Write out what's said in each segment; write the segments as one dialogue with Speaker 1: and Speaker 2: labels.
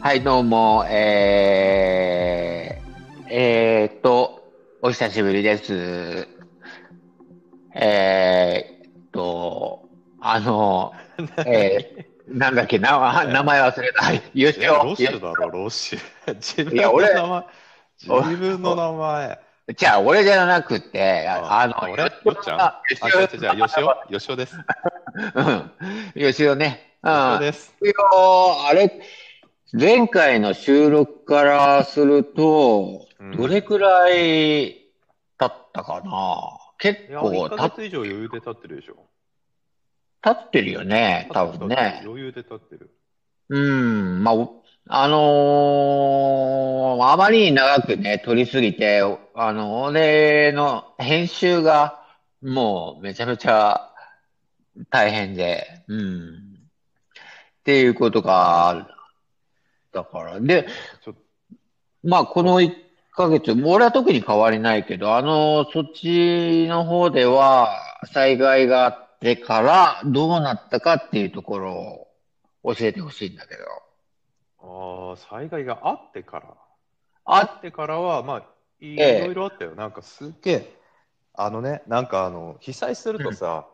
Speaker 1: はい、どうも、えー、えーっと、お久しぶりです。えーっと、あの、えー、 なんだっけ、な名前忘れた。はいよし
Speaker 2: いや、
Speaker 1: よ
Speaker 2: ロシュだろ、ロシュ。 自分
Speaker 1: いや
Speaker 2: の
Speaker 1: 俺
Speaker 2: 名前。自分の名前。
Speaker 1: じゃあ、俺じゃなくて、あ
Speaker 2: あ
Speaker 1: あの、
Speaker 2: 俺
Speaker 1: よし
Speaker 2: よっちゃん
Speaker 1: よし
Speaker 2: あ、違う違う違う、よしお、よしおです。よし
Speaker 1: うん、よしよね。うん。
Speaker 2: おです。
Speaker 1: いやーあれ、前回の収録からすると、
Speaker 2: うん
Speaker 1: どれくらい経ったかな、結
Speaker 2: いや、
Speaker 1: 構
Speaker 2: 1
Speaker 1: た
Speaker 2: ヶ月以上余裕で立ってるでしょ。
Speaker 1: 経ってるよね、多分ね。
Speaker 2: 余裕で立ってる。
Speaker 1: うん、まあ、おあのーあまりに長くね、撮りすぎて、あの、俺の編集がもうめちゃめちゃ大変で、うん。っていうことがある。だから、で、
Speaker 2: ちょっ
Speaker 1: まあ、この1ヶ月、もう俺は特に変わりないけど、あの、そっちの方では災害があってからどうなったかっていうところを教えてほしいんだけど。
Speaker 2: と、ああ、災害があってから。あ
Speaker 1: あ、
Speaker 2: ってからは、まあ、い
Speaker 1: ええ
Speaker 2: ろいろあったよ。なんかすっげえ、あのね、なんかあの、被災するとさ、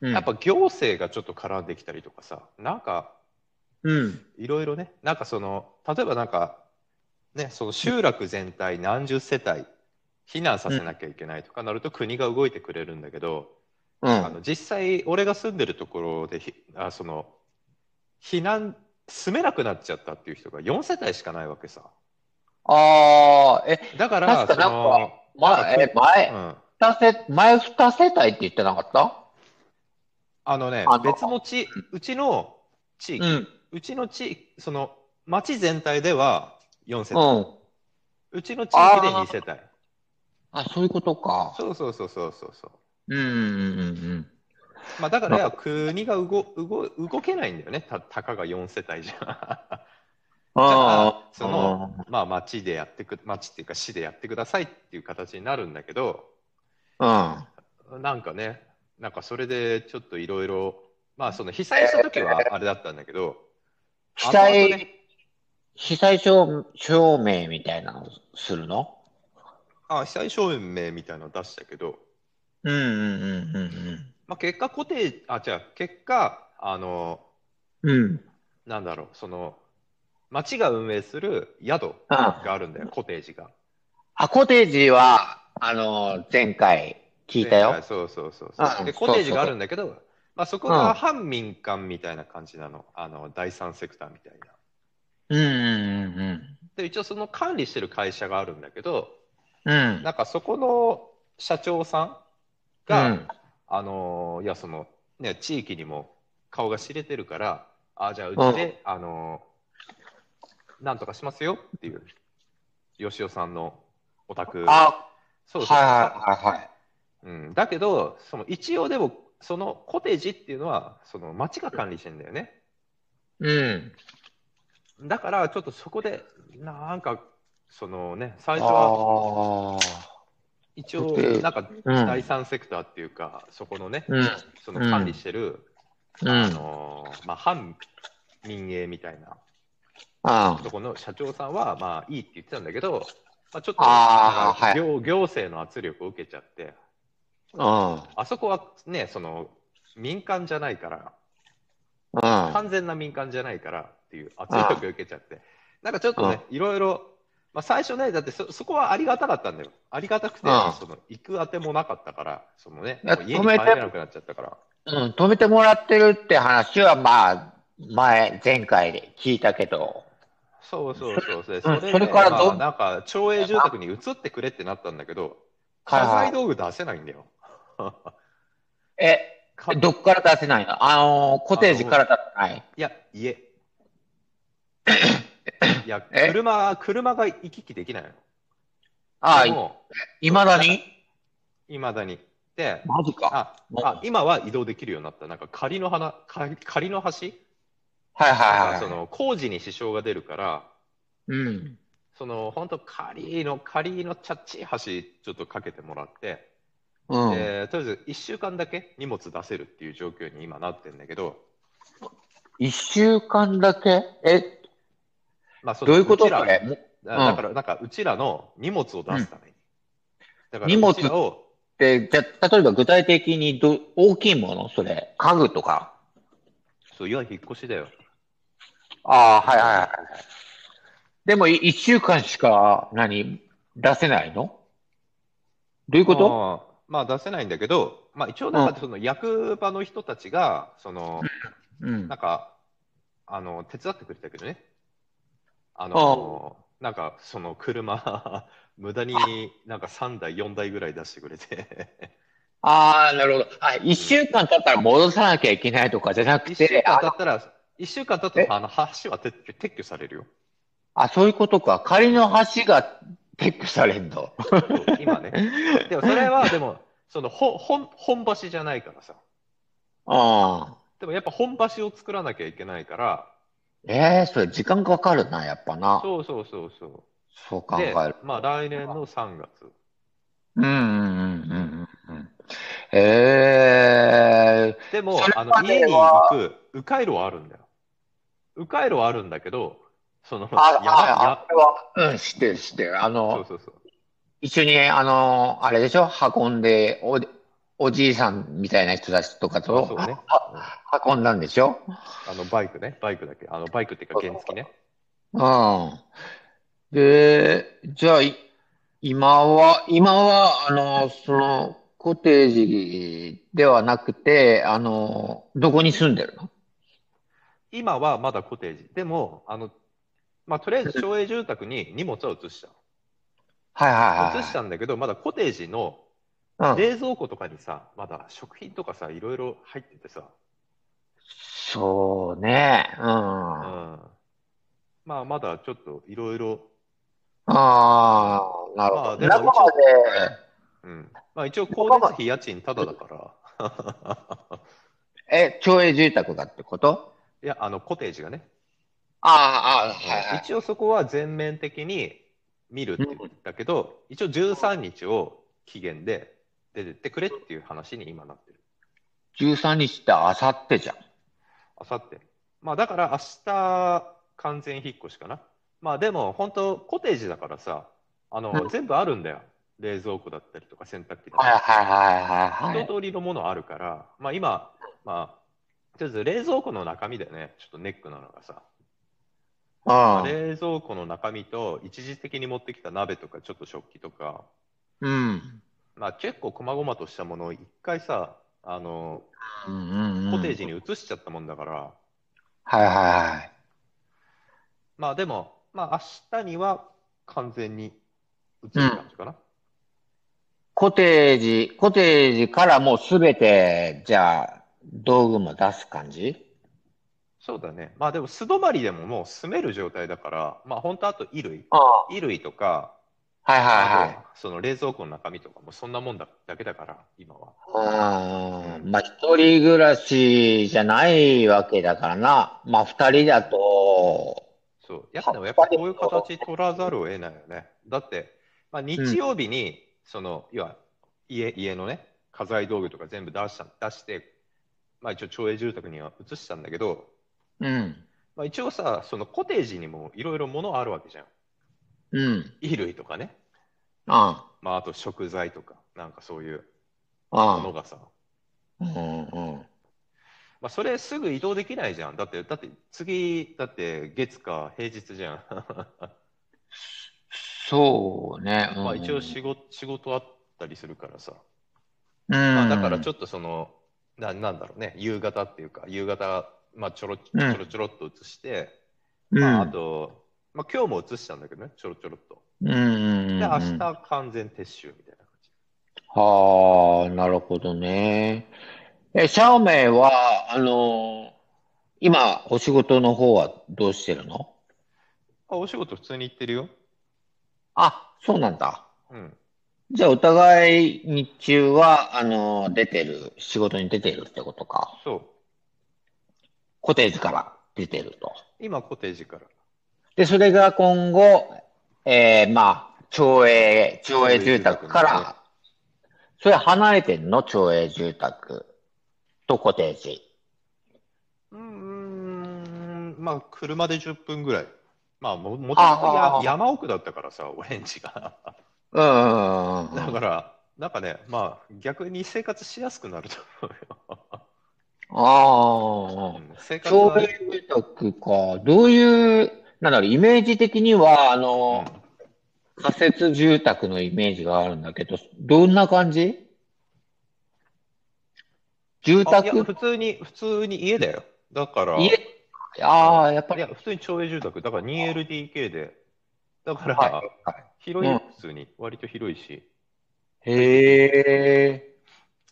Speaker 1: うん
Speaker 2: やっぱ行政がちょっと絡んできたりとかさ、なんか、
Speaker 1: うん、
Speaker 2: いろいろね、なんかその、例えばなんか、ね、その集落全体何十世帯避難させなきゃいけないとかなると国が動いてくれるんだけど、
Speaker 1: うん
Speaker 2: あの実際俺が住んでるところでひあその避難住めなくなっちゃったっていう人が4世帯しかないわけさ
Speaker 1: あー、え、
Speaker 2: だから
Speaker 1: 確か
Speaker 2: そ
Speaker 1: なん
Speaker 2: の
Speaker 1: か、ま
Speaker 2: なんか
Speaker 1: え、前、
Speaker 2: うん、
Speaker 1: 二世、前二世帯って言ってなかった
Speaker 2: あのね
Speaker 1: あの
Speaker 2: 別の地うちの地域、
Speaker 1: う、
Speaker 2: うんちの地域その町全体では4世
Speaker 1: う
Speaker 2: 帯、
Speaker 1: ん。
Speaker 2: うちの地域で2世帯
Speaker 1: あ、そういうことか。
Speaker 2: そうそうそうそうそうそう
Speaker 1: うん、うん、うん
Speaker 2: まあ、だから国が動動動けないんだよね、たたかが4世帯じゃ。
Speaker 1: うん。あー
Speaker 2: その、まあ、町でやってく、町っていうか市でやってくださいっていう形になるんだけど、
Speaker 1: うん。
Speaker 2: なんかね、なんかそれでちょっといろいろ、まあ、その被災した時はあれだったんだけど、
Speaker 1: 被災、
Speaker 2: 後々ね
Speaker 1: 被災証証明みたいなのするの
Speaker 2: あ被災証明みたいなの出したけど、
Speaker 1: うんうんうん
Speaker 2: まあ、結果、固定、あ、じゃ結果、あの、
Speaker 1: うんうん。うん。
Speaker 2: なんだろう、その、町が運営する宿
Speaker 1: あ
Speaker 2: があるんだよ、コテージが。
Speaker 1: あ、コテージは、あの、前回聞いた
Speaker 2: 前
Speaker 1: よ
Speaker 2: 回。そうそうそう
Speaker 1: あ
Speaker 2: そう。で、
Speaker 1: そう
Speaker 2: コテージがあるんだけど、まあそこ
Speaker 1: うん
Speaker 2: が反民間みたいな感じなの。あの、第三セクターみたいな。
Speaker 1: うんうん
Speaker 2: で、一応その管理してる会社があるんだけど、
Speaker 1: うんうん。うん。
Speaker 2: なんかそこの社長さんが、あのー、いや、その、ね、地域にも顔が知れてるから、あ、じゃあうちで、あのー、なんとかしますよっていう、吉尾さんのお宅。
Speaker 1: あ、
Speaker 2: そうそう。
Speaker 1: はいはいはいはい。
Speaker 2: うん、だけど、その一応でも、そのコテージっていうのは、その町が管理してんだよね。
Speaker 1: うん。
Speaker 2: だから、ちょっとそこで、なんか、そのね、最初は
Speaker 1: あ
Speaker 2: 一応
Speaker 1: コテー、ジ
Speaker 2: なんか、
Speaker 1: うん
Speaker 2: 第三セクターっていうか、そこのね、
Speaker 1: うん
Speaker 2: その管理してる、
Speaker 1: ー。う
Speaker 2: あ
Speaker 1: ん。
Speaker 2: のーまあ、反民営みたいな
Speaker 1: あ
Speaker 2: とこの社長さんは、まあ、いいって言ってたんだけど、まあ、ちょっと、
Speaker 1: あー
Speaker 2: なんか行行政の圧力を受けちゃって、
Speaker 1: うん。
Speaker 2: あそこはね、その、民間じゃないから、
Speaker 1: うん。
Speaker 2: 完全な民間じゃないからっていう圧力を受けちゃって、なんかちょっとね、いろいろ、まあ、最初ね、だってそそこはありがたかったんだよ。ありがたくて
Speaker 1: うん、
Speaker 2: その行くあてもなかったから、そのね、
Speaker 1: いや
Speaker 2: もう家
Speaker 1: 止
Speaker 2: に帰
Speaker 1: めて
Speaker 2: れなくなっちゃったから。
Speaker 1: うん。止めてもらってるって話は、まあ、前、前回で聞いたけど。
Speaker 2: そうそうそう。でそれで
Speaker 1: それからど
Speaker 2: まあなんか、町営住宅に移ってくれってなったんだけど、
Speaker 1: はい
Speaker 2: 家
Speaker 1: はい
Speaker 2: 財道具出せないんだよ。
Speaker 1: え、
Speaker 2: か
Speaker 1: どっから出せないのあのーコテージから出せない。
Speaker 2: いや、 家。いや、
Speaker 1: え
Speaker 2: 車、車が行き来できないの。
Speaker 1: ああ、
Speaker 2: で
Speaker 1: い
Speaker 2: も
Speaker 1: いまだに
Speaker 2: いまだに。で、
Speaker 1: マジか。
Speaker 2: ああ今は移動できるようになった、なんか仮の花仮仮の橋、
Speaker 1: はいはい
Speaker 2: な
Speaker 1: は
Speaker 2: ん
Speaker 1: い。
Speaker 2: かその工事に支障が出るから、
Speaker 1: うん。
Speaker 2: その本当、仮の仮のちゃっちい橋、ちょっとかけてもらって、
Speaker 1: うん。
Speaker 2: でとりあえず1週間だけ荷物出せるっていう状況に今なってんだけど、
Speaker 1: 一週間だけえ、
Speaker 2: まあ、そ
Speaker 1: どういうこと
Speaker 2: ちら
Speaker 1: それ。も
Speaker 2: あだから、なんか、うちらの荷物を出すために。だから、
Speaker 1: 荷物
Speaker 2: うちらを、
Speaker 1: で、じゃ、例えば具体的にど、大きいものそれ。家具とか。
Speaker 2: そう、いや、引っ越しだよ。
Speaker 1: ああ、はいはいはい。でも、い一週間しか、何、出せないのどういうこと
Speaker 2: あーまあ、出せないんだけど、まあ、一応、なんか、その、役場の人たちが、その、
Speaker 1: うん
Speaker 2: なんか、あの、手伝ってくれたけどね。あの、なんか、その、車、 無駄になんか3台、4台ぐらい出してくれて。
Speaker 1: ああ、なるほど。あ、一週間経ったら戻さなきゃいけないとかじゃなく
Speaker 2: 1週
Speaker 1: て、
Speaker 2: 間経
Speaker 1: あ、
Speaker 2: ったら、一週間経
Speaker 1: え
Speaker 2: ったら、あの、橋は撤去撤去される よ。
Speaker 1: あ、そういうことか。仮の橋が撤去されんの。
Speaker 2: そう今ね。でも、それは、でも、その、ほ本、本橋じゃないからさ。
Speaker 1: ああ。
Speaker 2: でも、やっぱ本橋を作らなきゃいけないから、
Speaker 1: ええ、それ時間かかるな、やっぱな。
Speaker 2: そうそうそうそ
Speaker 1: そう
Speaker 2: う。
Speaker 1: 考
Speaker 2: で
Speaker 1: える。、
Speaker 2: まあ、来年の3月。
Speaker 1: うんうんうんうんうんうん。ええ、
Speaker 2: でも
Speaker 1: それ、
Speaker 2: あの
Speaker 1: まで
Speaker 2: 家に
Speaker 1: は
Speaker 2: 行く迂回路はあるんだよ。迂回路はあるんだけど、その
Speaker 1: あ、あ、
Speaker 2: 山
Speaker 1: あ、あれは、うん、知ってる、知ってる。あ
Speaker 2: やそう
Speaker 1: の、
Speaker 2: そうそう。
Speaker 1: 一緒に、あの、あれでしょ運んで、お、おじいさんみたいな人たちとか
Speaker 2: あ
Speaker 1: と、
Speaker 2: そうね。
Speaker 1: は運んだんでしょ
Speaker 2: あのバイクね、バイクだけ。あのバイクっていうか原付ね。
Speaker 1: うん。で、じゃあ、い今は、今は、あの、その、コテージではなくて、あの、どこに住んでるの
Speaker 2: 今はまだコテージ。でも、あの、まあ、とりあえず町営住宅に荷物は移した。
Speaker 1: はいはいはい
Speaker 2: 移したんだけど、まだコテージの
Speaker 1: はい。うん。
Speaker 2: 冷蔵庫とかにさ、まだ食品とかさ、いろいろ入っててさ、
Speaker 1: そうね。うん。
Speaker 2: うん。
Speaker 1: あ
Speaker 2: まあ、まだちょっといろいろ、
Speaker 1: あ、なるほ
Speaker 2: まあ
Speaker 1: ど。
Speaker 2: でも
Speaker 1: 中ま
Speaker 2: うん。まあ、一応、光熱費、家賃タダだから。
Speaker 1: で、え、町営住宅だってこと
Speaker 2: いや、あの、コテージがね、
Speaker 1: ああ、ああ、はいはい。
Speaker 2: 一応そこは全面的に見るって言ったけど、一応13日を期限で出てってくれっていう話に今なってる。
Speaker 1: 13日ってあさってじゃん。
Speaker 2: あさって。まあだから明日完全引っ越しかな。まあでも本当コテージだからさ、あ
Speaker 1: う
Speaker 2: の
Speaker 1: ん
Speaker 2: 全部あるんだよ。冷蔵庫だったりとか洗濯機だっ
Speaker 1: はい
Speaker 2: た
Speaker 1: はいはいはい
Speaker 2: り。
Speaker 1: は
Speaker 2: 一
Speaker 1: い。
Speaker 2: 通りのものあるから、まあ今、まあ、とりあえず冷蔵庫の中身だよね。ちょっとネックなのがさ。まあ
Speaker 1: うん。
Speaker 2: 冷蔵庫の中身と一時的に持ってきた鍋とかちょっと食器とか、
Speaker 1: うん。
Speaker 2: まあ、結構細々としたものを一回さあの
Speaker 1: うんうんうん
Speaker 2: コテージに移しちゃったもんだから、
Speaker 1: はいはいはい。
Speaker 2: まあでも、まあ明日には完全に移る感じかな、
Speaker 1: コテージ、コテージからもうすべて、じゃあ、道具も出す感じ
Speaker 2: そうだねまあでも素泊まりでももう住める状態だからまあ本当あと衣類
Speaker 1: ああ。
Speaker 2: 衣類とか
Speaker 1: はいはいはい
Speaker 2: あとその冷蔵庫の中身とかもそんなもんだだけだから今は。
Speaker 1: あーまあ、一人暮らしじゃないわけだからな。まあ、二人だと、
Speaker 2: そうやっぱでもやっぱこういう形取らざるを得ないよね。だって、まあ、日曜日に、その要は家家のね家財道具とか全部出した出して、まあ、一応町営住宅には移したんだけど、
Speaker 1: うん、
Speaker 2: まあ、一応さそのコテージにもいろいろ物あるわけじゃん
Speaker 1: うん、
Speaker 2: 衣類とかね、
Speaker 1: あ
Speaker 2: まあ、あと食材とかなんかそういうもの
Speaker 1: あ、
Speaker 2: がさ、
Speaker 1: うん、うん、
Speaker 2: まあ、それすぐ移動できないじゃんだってだって次だって月か平日じゃん
Speaker 1: そうね、うん、
Speaker 2: まあ一応仕事仕事あったりするからさ
Speaker 1: うん、
Speaker 2: まあ、だからちょっとそのななんだろうね夕方っていうか夕方、まあ、ちょろち
Speaker 1: うん
Speaker 2: ょろちょろっと移して、
Speaker 1: うん、
Speaker 2: まあ、あと、まあ、今日も移したんだけどねちょろちょろっと
Speaker 1: うん、うん、うん、
Speaker 2: で明日完全撤収みたいな感じ、
Speaker 1: はあ、なるほどね。え、シャオメイは、あの今、お仕事の方はどうしてるの
Speaker 2: あお仕事普通に行ってるよ
Speaker 1: あ、そうなんだ。
Speaker 2: うん
Speaker 1: じゃあ、お互い、日中は、あの出てる、仕事に出てるってことか。
Speaker 2: そう
Speaker 1: コテージから出てると。
Speaker 2: 今コテージから
Speaker 1: で、それが今後、えー、まあ、町営、町営住宅から、それ離れてんの町営住宅とコテージ。
Speaker 2: うーんまあ車で10分ぐらいまあ、も、もともとや
Speaker 1: ああ、
Speaker 2: 山奥だったからさ、俺んちが。
Speaker 1: うんうんうん
Speaker 2: だ
Speaker 1: うん。
Speaker 2: から、なんかね、まあ、逆に生活しやすくなると
Speaker 1: あ
Speaker 2: 思
Speaker 1: あ。
Speaker 2: うよ。うん、生活
Speaker 1: 商
Speaker 2: は
Speaker 1: 業
Speaker 2: ね、
Speaker 1: 住宅か。どういう、なんだろう、イメージ的には、あ
Speaker 2: う
Speaker 1: の、
Speaker 2: ん。
Speaker 1: 仮設住宅のイメージがあるんだけど、どんな感じ住
Speaker 2: あ、いや、
Speaker 1: 宅
Speaker 2: 普通に、普通に家だよ。だから、
Speaker 1: 家
Speaker 2: う
Speaker 1: あ
Speaker 2: ん
Speaker 1: あ、やっぱ
Speaker 2: い
Speaker 1: り、
Speaker 2: や、普通に町営住宅、だから 2LDK で、だか
Speaker 1: はい、
Speaker 2: ら、
Speaker 1: は
Speaker 2: 広い
Speaker 1: い。う
Speaker 2: よ、
Speaker 1: ん。
Speaker 2: 普通に。割と広いし。
Speaker 1: へえ、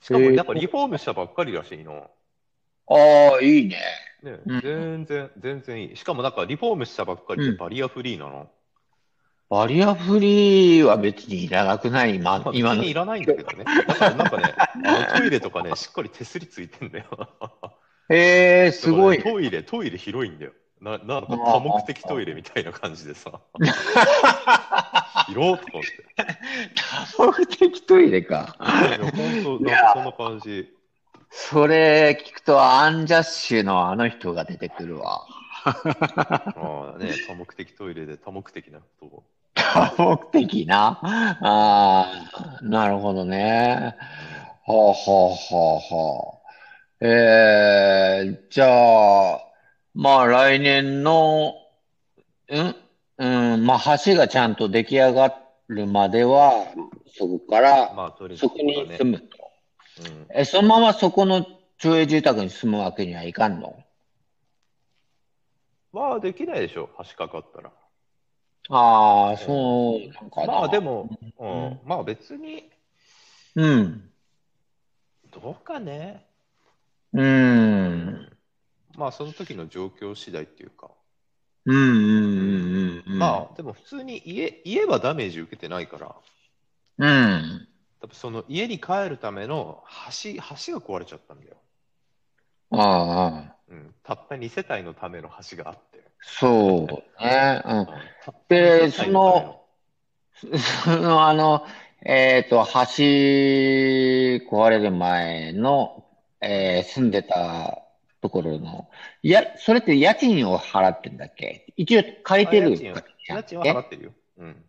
Speaker 2: しか
Speaker 1: へ
Speaker 2: も、なん
Speaker 1: え、
Speaker 2: かリフォームしたばっかりらしいの。
Speaker 1: ああ、いいね。
Speaker 2: ね、
Speaker 1: うん。
Speaker 2: 全然、全然いい。しかも、なんかリフォームしたばっかり
Speaker 1: う
Speaker 2: で
Speaker 1: ん。
Speaker 2: バリアフリーなの。
Speaker 1: バリアフリーは別にいらなくない今、
Speaker 2: まあ、
Speaker 1: 今
Speaker 2: 別
Speaker 1: の
Speaker 2: にいらないんだけどね。だから、なんかね、あのトイレ とかね、しっかり手すりついてんだよ。
Speaker 1: へえ、
Speaker 2: だ
Speaker 1: す
Speaker 2: から
Speaker 1: ご
Speaker 2: ね、
Speaker 1: いね。
Speaker 2: トイレ、トイレ広いんだよ。な、なん
Speaker 1: あ
Speaker 2: か多目的トイレ
Speaker 1: あ、
Speaker 2: みたいな感じ でさ、広っとか思って。
Speaker 1: 多 目的トイレか。
Speaker 2: いや、ほん
Speaker 1: い
Speaker 2: と、なんか
Speaker 1: や、
Speaker 2: そんな感じ。
Speaker 1: それ聞くとアンジャッシュのあの人が出てくるわ。
Speaker 2: ああね、多目的トイレで多目的なことを。
Speaker 1: 多目的な。ああ、なるほどね。
Speaker 2: うん。
Speaker 1: はあはあはあはあ。えー、じゃあ、まあ来年の、んうん、まあ橋がちゃんと出来上がるまでは、そこから、
Speaker 2: まあ、とりあえず
Speaker 1: そ
Speaker 2: こ
Speaker 1: こ
Speaker 2: こが
Speaker 1: に
Speaker 2: ね、
Speaker 1: 住むと。
Speaker 2: うん。
Speaker 1: え、そのままそこの町営住宅に住むわけにはいかんの
Speaker 2: まあ、できないでしょ、橋かかったら。
Speaker 1: ああ、
Speaker 2: うん。
Speaker 1: そうなんか
Speaker 2: まあ、で
Speaker 1: な。
Speaker 2: も、う、
Speaker 1: うんん。
Speaker 2: まあ別に、
Speaker 1: うん。
Speaker 2: どうかね。
Speaker 1: う。
Speaker 2: うんん。まあ、その時の状況次第っていうか。
Speaker 1: うん、う
Speaker 2: うん。
Speaker 1: ん、うん、うん。
Speaker 2: まあ、でも普通に家、家はダメージ受けてないから、
Speaker 1: うん。
Speaker 2: 多分その家に帰るための橋、橋が壊れちゃったんだよ。
Speaker 1: ああ、ああ
Speaker 2: うん。たった2世帯のための橋があって。
Speaker 1: そうね。うん。
Speaker 2: うん。たった2世
Speaker 1: で、その、
Speaker 2: 帯のための。
Speaker 1: その、あの、えっと、橋壊れる前の、
Speaker 2: うん。
Speaker 1: えー住んでたところの、いや、それって家賃を払ってんだっけ一応借り
Speaker 2: あ、
Speaker 1: て
Speaker 2: 家
Speaker 1: る
Speaker 2: 賃
Speaker 1: 感
Speaker 2: は、
Speaker 1: じや
Speaker 2: 家
Speaker 1: っ
Speaker 2: 賃は払
Speaker 1: け
Speaker 2: ってるよ。うん。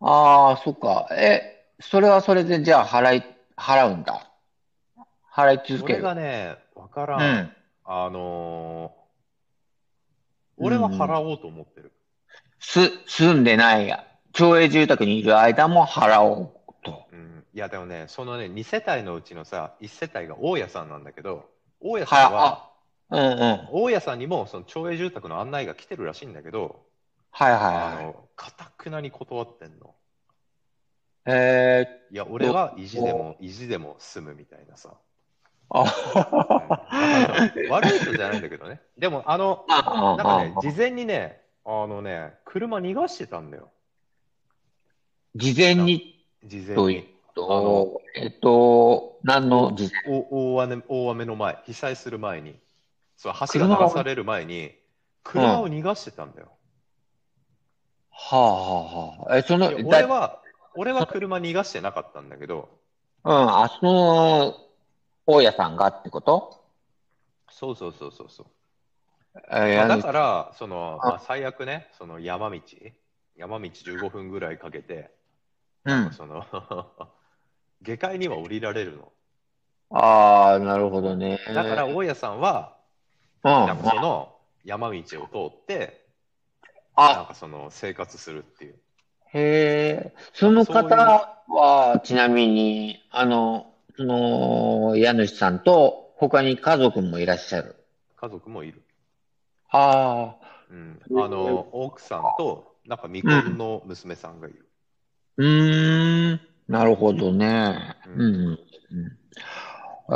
Speaker 1: ああー、そっか。え、それはそれでじゃあ払い、払うんだ。払い続
Speaker 2: そ
Speaker 1: け
Speaker 2: れ
Speaker 1: る。
Speaker 2: がね、わか
Speaker 1: う
Speaker 2: らん。
Speaker 1: ん。
Speaker 2: あのー
Speaker 1: う
Speaker 2: 俺は
Speaker 1: んう
Speaker 2: 払
Speaker 1: ん。
Speaker 2: おうと思ってる。
Speaker 1: す、住んでないや。町営住宅にいる間も払おうと。
Speaker 2: うん、いや、でもね、そのね、2世帯のうちのさ、1世帯が大家さんなんだけど、大家さん
Speaker 1: は、
Speaker 2: は、
Speaker 1: あ、うんうん。
Speaker 2: 大家さんにもその町営住宅の案内が来てるらしいんだけど、
Speaker 1: はいはい
Speaker 2: あ
Speaker 1: はい。
Speaker 2: の、かたくなに断ってんの。
Speaker 1: えーっ
Speaker 2: いや、俺
Speaker 1: と、
Speaker 2: は意地でも、意地でも住むみたいなさ。
Speaker 1: あ、
Speaker 2: うん、だから、悪い人じゃないんだけどね。でも、あの、
Speaker 1: ああ、
Speaker 2: なんか
Speaker 1: あ
Speaker 2: ね、
Speaker 1: あ、
Speaker 2: 事前にね、あのね、車逃がしてたんだよ。
Speaker 1: 事前
Speaker 2: な、
Speaker 1: に
Speaker 2: 事前
Speaker 1: という
Speaker 2: に。あの、
Speaker 1: と、えっと、何
Speaker 2: お、
Speaker 1: の事前
Speaker 2: お、大雨、大雨の前、被災する前に、そう、橋が
Speaker 1: 車
Speaker 2: 流
Speaker 1: を、
Speaker 2: される前に、
Speaker 1: うん。は
Speaker 2: 車を
Speaker 1: あ、
Speaker 2: 逃がしてたんだよ。
Speaker 1: はあ、はあ。え、そ
Speaker 2: い
Speaker 1: の、
Speaker 2: や、俺
Speaker 1: だ、
Speaker 2: は、俺は
Speaker 1: そ、
Speaker 2: 車逃がしてなかったんだけど、
Speaker 1: うん、あ、その、大家さんがってこと
Speaker 2: そうそうそうそうそう。
Speaker 1: え
Speaker 2: まあ、だ
Speaker 1: ー、
Speaker 2: から、その、まあ、
Speaker 1: あ、
Speaker 2: 最悪ね、その山道、山道15分ぐらいかけて、
Speaker 1: う
Speaker 2: なんか
Speaker 1: ん。
Speaker 2: その 下界には降りられるの。
Speaker 1: ああ、なるほ
Speaker 2: う
Speaker 1: ど
Speaker 2: ん、
Speaker 1: ね。
Speaker 2: だから、大家さんは、
Speaker 1: う
Speaker 2: なん
Speaker 1: ん。
Speaker 2: かその山道を通って、なん
Speaker 1: あ、
Speaker 2: かその生活するっていう、
Speaker 1: へえ、
Speaker 2: な
Speaker 1: そ
Speaker 2: んか
Speaker 1: の
Speaker 2: そう
Speaker 1: 方
Speaker 2: いう、
Speaker 1: は、ちなみに、あの、その、家主さんと、他に家族もいらっしゃる。
Speaker 2: 家族もいる。
Speaker 1: ああ、
Speaker 2: うん、
Speaker 1: そう
Speaker 2: あ
Speaker 1: いう
Speaker 2: の、奥さんと、なんか未
Speaker 1: う
Speaker 2: 婚
Speaker 1: ん。
Speaker 2: の娘さんがいる。
Speaker 1: うーん。なるほどね。
Speaker 2: う。
Speaker 1: うんん。うんえ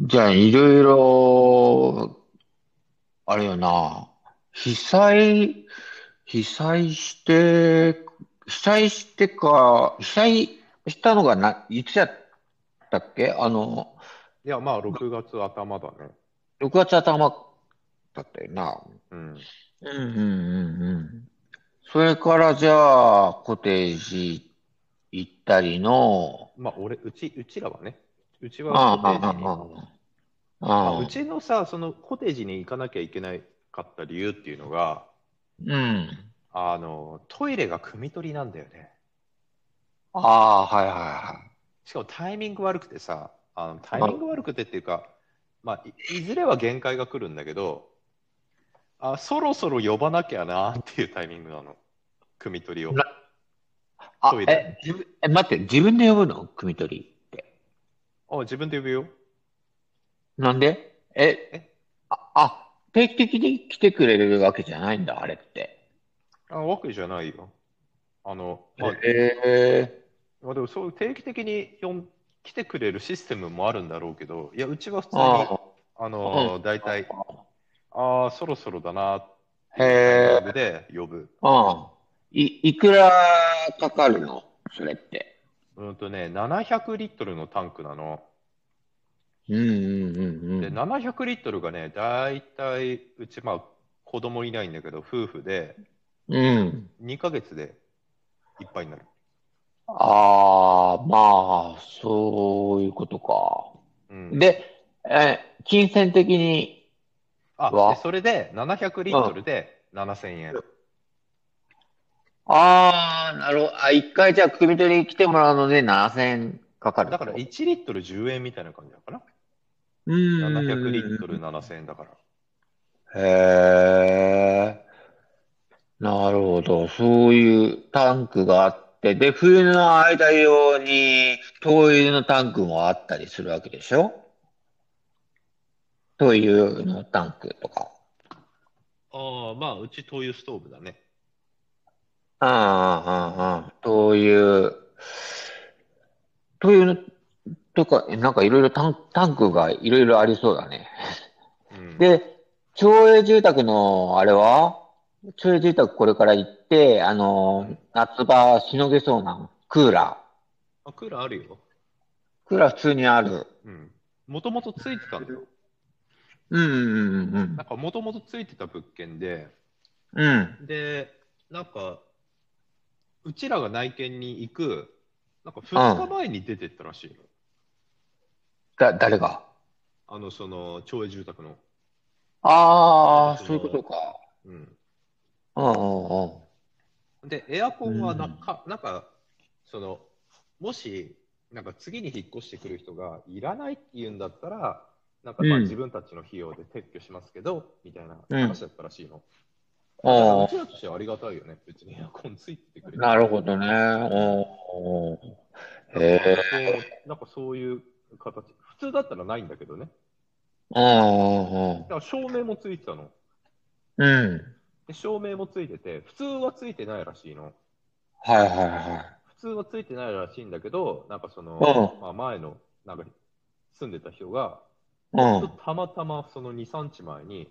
Speaker 1: ー、じゃあ、いろいろ、あれよな。被災、被災して、被災してか、被災したのがな、いつやったっけあの、
Speaker 2: いや、まあ、6月頭だね。
Speaker 1: 6月頭だったよな。
Speaker 2: うん。
Speaker 1: うんうんうんうん。それからじゃあ、コテージ行ったりの、
Speaker 2: まあ、俺、うち、うちらはね、うちは
Speaker 1: あ
Speaker 2: コ
Speaker 1: あ、
Speaker 2: テージに、
Speaker 1: ああ、
Speaker 2: まあ、
Speaker 1: あ
Speaker 2: う
Speaker 1: あ、
Speaker 2: ちのさ、そのコテージに行かなきゃいけないかった理由っていうのが、
Speaker 1: うん。
Speaker 2: あの、トイレが汲み取りなんだよね。
Speaker 1: ああー、はいはいはい。
Speaker 2: しかもタイミング悪くてさ、あのタイミング悪くてっていうか、まあ、いいずれは限界が来るんだけど、あ、そろそろ呼ばなきゃなっていうタイミングなの。汲み取りを。
Speaker 1: なあ
Speaker 2: トイ、レ
Speaker 1: え、自分、え、待って、自分で呼ぶの汲み取りって。
Speaker 2: あ、自分で呼ぶよ。
Speaker 1: なんでえ、
Speaker 2: え
Speaker 1: あ、あ、定期的に来てくれるわけじゃないんだ、あれって。
Speaker 2: あ、わけじゃないよ。あの、まあ、
Speaker 1: え
Speaker 2: まあでもそう定期的に呼ん来てくれるシステムもあるんだろうけど、いや、うちは普通に、
Speaker 1: あ
Speaker 2: あの、大体、ああ、そろそろだなって
Speaker 1: あ、へ
Speaker 2: タ
Speaker 1: え
Speaker 2: イミングで呼ぶ。
Speaker 1: うん。い、いくらかかるのそれって。
Speaker 2: うんとね、700リットルのタンクなの。
Speaker 1: うんうんうんう
Speaker 2: で、
Speaker 1: ん。
Speaker 2: 700リットルがね、大体、うち、まあ、子供いないんだけど、夫婦で、
Speaker 1: うん。
Speaker 2: 2ヶ月でいっぱいになる。
Speaker 1: ああ、まあ、そういうことか。
Speaker 2: うん、
Speaker 1: で、え、金銭的に、
Speaker 2: あ、
Speaker 1: わ
Speaker 2: でそれで、700リットルで7000円。
Speaker 1: ああ、なるほど。あ、一回じゃあ、組取り来てもらうので7000円かかる
Speaker 2: だから、
Speaker 1: と。
Speaker 2: 1リットル10円みたいな感じだから。
Speaker 1: うーん。
Speaker 2: 700リットル7000円だから。
Speaker 1: へえ。なるほど。そういうタンクがあって、で、冬の間用に灯油のタンクもあったりするわけでしょ灯油のタンクとか。
Speaker 2: ああ、まあ、うち灯油ストーブだね。
Speaker 1: ああ、ああ、ああ。灯油。灯油の、とか、えなんかいろいろタン、タンクがいろいろありそうだね。
Speaker 2: うん、
Speaker 1: で、町営住宅の、あれは町営住宅これから行って、あの、夏場しのげそうなクーラ
Speaker 2: あ、クーラーあるよ。
Speaker 1: ー。クーラー普通にある。
Speaker 2: うん。もともとついてたんだよ。
Speaker 1: うんうんうん
Speaker 2: なんか、もともとついてた物件で、
Speaker 1: うん。うん。
Speaker 2: で、なんか、うちらが内見に行く、なんか2日前に出てったらしいの。
Speaker 1: だ、誰が
Speaker 2: あの、その、町営住宅の。
Speaker 1: ああ、そういうことか。
Speaker 2: うん。
Speaker 1: うんうんうん。
Speaker 2: で、エアコンはなんか、なんか、その、もし、なんか次に引っ越してくる人がいらないって言うんだったら、なんかまあ
Speaker 1: うん
Speaker 2: 自分たちの費用で撤去しますけど、みたいな
Speaker 1: うん
Speaker 2: 話だったらしいの。
Speaker 1: あ
Speaker 2: う
Speaker 1: あ
Speaker 2: ちらとしてはありがたいよね。別にエアコンついてくれて
Speaker 1: なるほどね。うんうん。へえ。
Speaker 2: そうなんかそういう形。普通だったらないんだけどね。
Speaker 1: うんうん
Speaker 2: だから照明もついてたの。
Speaker 1: うん。うん。
Speaker 2: で照明もついてて、普通はついてないらしいの。
Speaker 1: はいはいはい。
Speaker 2: 普通はついてないらしいんだけど、なんかその、
Speaker 1: う
Speaker 2: まあ、前の、なんか住んでた人が、
Speaker 1: うん。うん。
Speaker 2: たまたまその2、3日前に、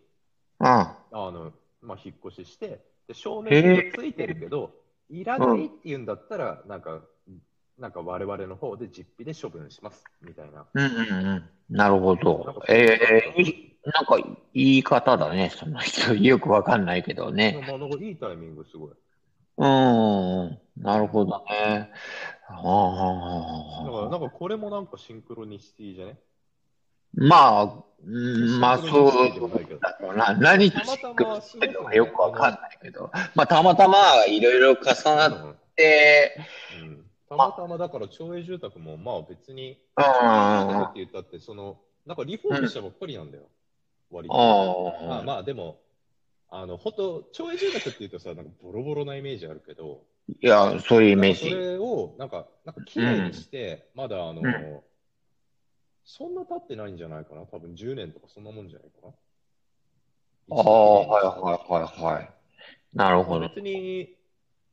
Speaker 1: あ
Speaker 2: あの、まあ、引っ越しして、で照明
Speaker 1: へえ
Speaker 2: がついてるけど、いらないって言うんだったら、なんか、なんか我々の方で実費で処分します、みたいな。
Speaker 1: うんうんうん。なるほ
Speaker 2: なん
Speaker 1: ど
Speaker 2: か。
Speaker 1: ええなんか言い方だね、その人。よくわかんないけどね。
Speaker 2: まあなんかいいタイミングすごい。
Speaker 1: うん。なるほどね。あ
Speaker 2: だから、
Speaker 1: あ。
Speaker 2: なんかこれもなんかシンクロニシティじゃね
Speaker 1: まあ、うん、まあ、そうだろうな。何としくしてるのかよくわかんないけど。まあ、たまたまいろいろ重なっ
Speaker 2: うん
Speaker 1: て、
Speaker 2: うんたまたまだから町営住宅もまあ別に、
Speaker 1: うん。
Speaker 2: 住宅っ
Speaker 1: あ
Speaker 2: て言ったって、その、なんかリフォームしたばっかりなんだよ、割と。まあ
Speaker 1: あ。
Speaker 2: まあ、でも、あの、本当町営住宅って言うとさ、なんかボロボロなイメージあるけど、
Speaker 1: いや、そういうイメー
Speaker 2: そ
Speaker 1: ジ。
Speaker 2: れを、なんか、なんか綺麗にして、まだあの、
Speaker 1: うん
Speaker 2: そんな経ってないんじゃないかな、多分10年とかそんなもんじゃないかな。
Speaker 1: ああ、はいはいはいはい。なるほど。
Speaker 2: 別に、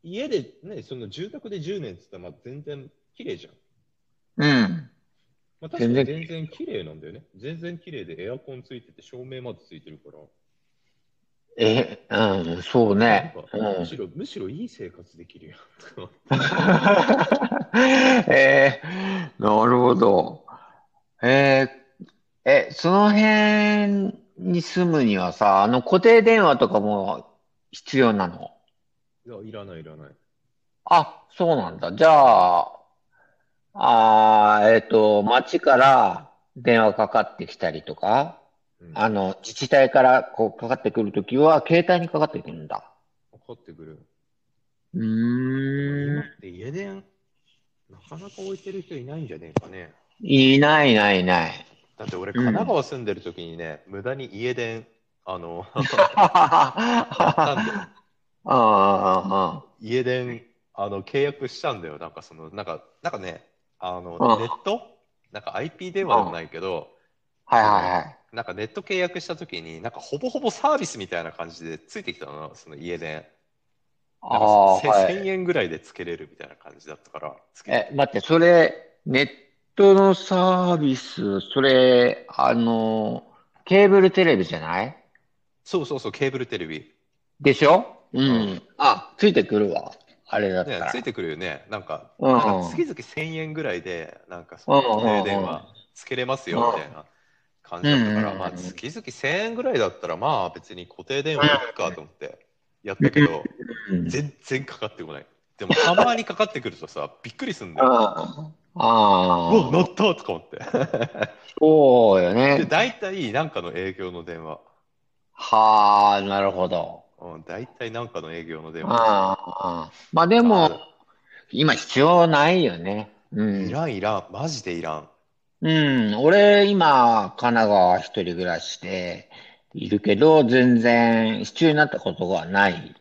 Speaker 2: 家でね、その住宅で10年って言ったら、まあ全然綺麗じゃん。
Speaker 1: うん。
Speaker 2: まあ、確かに
Speaker 1: 全
Speaker 2: 全然綺麗なんだよね。全然綺麗でエアコンついてて、照明までついてるから。
Speaker 1: え、うん、そうね。
Speaker 2: なんか
Speaker 1: うん
Speaker 2: む。しろ、むしろいい生活できるよ。
Speaker 1: えー、なるほど。えーえ、その辺に住むにはさ、あの固定電話とかも必要なの
Speaker 2: いや、いらない、いらない。
Speaker 1: あ、そうなんだ。じゃあ、あー、えっと、町から電話かかってきたりとか
Speaker 2: うん
Speaker 1: あの、自治体からこうかかってくるときは、携帯にかかってくるんだ。
Speaker 2: 怒ってくる。
Speaker 1: う
Speaker 2: でも
Speaker 1: ーん。
Speaker 2: 今って家電、なかなか置いてる人いないんじゃねえかね。
Speaker 1: いないいないいない。
Speaker 2: だって
Speaker 1: う
Speaker 2: 俺、
Speaker 1: ん
Speaker 2: 神奈川住んでる時にね、無駄に家電、あ の、ったんだよ
Speaker 1: ああ、ああ、
Speaker 2: 家電、あの、契約したんだよ。なんかその、なんか、なんかね、あの、
Speaker 1: あ
Speaker 2: ネットなんか IP 電話でもないけど、
Speaker 1: はいはいはい。
Speaker 2: なんかネット契約した時に、なんかほぼほぼサービスみたいな感じでついてきたの、その家電。
Speaker 1: あ
Speaker 2: なんか
Speaker 1: あ、
Speaker 2: せ
Speaker 1: はい。
Speaker 2: 1000円ぐらいでつけれるみたいな感じだったから、つけ
Speaker 1: え、待って、それ、ネットのサービス、それ、あの、ケーブルテレビじゃない
Speaker 2: そうそうそう、ケーブルテレビ。
Speaker 1: でしょうんん。あ、ついてくるわ。あれだった
Speaker 2: ね、
Speaker 1: ら。
Speaker 2: ついてくるよね。なんか、
Speaker 1: うん
Speaker 2: なんか月々1000円ぐらいで、なんかそ
Speaker 1: うん
Speaker 2: の
Speaker 1: うんうん
Speaker 2: 家電話つけれますよみたいな感じだったか
Speaker 1: う
Speaker 2: ら、
Speaker 1: ん
Speaker 2: まあ月々1000円ぐらいだったら、まあ別に固定電話いいかと思ってやったけど、
Speaker 1: うん。
Speaker 2: 全然かかってこない。でもたまにかかってくると さ、びっくりすんだよ。
Speaker 1: あ
Speaker 2: う
Speaker 1: あ
Speaker 2: わ、乗ったとか思って。
Speaker 1: そうよ
Speaker 2: で、
Speaker 1: ね。
Speaker 2: 大体なんかの営業の電話。
Speaker 1: はあ、なるほど。
Speaker 2: うん、大体なんかの営業の電話。
Speaker 1: ああ、まあでも、今必要ないよね。う
Speaker 2: い
Speaker 1: ん。
Speaker 2: らんいらん、マジでいらん。
Speaker 1: うん。俺、今、神奈川一人暮らしでいるけど、全然必要になったことがない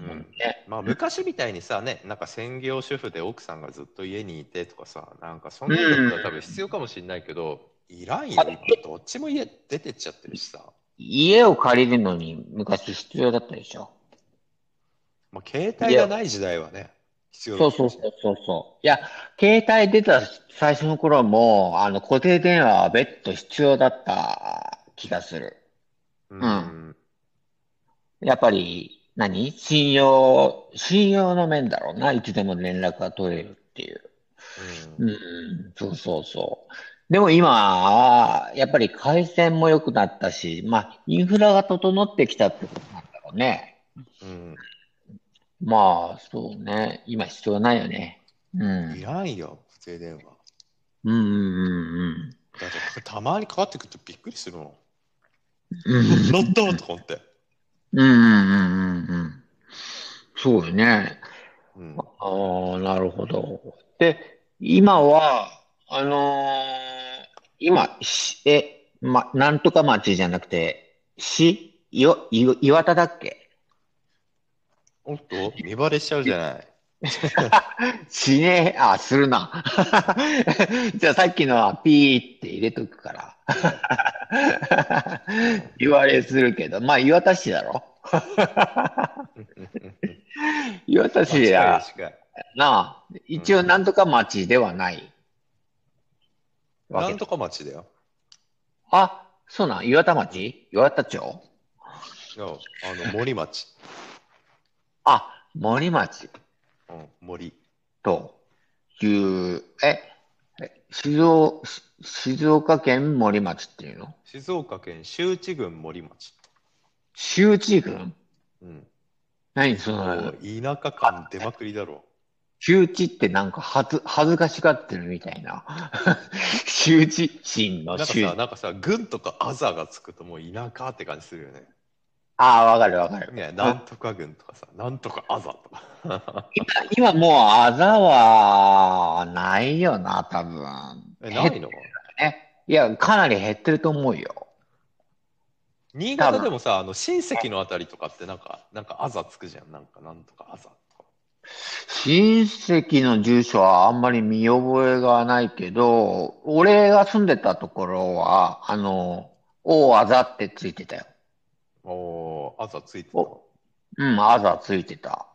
Speaker 1: もんね。
Speaker 2: まあ、昔みたいにさ、ね、なんか専業主婦で奥さんがずっと家にいてとかさ、なんかそんなのだったら多分必要かもしれないけど、いらんよ、今、どっちも家出てっちゃってるしさ、
Speaker 1: 家を借りるのに昔必要だったでしょ。
Speaker 2: まあ、携帯がない時代はね、必要
Speaker 1: そ
Speaker 2: だ
Speaker 1: う
Speaker 2: った
Speaker 1: そう
Speaker 2: もし
Speaker 1: そ
Speaker 2: れ
Speaker 1: う
Speaker 2: ない
Speaker 1: そうそう。いや、携帯出た最初の頃も、あの、固定電話は別途必要だった気がする。
Speaker 2: う
Speaker 1: うんやっぱり、何信用、信用の面だろうな。いつでも連絡が取れるっていう。
Speaker 2: うん
Speaker 1: うん、そうそうそう。でも今は、やっぱり回線も良くなったし、まあ、インフラが整ってきたってことなんだろうね。
Speaker 2: うん
Speaker 1: まあ、そうね。今必要ないよね。う
Speaker 2: い
Speaker 1: ん。
Speaker 2: らんよ、固定電話。
Speaker 1: うんうん
Speaker 2: だってたまにかかってくるとびっくりするの。
Speaker 1: うんうん。
Speaker 2: 乗ったとか思って。
Speaker 1: うんうんうんうんうん。そうよね。
Speaker 2: うん
Speaker 1: ああ、なるほど。で、今は、あのー今、しえ、ま、なんとか町じゃなくて、し、いわ、いわ岩田だっけ
Speaker 2: おっと、見バレしちゃうじゃない。
Speaker 1: しねえ、あ、するな。 じゃあさっきのはピーって入れとくから。 言われするけど、まあ岩田市だろ。岩田市
Speaker 2: 近い
Speaker 1: や、
Speaker 2: 近い。
Speaker 1: なあ、一応なんとか町ではないわけ
Speaker 2: な
Speaker 1: だ
Speaker 2: んとか町だよ。
Speaker 1: あ、そうなん、岩田町岩田町
Speaker 2: いやあの森町。
Speaker 1: あ、森町
Speaker 2: うん、森。
Speaker 1: という、え、え静岡、し静岡県森町っていうの
Speaker 2: 静岡県周知郡森町。
Speaker 1: 周知郡
Speaker 2: うん。
Speaker 1: 何そ
Speaker 2: も
Speaker 1: の
Speaker 2: う、田舎感出まくりだろ
Speaker 1: 周知ってなんかはず、恥ずかしがってるみたいな。 周知心
Speaker 2: う。
Speaker 1: の
Speaker 2: なんか
Speaker 1: 周
Speaker 2: さ、なんかさ、郡とかあざがつくともう田舎って感じするよね。
Speaker 1: ああ、わかるわかる。
Speaker 2: ね、なんとか郡とかさ、なんとかあざと か。
Speaker 1: 今もうあざはないよな、多分。
Speaker 2: え、ないの
Speaker 1: え、いや、かなり減ってると思うよ。
Speaker 2: 新潟でもさ、あの親戚のあたりとかってなんか、なんかあざつくじゃん。なんか、なんとかあざとか。
Speaker 1: 親戚の住所はあんまり見覚えがないけど、俺が住んでたところは、あの、おあざってついてたよ。
Speaker 2: おー、あざついてた。
Speaker 1: おうん、あざついてた。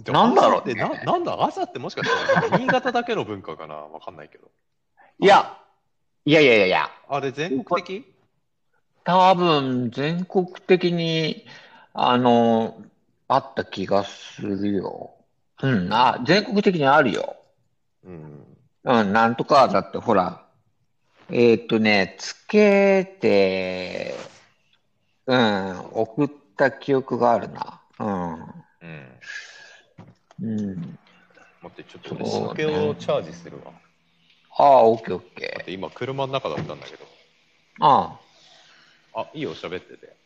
Speaker 2: で
Speaker 1: なんだろう
Speaker 2: あざってな、なんだ、あざってもしかしたらなんか新潟だけの文化かなわかんないけど。
Speaker 1: いや、いやいやいやいや、
Speaker 2: あれ全国的
Speaker 1: 多分全国的に、あの、あった気がするよ。うん、あ、全国的にあるよ。
Speaker 2: うん。
Speaker 1: うん、なんとかだって、ほら、えーっとね、つけて、うん、送った記憶があるな。
Speaker 2: うん。
Speaker 1: うん。うん。
Speaker 2: 待って、ちょっと俺、
Speaker 1: そうね
Speaker 2: 酒をチャージするわ。
Speaker 1: ああ、オッケーオッ
Speaker 2: 待っ
Speaker 1: ケ
Speaker 2: て、今、車の中だったんだけど。
Speaker 1: ー。あ
Speaker 2: あ、いいよ、喋ってて。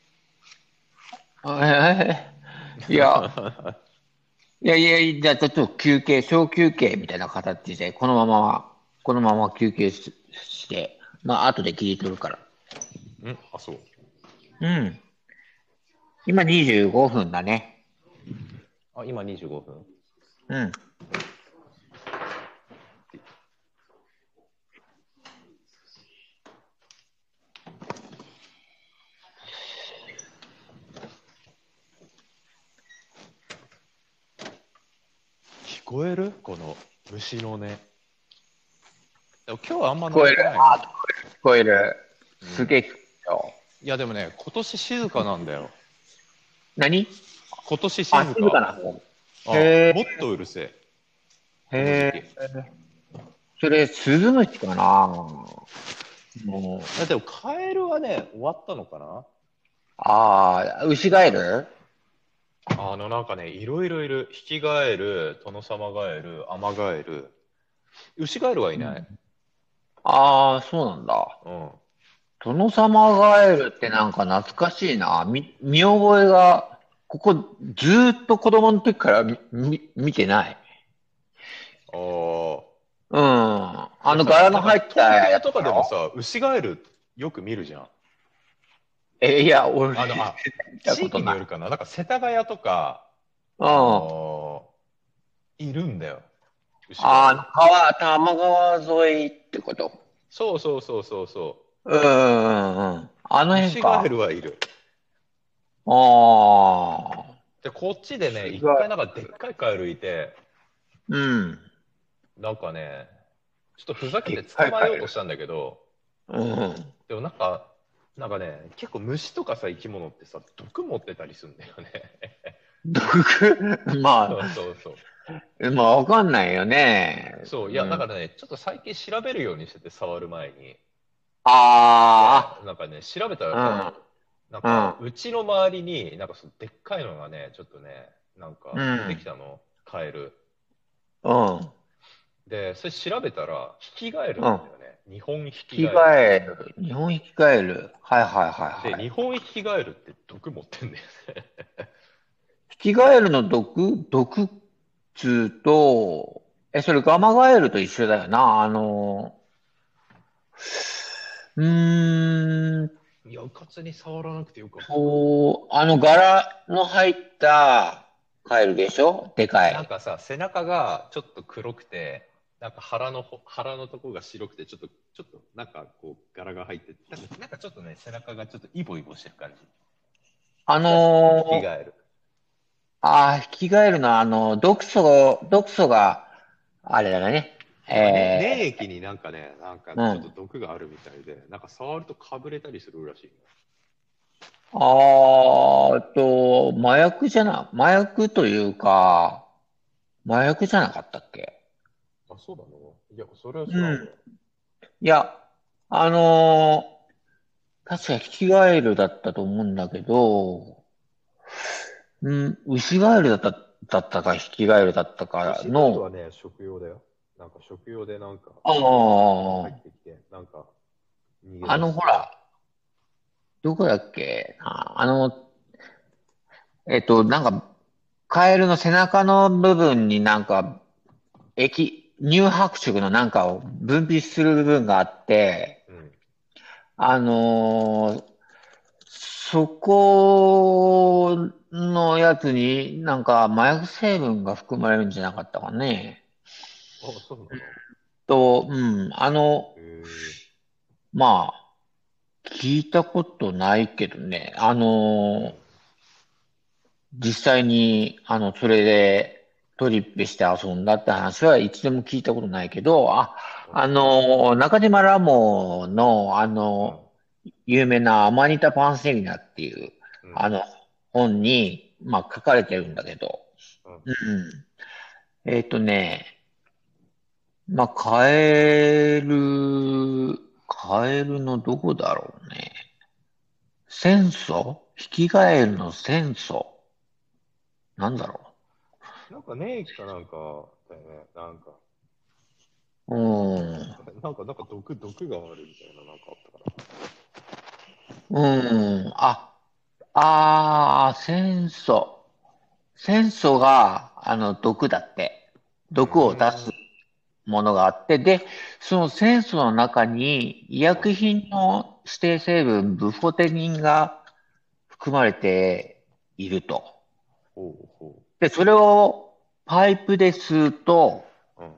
Speaker 1: えーいや、 いやいやいや、じゃあちょっと休憩、小休憩みたいな形で、このまま、このまま休憩し、して、まあ、後で切り取るから。
Speaker 2: うん、あ、そう。
Speaker 1: うん。今25分だね。
Speaker 2: あ、今25分。
Speaker 1: うん。
Speaker 2: 聞こえるこの虫の音。でも今日はあんま
Speaker 1: 聞
Speaker 2: 聞
Speaker 1: こえる。あ、聞こえる。
Speaker 2: うん
Speaker 1: すげえ聞こえるよ。
Speaker 2: いや、でもね、今年静かなんだよ。
Speaker 1: 何
Speaker 2: 今年静か。
Speaker 1: あ、静かな方。
Speaker 2: あ
Speaker 1: へー
Speaker 2: もっとうるせ
Speaker 1: へ
Speaker 2: え。
Speaker 1: え。それ、スズムシかなもう。
Speaker 2: え。でもカエルはね、終わったのかな
Speaker 1: ああ、牛ガエル
Speaker 2: あの、なんかね、いろいろいる。ヒキガエル、トノサマガエル、アマガエル。ウシガエルはいない。
Speaker 1: ああ、そうなんだ。
Speaker 2: うん。
Speaker 1: 殿様ガエルってなんか懐かしいな。み、見覚えが、ここずーっと子供の時からみ、み、見てない。
Speaker 2: あー
Speaker 1: うん。あの柄の入ったや
Speaker 2: 東
Speaker 1: つ
Speaker 2: 京とかで
Speaker 1: だ
Speaker 2: も
Speaker 1: ろ
Speaker 2: さ、ウシガエルよく見るじゃん。
Speaker 1: え、いや、俺、
Speaker 2: あの、あ、
Speaker 1: た
Speaker 2: 地
Speaker 1: こと
Speaker 2: 域に
Speaker 1: ない
Speaker 2: よるかな。なんか世田谷とか、
Speaker 1: うん。
Speaker 2: あ
Speaker 1: あ
Speaker 2: のーいるんだよ。牛が
Speaker 1: あの、川、多摩川沿いってこと。
Speaker 2: そうそうそうそうそ
Speaker 1: うんうんうん。あ
Speaker 2: う。
Speaker 1: の辺
Speaker 2: 牛
Speaker 1: か。
Speaker 2: ガエルはいる。
Speaker 1: ああ。
Speaker 2: で、こっちでね、
Speaker 1: 牛
Speaker 2: 一
Speaker 1: ガエル
Speaker 2: 回なんかでっかいカエルいて、
Speaker 1: うん。
Speaker 2: なんかね、ちょっとふざけて捕まえようとしたんだけど、
Speaker 1: うん。
Speaker 2: でもなんか、なんかね、結構虫とかさ、生き物ってさ、毒持ってたりするんだよね。
Speaker 1: 毒、
Speaker 2: そ
Speaker 1: ま
Speaker 2: う そうそう。
Speaker 1: あ、まあ、わかんないよね。
Speaker 2: そう、いや、
Speaker 1: ん
Speaker 2: だからね、ちょっと最近調べるようにしてて、触る前に。
Speaker 1: あ
Speaker 2: なんかね、調べた
Speaker 1: あ
Speaker 2: ら、なんか、うちの周りに、なんかそのでっかいのがね、ちょっとね、なんか
Speaker 1: うん
Speaker 2: できたの、カエル。
Speaker 1: あ、うん。
Speaker 2: で、それ調べたら、ヒキガエルなんだよね。日本ヒ
Speaker 1: ヒ
Speaker 2: キ
Speaker 1: キガ
Speaker 2: ガエ
Speaker 1: エル。日本ヒキガエル。はいはいはい
Speaker 2: ル。
Speaker 1: は
Speaker 2: で、
Speaker 1: い。
Speaker 2: 日本ヒキガエルって毒持ってんだよね。
Speaker 1: ヒキガエルの毒、毒痛と、え、それガマガエルと一緒だよな。あの、うーん
Speaker 2: いや、うかつに触らなくてよかった。
Speaker 1: と、あの柄の入ったカエルでしょでか
Speaker 2: なん
Speaker 1: い。
Speaker 2: かさ、背中がちょっと黒くて、なんか腹のほ腹のとこが白くて、ちょっと、ちょっと、なんかこう、柄が入って、なんかなんかちょっとね、背中がちょっとイボイボしてる感じ。
Speaker 1: あ
Speaker 2: ヒ
Speaker 1: の
Speaker 2: キガエル。
Speaker 1: ああ、ヒキガエルのあの、毒素、毒素が、あれだね。
Speaker 2: ね
Speaker 1: えー
Speaker 2: 粘液になんかね、なんかちょっと毒があるみたいで、なんか触るとかぶれたりするらしい。
Speaker 1: あーっと、麻薬じゃな、麻薬というか、麻薬じゃなかったっけ
Speaker 2: あ、そうなのいや、それは知らんわ
Speaker 1: いや、あのー確かヒキガエルだったと思うんだけど、うん、ウシガエルだった、だったか、ヒキガエルだったか
Speaker 2: 牛の
Speaker 1: の、
Speaker 2: はね、食用だよ。なんか食用でなんか、
Speaker 1: ああ
Speaker 2: 入ってきて、なんか、逃げ出す
Speaker 1: あの、ほら、どこだっけなあの、えっと、なんか、カエルの背中の部分になんか、液、乳白色のなんかを分泌する部分があって、
Speaker 2: うん。
Speaker 1: あのーそこのやつになんか麻薬成分が含まれるんじゃなかったかね。
Speaker 2: あ、そうなの
Speaker 1: と、うん、あの、
Speaker 2: へ
Speaker 1: まあ、聞いたことないけどね。あのー実際に、あの、それでトリップして遊んだって話は一度も聞いたことないけど、あ、あのー中島ラモの、あの有名なアマニタ・パンセリナっていう、
Speaker 2: ーうん
Speaker 1: あの、本に、まあ、書かれてるんだけど、
Speaker 2: う
Speaker 1: うん。えっとね、まあ、カエル、カエルのどこだろうね。戦争ヒキガエルの戦争なんだろ
Speaker 2: なんか粘液かなんかだよね。なんか、
Speaker 1: う。うーん。
Speaker 2: なんか、なんか毒、毒があるみたいな、なんかあったから。
Speaker 1: うん。あ、ああ、戦素。戦素が、あの、毒だって。
Speaker 2: う
Speaker 1: 毒を出す
Speaker 2: ん。
Speaker 1: ものがあって、で、その戦素の中に、医
Speaker 2: うん。
Speaker 1: 薬品の指定成分、ブフォテニンが含まれていると。
Speaker 2: ほうほ
Speaker 1: で、それをパイプで吸うと、
Speaker 2: う。うん。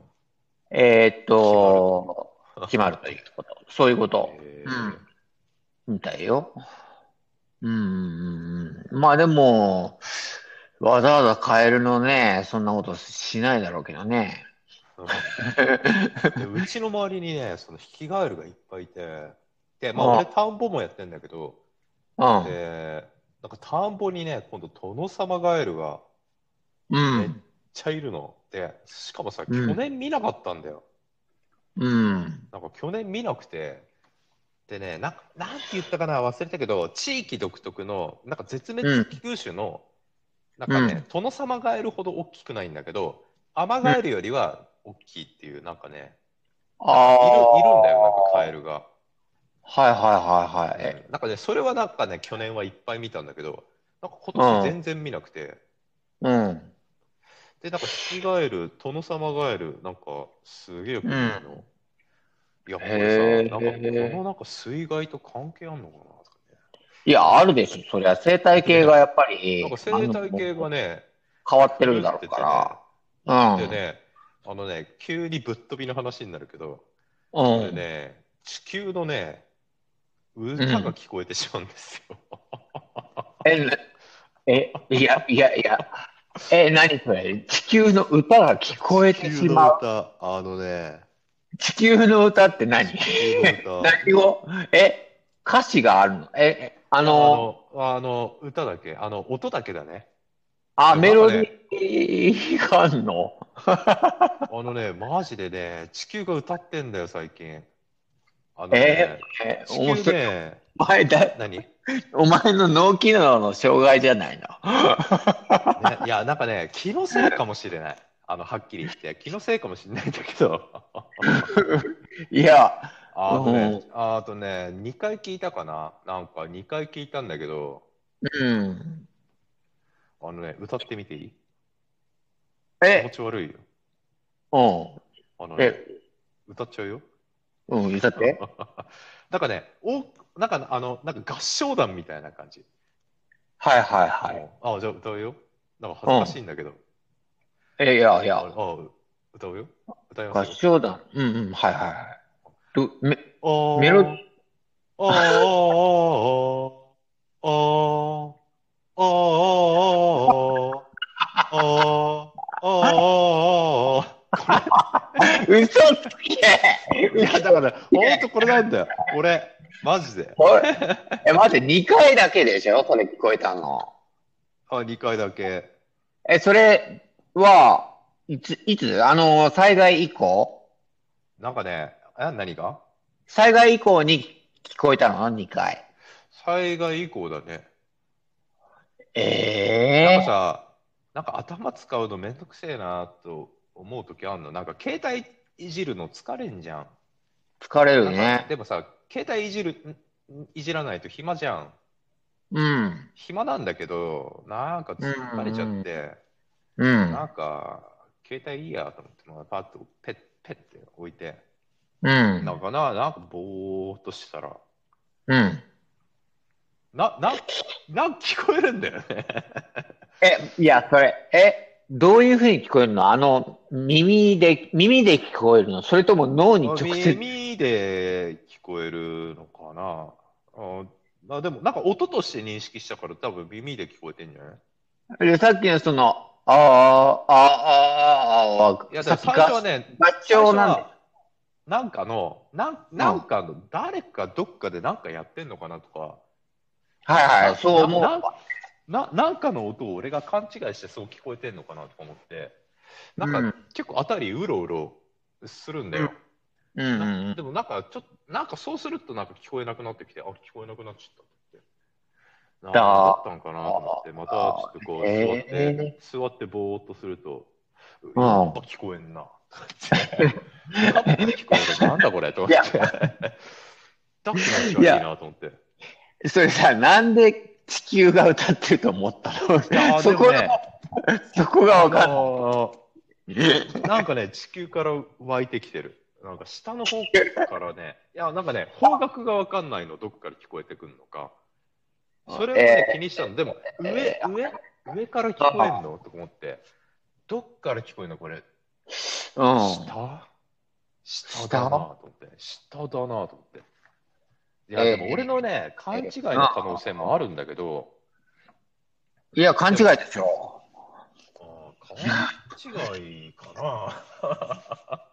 Speaker 1: えーっ
Speaker 2: 決ま
Speaker 1: と、決ま
Speaker 2: る。
Speaker 1: るということ。そういうこと。う
Speaker 2: え
Speaker 1: ん。みたいよ。うんうんうん。まあでも、わざわざカエルのね、そんなことしないだろうけどね。
Speaker 2: ー、うんで、うちの周りにね、そのヒキガエルがいっぱいいて、で、まあ俺
Speaker 1: あ、
Speaker 2: 田んぼもやってんだけど、
Speaker 1: うん。
Speaker 2: で、なんか田んぼにね、今度トノサマガエルが
Speaker 1: う
Speaker 2: めっ
Speaker 1: ん。
Speaker 2: ちゃいるの。で、しかもさ、
Speaker 1: う
Speaker 2: 去
Speaker 1: ん。
Speaker 2: 年見なかったんだよ。
Speaker 1: うん。
Speaker 2: なんか去年見なくて、でね、なんか、なんて言ったかな、忘れたけど、地域独特の、なんか絶滅
Speaker 1: うん。
Speaker 2: 危惧種の、なん
Speaker 1: う
Speaker 2: かね、
Speaker 1: ん。
Speaker 2: トノサマガエルほど大きくないんだけど、アマ
Speaker 1: う
Speaker 2: ガ
Speaker 1: ん。
Speaker 2: エルよりは大きいっていう、なんかね、なんかいる、いるんだよ、なんかカエ
Speaker 1: あ
Speaker 2: ルが。
Speaker 1: あ。はいはいは
Speaker 2: う
Speaker 1: いはい。
Speaker 2: ん、なんかね、それはなんかね、去年はいっぱい見たんだけど、なんか今
Speaker 1: う
Speaker 2: 年
Speaker 1: ん。
Speaker 2: 全然見なくて、
Speaker 1: うん。
Speaker 2: で、なんかヒキガエル、トノサマガエル、なんかすげえよ
Speaker 1: う
Speaker 2: く見る
Speaker 1: ん。
Speaker 2: の。いや、これさ、
Speaker 1: へ
Speaker 2: なんかこの
Speaker 1: え。
Speaker 2: なんか水害と関係あんのかなとかね。
Speaker 1: いや、あるでしょ。そりゃ生態系がやっぱ
Speaker 2: なんか
Speaker 1: り、あ
Speaker 2: 生
Speaker 1: の、
Speaker 2: 態系がね、
Speaker 1: 変わってるん
Speaker 2: 狂っ
Speaker 1: だろ
Speaker 2: て
Speaker 1: う
Speaker 2: てね、
Speaker 1: から。
Speaker 2: で
Speaker 1: うん。
Speaker 2: ね、あのね、急にぶっ飛びの話になるけど、
Speaker 1: う
Speaker 2: 俺
Speaker 1: ん。
Speaker 2: ね、地球のね、
Speaker 1: う
Speaker 2: 歌が
Speaker 1: ん。
Speaker 2: 聞こえてしまうんですよ。
Speaker 1: え、え、いや、いや、いや。え、何それ地球の歌が 聞こ
Speaker 2: 地
Speaker 1: えて
Speaker 2: 球
Speaker 1: し
Speaker 2: の
Speaker 1: まう。
Speaker 2: 歌、あのね、
Speaker 1: 地球の歌って何
Speaker 2: 地球の歌、
Speaker 1: 何をえ、歌詞があるのえ、あ
Speaker 2: いや、あ
Speaker 1: の、
Speaker 2: の、あの、歌だけ、あの、音だけだね。
Speaker 1: あ、
Speaker 2: でも
Speaker 1: メ
Speaker 2: なんか
Speaker 1: ロ
Speaker 2: ね、
Speaker 1: ディーがあるの
Speaker 2: あのね、マジでね、地球が歌ってんだよ、最近。あの
Speaker 1: え、
Speaker 2: ね、
Speaker 1: え、
Speaker 2: 地
Speaker 1: 面
Speaker 2: 球
Speaker 1: 白い。
Speaker 2: ね、
Speaker 1: お前だ、
Speaker 2: 何
Speaker 1: お前の脳機能の障害じゃないの
Speaker 2: ね、いや、なんかね、気のせいかもしれない。あの、はっきり言って、気のせいかもしれないんだけど。
Speaker 1: いや、う
Speaker 2: あとね、
Speaker 1: ん、
Speaker 2: あとね、2回聞いたかななんか2回聞いたんだけど、
Speaker 1: うん。
Speaker 2: あのね、歌ってみていい気持
Speaker 1: え、
Speaker 2: ち悪いよ。
Speaker 1: うん、
Speaker 2: あのね、
Speaker 1: え、
Speaker 2: 歌っちゃうよ。
Speaker 1: うん、歌って。
Speaker 2: なんかね、お、なんかあの、なんか合唱団みたいな感じ。
Speaker 1: はいはいは
Speaker 2: う
Speaker 1: い。
Speaker 2: んあ、じゃあ歌うよ。なんか恥ずか
Speaker 1: う
Speaker 2: しいんだけど。
Speaker 1: ん。え、いやい
Speaker 2: あ、
Speaker 1: や、
Speaker 2: あ、歌うよ。歌いま
Speaker 1: 合
Speaker 2: すよ。
Speaker 1: 唱団。うんうん、はいはいはい。ど、メ、
Speaker 2: あ
Speaker 1: メロ、
Speaker 2: ー、あー、あー、あー、あー、あー、あー、あー、あー、あー、これ、
Speaker 1: 嘘つけ
Speaker 2: い
Speaker 1: 嘘
Speaker 2: や、だから、
Speaker 1: つ
Speaker 2: ほんと
Speaker 1: け
Speaker 2: これなんだよ。俺、マジで。
Speaker 1: おい、え、待って、2回だけでしょそれ聞こえたの。
Speaker 2: あ、2回だけ。
Speaker 1: え、それは、いつ、いつあの、災害以降
Speaker 2: なんかね、え、何が
Speaker 1: 災害以降に聞こえたの ?2 回。
Speaker 2: 災害以降だね。なんか
Speaker 1: ええ
Speaker 2: さ、なんか頭使うのめんどくせえなと思う時あんの。なんか携帯いじるの疲れんじゃん。
Speaker 1: 疲れる
Speaker 2: なんか、
Speaker 1: ね。
Speaker 2: でもさ、携帯いじる、んんいじらないと暇じゃん。
Speaker 1: うん。
Speaker 2: 暇なんだけど、なんか
Speaker 1: う
Speaker 2: 疲れちゃっ
Speaker 1: ん、うん、
Speaker 2: て、
Speaker 1: う
Speaker 2: なん
Speaker 1: ん、
Speaker 2: か、携帯いいやと思って、まあパッとペッ、ペッて置いて、
Speaker 1: う
Speaker 2: なん
Speaker 1: ん、
Speaker 2: かな、なんかぼーっとしてたら、
Speaker 1: うん。
Speaker 2: な、な、なんか聞こえるんだよ ね。
Speaker 1: え、いや、それ、え、どういうふうに聞こえるのあの、耳で、耳で聞こえるのそれとも脳に
Speaker 2: あ
Speaker 1: 直接、
Speaker 2: 耳で聞こえるのかなあ、まあでも、なんか音として認識したから多分耳で聞こえてんじゃない
Speaker 1: で、さっきのその、ああ、ああ、あーあ
Speaker 2: いや、
Speaker 1: ー、
Speaker 2: だ
Speaker 1: さっ
Speaker 2: か
Speaker 1: き
Speaker 2: ら最初
Speaker 1: 合
Speaker 2: はね、
Speaker 1: 合
Speaker 2: 最
Speaker 1: 唱
Speaker 2: 初
Speaker 1: なんで
Speaker 2: は、なんかの、なん、
Speaker 1: う
Speaker 2: なん
Speaker 1: ん。
Speaker 2: かの、誰かどっかでなんかやってんのかなとか、
Speaker 1: はいはい、
Speaker 2: な、
Speaker 1: そう
Speaker 2: な、
Speaker 1: 思う
Speaker 2: なん、
Speaker 1: わ。
Speaker 2: な、なんかの音を俺が勘違いしてそう聞こえてんのかなとか思って、
Speaker 1: う
Speaker 2: なん
Speaker 1: ん、う
Speaker 2: か
Speaker 1: ん、
Speaker 2: 結構あたりうろうろするんだよ。
Speaker 1: う
Speaker 2: な、
Speaker 1: ん、うん。
Speaker 2: でもなんかちょっと、なんかそうするとなんか聞こえなくなってきて、あ、聞こえなくなっちゃったって。な
Speaker 1: だ、
Speaker 2: あ、何だっ
Speaker 1: あ
Speaker 2: たんかなと思って、またちょっ
Speaker 1: あ、
Speaker 2: とこう座っ
Speaker 1: え
Speaker 2: て、
Speaker 1: え
Speaker 2: 座ってぼーっとすると、
Speaker 1: う
Speaker 2: やっ
Speaker 1: ん。
Speaker 2: ぱ聞こえんな、 とか言って。やっぱ聞こえる。なんだこれと思
Speaker 1: い
Speaker 2: っ
Speaker 1: や、
Speaker 2: て。ダックの位置
Speaker 1: い
Speaker 2: がいい
Speaker 1: や、
Speaker 2: なと思って。
Speaker 1: それさ、なんで地球が歌ってると思った
Speaker 2: や
Speaker 1: の
Speaker 2: ー
Speaker 1: そこ
Speaker 2: でもね
Speaker 1: が、そこがわかんない。
Speaker 2: あのーなんかね、地球から湧いてきてる。なんか下の方からね、いや、なんかね、方角がわかんないの、どこから聞こえてくるのか。それを、ね気にしたの。でも、上、
Speaker 1: え
Speaker 2: 上、上から聞こえんのとか思って、どっから聞こえるのこれ、
Speaker 1: うん。
Speaker 2: 下下だなと思って、下だなと思って。いや、
Speaker 1: ええ
Speaker 2: でも俺のね、勘違いの可能性もあるんだけど、
Speaker 1: いや、勘違いでしょ。
Speaker 2: あー勘違いかな。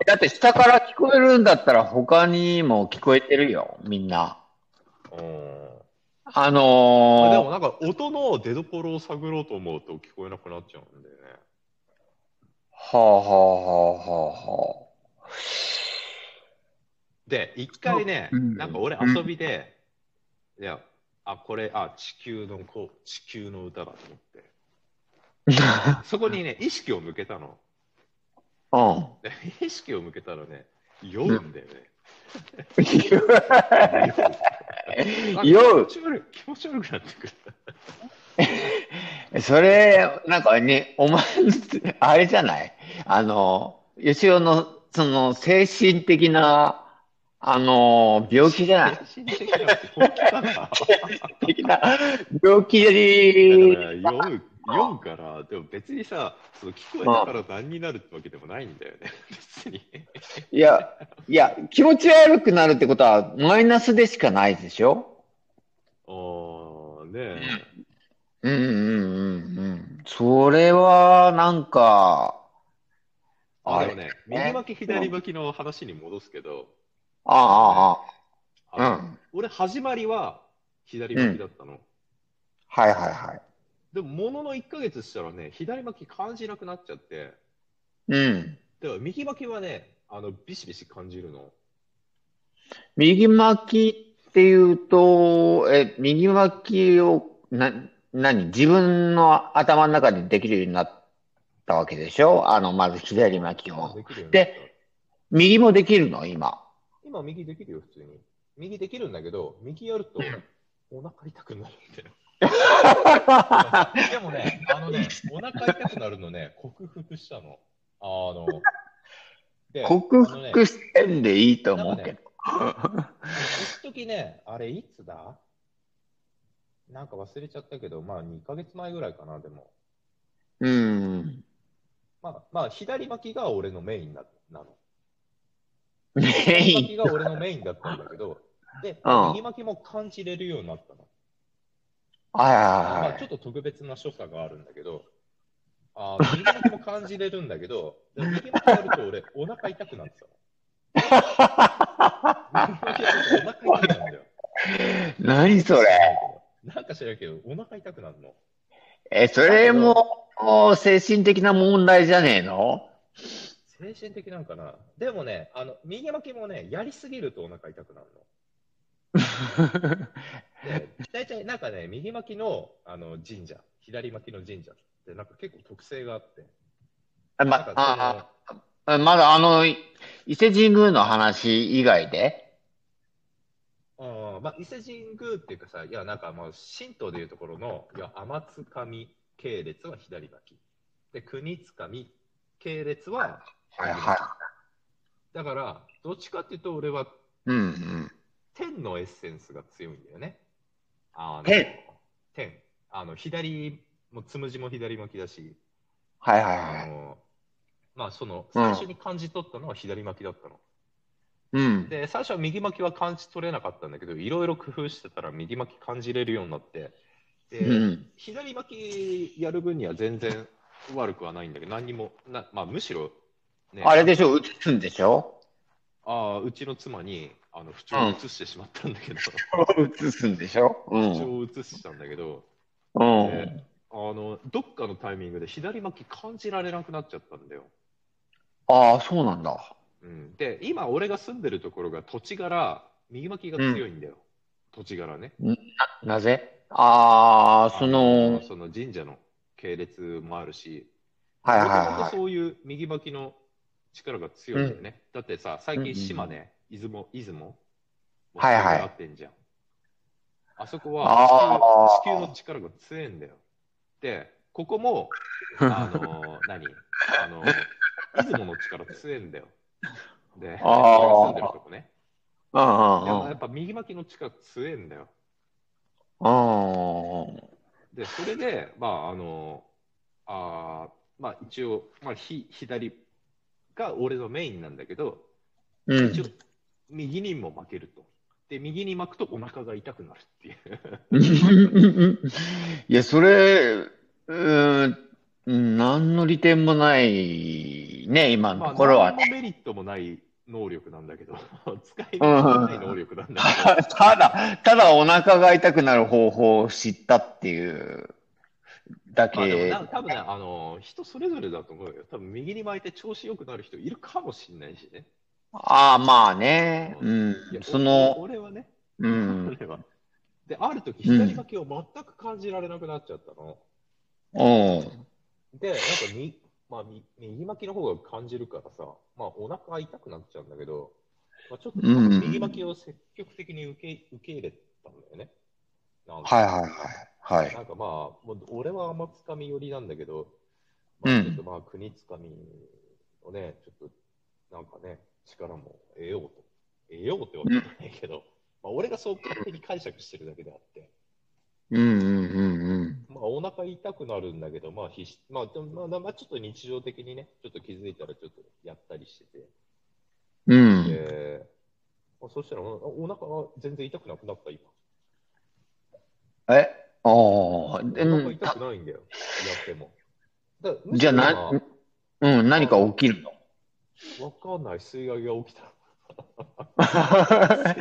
Speaker 1: だって下から聞こえるんだったら他にも聞こえてるよ、みんな。
Speaker 2: うん
Speaker 1: あ
Speaker 2: あで
Speaker 1: の
Speaker 2: もなんか音の出どころを探ろうと思うと聞こえなくなっちゃうんだよね。
Speaker 1: ー、はあはあはあはあは
Speaker 2: で、一回ね、
Speaker 1: うん
Speaker 2: なんか俺遊びで、いや、あ、これ、あ、地球のこう、地球の歌だと思って。そこにね、意識を向けたの。
Speaker 1: あ。うん。
Speaker 2: で意識を向けたらね、酔うんだよね。なんか
Speaker 1: 酔う
Speaker 2: 気持ち悪い、気持ち悪くなってく る。
Speaker 1: それ、なんかね、お前、あれじゃないあの、吉尾の、その、精神的な、あの、病気じゃない
Speaker 2: 精神的なって本気かな。だか
Speaker 1: 的な、 病気
Speaker 2: ら
Speaker 1: で、
Speaker 2: 酔う、酔うから、でも別にさ、その聞こえたから何になるってわけでもないんだよね。 別に。
Speaker 1: いや、いや、気持ち悪くなるってことは、マイナスでしかないでしょ
Speaker 2: ああ、ねえ。
Speaker 1: うんうんうんうん。それは、なんか、
Speaker 2: あ
Speaker 1: あ
Speaker 2: でも
Speaker 1: れ、
Speaker 2: ね、右巻き左巻きの話に戻すけど、
Speaker 1: ああ、あ
Speaker 2: あ
Speaker 1: あ、
Speaker 2: の
Speaker 1: うん。
Speaker 2: 俺、始まりは左巻きだったの。
Speaker 1: はいはいはい。
Speaker 2: でも、ものの1ヶ月したらね、左巻き感じなくなっちゃって、
Speaker 1: うん。
Speaker 2: でも右巻きはね、あのビシビシ感じるの。
Speaker 1: 右巻きっていうと、え、右巻きを、な、何自分の頭の中でできるようになったわけでしょあの、まず左巻きを。
Speaker 2: できるようになった
Speaker 1: で右もできるの今。
Speaker 2: 今、右できるよ、普通に。右できるんだけど、右やる と、お腹痛くなるんだよ。でもね、あのね、 お腹痛くなるのね、克服したの。あの、で
Speaker 1: 克
Speaker 2: あのね
Speaker 1: 服してんでいいと思うけど。
Speaker 2: 一時ね、あれ、いつだなんか忘れちゃったけど、まあ、2ヶ月前ぐらいかな、でも。
Speaker 1: うん。
Speaker 2: まあ、まあ、左巻きが俺のメインななの。
Speaker 1: メ
Speaker 2: 左
Speaker 1: イ
Speaker 2: 巻
Speaker 1: ン。
Speaker 2: きが俺のメインだったんだけど、で、
Speaker 1: うん
Speaker 2: 右巻きも感じれるようになったの。
Speaker 1: はい
Speaker 2: ま
Speaker 1: は
Speaker 2: あ、
Speaker 1: いは
Speaker 2: ちょっ
Speaker 1: い。
Speaker 2: と特別な所作があるんだけど、あー右巻きも感じれるんだけど、でも右巻きやると俺、お腹痛くなってたの。右巻きやるとお腹痛くなるんだよ。
Speaker 1: 何それ。
Speaker 2: なんか知らんけど、お腹痛くなるの。
Speaker 1: え、それも、もう精神的な問題じゃねえの
Speaker 2: 精神的なんかなでもね、あの、右巻きもね、やりすぎるとお腹痛くなるの。で、大体なんかね、右巻きのあの神社、左巻きの神社って、なんか結構特性があって。
Speaker 1: あま
Speaker 2: なんかその
Speaker 1: あ、あまだあの、い伊勢神宮の話以外で
Speaker 2: うんまあ、伊勢神宮っていうかさ、いや、なんかもう、神道でいうところの、いや、天津神系列は左巻き。で、国津神系列は、
Speaker 1: はいはい。
Speaker 2: だから、どっちかっていうと、俺は
Speaker 1: うんうん。
Speaker 2: 天のエッセンスが強いんだよね。あの
Speaker 1: 天
Speaker 2: 天。あの、左、もうつむじも左巻きだし、
Speaker 1: はいはいは
Speaker 2: あ
Speaker 1: い。
Speaker 2: の、まあ、その、
Speaker 1: うん
Speaker 2: 最初に感じ取ったのは左巻きだったの。
Speaker 1: うん。
Speaker 2: で、最初は右巻きは感じ取れなかったんだけど、いろいろ工夫してたら右巻き感じれるようになって、で、
Speaker 1: うん。
Speaker 2: 左巻きやる分には全然悪くはないんだけど、何にも、なまあ、むしろ、ね、
Speaker 1: あれでしょ、映すんでしょ
Speaker 2: あーうちの妻にあの不調を移してしまったんだけど、
Speaker 1: 映すんでしょう
Speaker 2: 不調
Speaker 1: ん。
Speaker 2: を移したんだけど、
Speaker 1: うん。
Speaker 2: であのどっかのタイミングで左巻き感じられなくなっちゃったんだよ。
Speaker 1: ああ、そうなんだ。
Speaker 2: うん、で、今、俺が住んでるところが土地柄、右巻きが強いんだよ、土地柄ね。
Speaker 1: なぜああ、その、
Speaker 2: その神社の系列もあるし、
Speaker 1: はいはい
Speaker 2: もともと
Speaker 1: はい。
Speaker 2: そういう右巻きの力が強いんだよね。だってさ、最
Speaker 1: うんうん
Speaker 2: 近島根、出雲、出雲、
Speaker 1: はいはい
Speaker 2: なってんじゃん。あそこ
Speaker 1: あ
Speaker 2: は地球
Speaker 1: ー
Speaker 2: 地球の力が強いんだよ。で、ここも、あの、何あの、出雲の力強いんだよ。で、
Speaker 1: あ
Speaker 2: 俺
Speaker 1: ー
Speaker 2: が住んでるとこね。
Speaker 1: うん
Speaker 2: でやっぱ右巻きの力強いんだよ。
Speaker 1: うんうん。うん
Speaker 2: で、それで、まあ、あの、あーまあ、一応、まあ、ひ左が俺のメインなんだけど、
Speaker 1: うん。
Speaker 2: 一応、右にも負けると。で、右に巻くとお腹が痛くなるっていう。
Speaker 1: いや、それ、うーん、何の利点もないね、今の
Speaker 2: まあ、
Speaker 1: ところは
Speaker 2: 何
Speaker 1: ね。
Speaker 2: のメリットもない能力なんだけど、 使い道のない能力なんだけど、
Speaker 1: ただ、ただお腹が痛くなる方法を知ったっていうだ
Speaker 2: まあでも
Speaker 1: け。
Speaker 2: な多分ね、あの、人それぞれだと思うよ。多分右に巻いて調子良くなる人いるかもしれないしね。
Speaker 1: ああ、まあね。
Speaker 2: う
Speaker 1: うん
Speaker 2: いや。
Speaker 1: その、
Speaker 2: 俺はね、
Speaker 1: うん。
Speaker 2: 俺は。で、ある時、左巻きを全く感じられなくなっちゃったの。
Speaker 1: うん。
Speaker 2: で、なんかに、まあ、み右巻きの方が感じるからさ、まあ、お腹痛くなっちゃうんだけど、まあ、ちょっと
Speaker 1: うん
Speaker 2: 右巻きを積極的に受け受け入れたんだよね。なんか
Speaker 1: はいはいはい。は。
Speaker 2: ないんかまあ、もう俺は天つかみ寄りなんだけど、まあ、
Speaker 1: うん
Speaker 2: ちょっとまあ、国つかみをね、ちょっとなんかね、力も得ようと。得ようってわけじゃないけど、まあ、俺がそう勝手に解釈してるだけであって、
Speaker 1: うんうんうん
Speaker 2: まあ、お腹痛くなるんだけど、まあ必死、まあ、でもまあ、まあ、ちょっと日常的にね、ちょっと気づいたらちょっとやったりしてて、
Speaker 1: うん。うん。
Speaker 2: でまあ、そしたらおお腹が全然痛くなくなった、今。
Speaker 1: え、ああ、で
Speaker 2: お腹
Speaker 1: ん
Speaker 2: 痛くないんだよ、やっても。だからむし
Speaker 1: じゃ
Speaker 2: ろ
Speaker 1: あな、
Speaker 2: 今
Speaker 1: うん、何か起きるの
Speaker 2: わかんない、水害が起きた。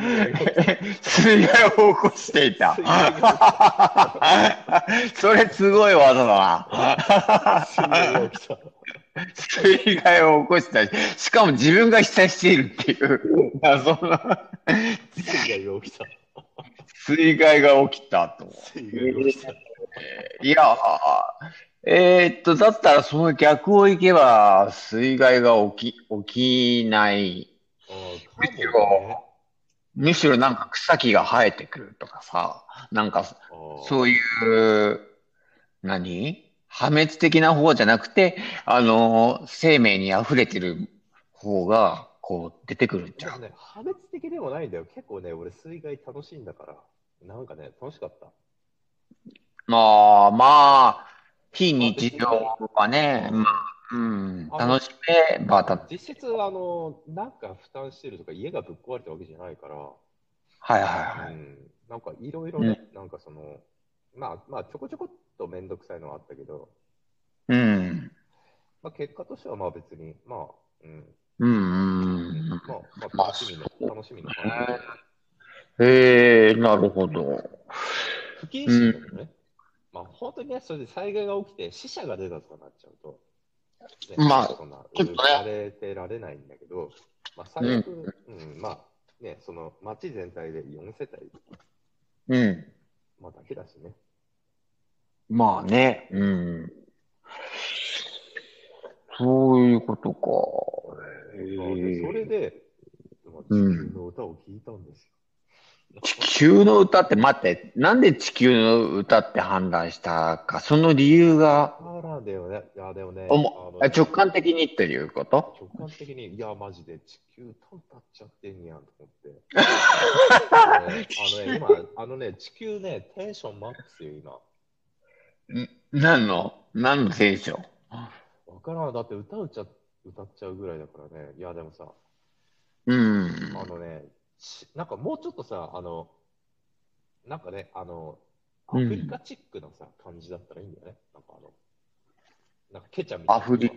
Speaker 1: 水害を起こしていた
Speaker 2: 水。害が
Speaker 1: それすごい技だ
Speaker 2: 起きた。水
Speaker 1: な。水
Speaker 2: 害が起きた。
Speaker 1: 害を起こしたし、しかも自分が被災しているっていう、謎の
Speaker 2: 水害が起きた。
Speaker 1: 水害が起きたと。
Speaker 2: 水害が起きた。
Speaker 1: いやー、えーっと、だったらその逆を行けば、水害が起き、起きない。
Speaker 2: ああ、かもね。
Speaker 1: むしろなんか草木が生えてくるとかさ、なんか
Speaker 2: ああ
Speaker 1: そういう、何破滅的な方じゃなくて、あの、生命に溢れてる方が、こう、出てくるんじ
Speaker 2: で
Speaker 1: ゃ
Speaker 2: も
Speaker 1: ん。
Speaker 2: ね、破滅的でもないんだよ。結構ね、俺、水害楽しいんだから。なんかね、楽しかった。
Speaker 1: まあ、まあ、非日常はね、まあ、うん、
Speaker 2: あの
Speaker 1: 楽しめばた、
Speaker 2: 実質、あの、なんか負担してるとか、家がぶっ壊れたわけじゃないから、
Speaker 1: はいはいは
Speaker 2: う
Speaker 1: い。
Speaker 2: ん、なんかいろいろね、なんかその、まあ、まあ、ちょこちょこっとめんどくさいのはあったけど、
Speaker 1: うん、
Speaker 2: まあ、結果としては、まあ別に、まあ、うん、
Speaker 1: うん、うんうん。
Speaker 2: まあ、ま
Speaker 1: まあ
Speaker 2: あ、楽しみ
Speaker 1: そう
Speaker 2: の、楽しみの話。
Speaker 1: へえ、なるほど。
Speaker 2: 不謹慎だけどね。まあ、本当にね、それで災害が起きて死者が出たとかなっちゃうと、ね
Speaker 1: まあ
Speaker 2: そんな、
Speaker 1: ちょっとね
Speaker 2: されてられないんだけど、まあ、最悪、うん、まあ、ね、その、町全体で4世帯、
Speaker 1: うん。
Speaker 2: まあ、だけだしね。
Speaker 1: まあね、うん。そういうことか。
Speaker 2: まあでそれで、まあ、地
Speaker 1: うん
Speaker 2: 球の歌を聞いたんですよ。
Speaker 1: 地球の歌って待って、なんで地球の歌って判断したか、その理由が
Speaker 2: あら、だよね。いや、でもね、
Speaker 1: お
Speaker 2: あの
Speaker 1: あ直感的にっていうこと
Speaker 2: 直感的に、いや、マジで地球と立っちゃってんやんと思 って。あのね、今、あのね、地球ね、テンションマックスよ、今。
Speaker 1: 何の何の聖書
Speaker 2: わからん、だって歌うちゃ歌っちゃうぐらいだからね。いや、でもさ、
Speaker 1: うん。
Speaker 2: あのね、しなんかもうちょっとさ、あの、なんかね、あの、ア
Speaker 1: う
Speaker 2: フ
Speaker 1: ん
Speaker 2: リカチックなさ、感じだったらいいんだよね。なんかあの、なんかケチャみたい
Speaker 1: ア
Speaker 2: な。
Speaker 1: フリ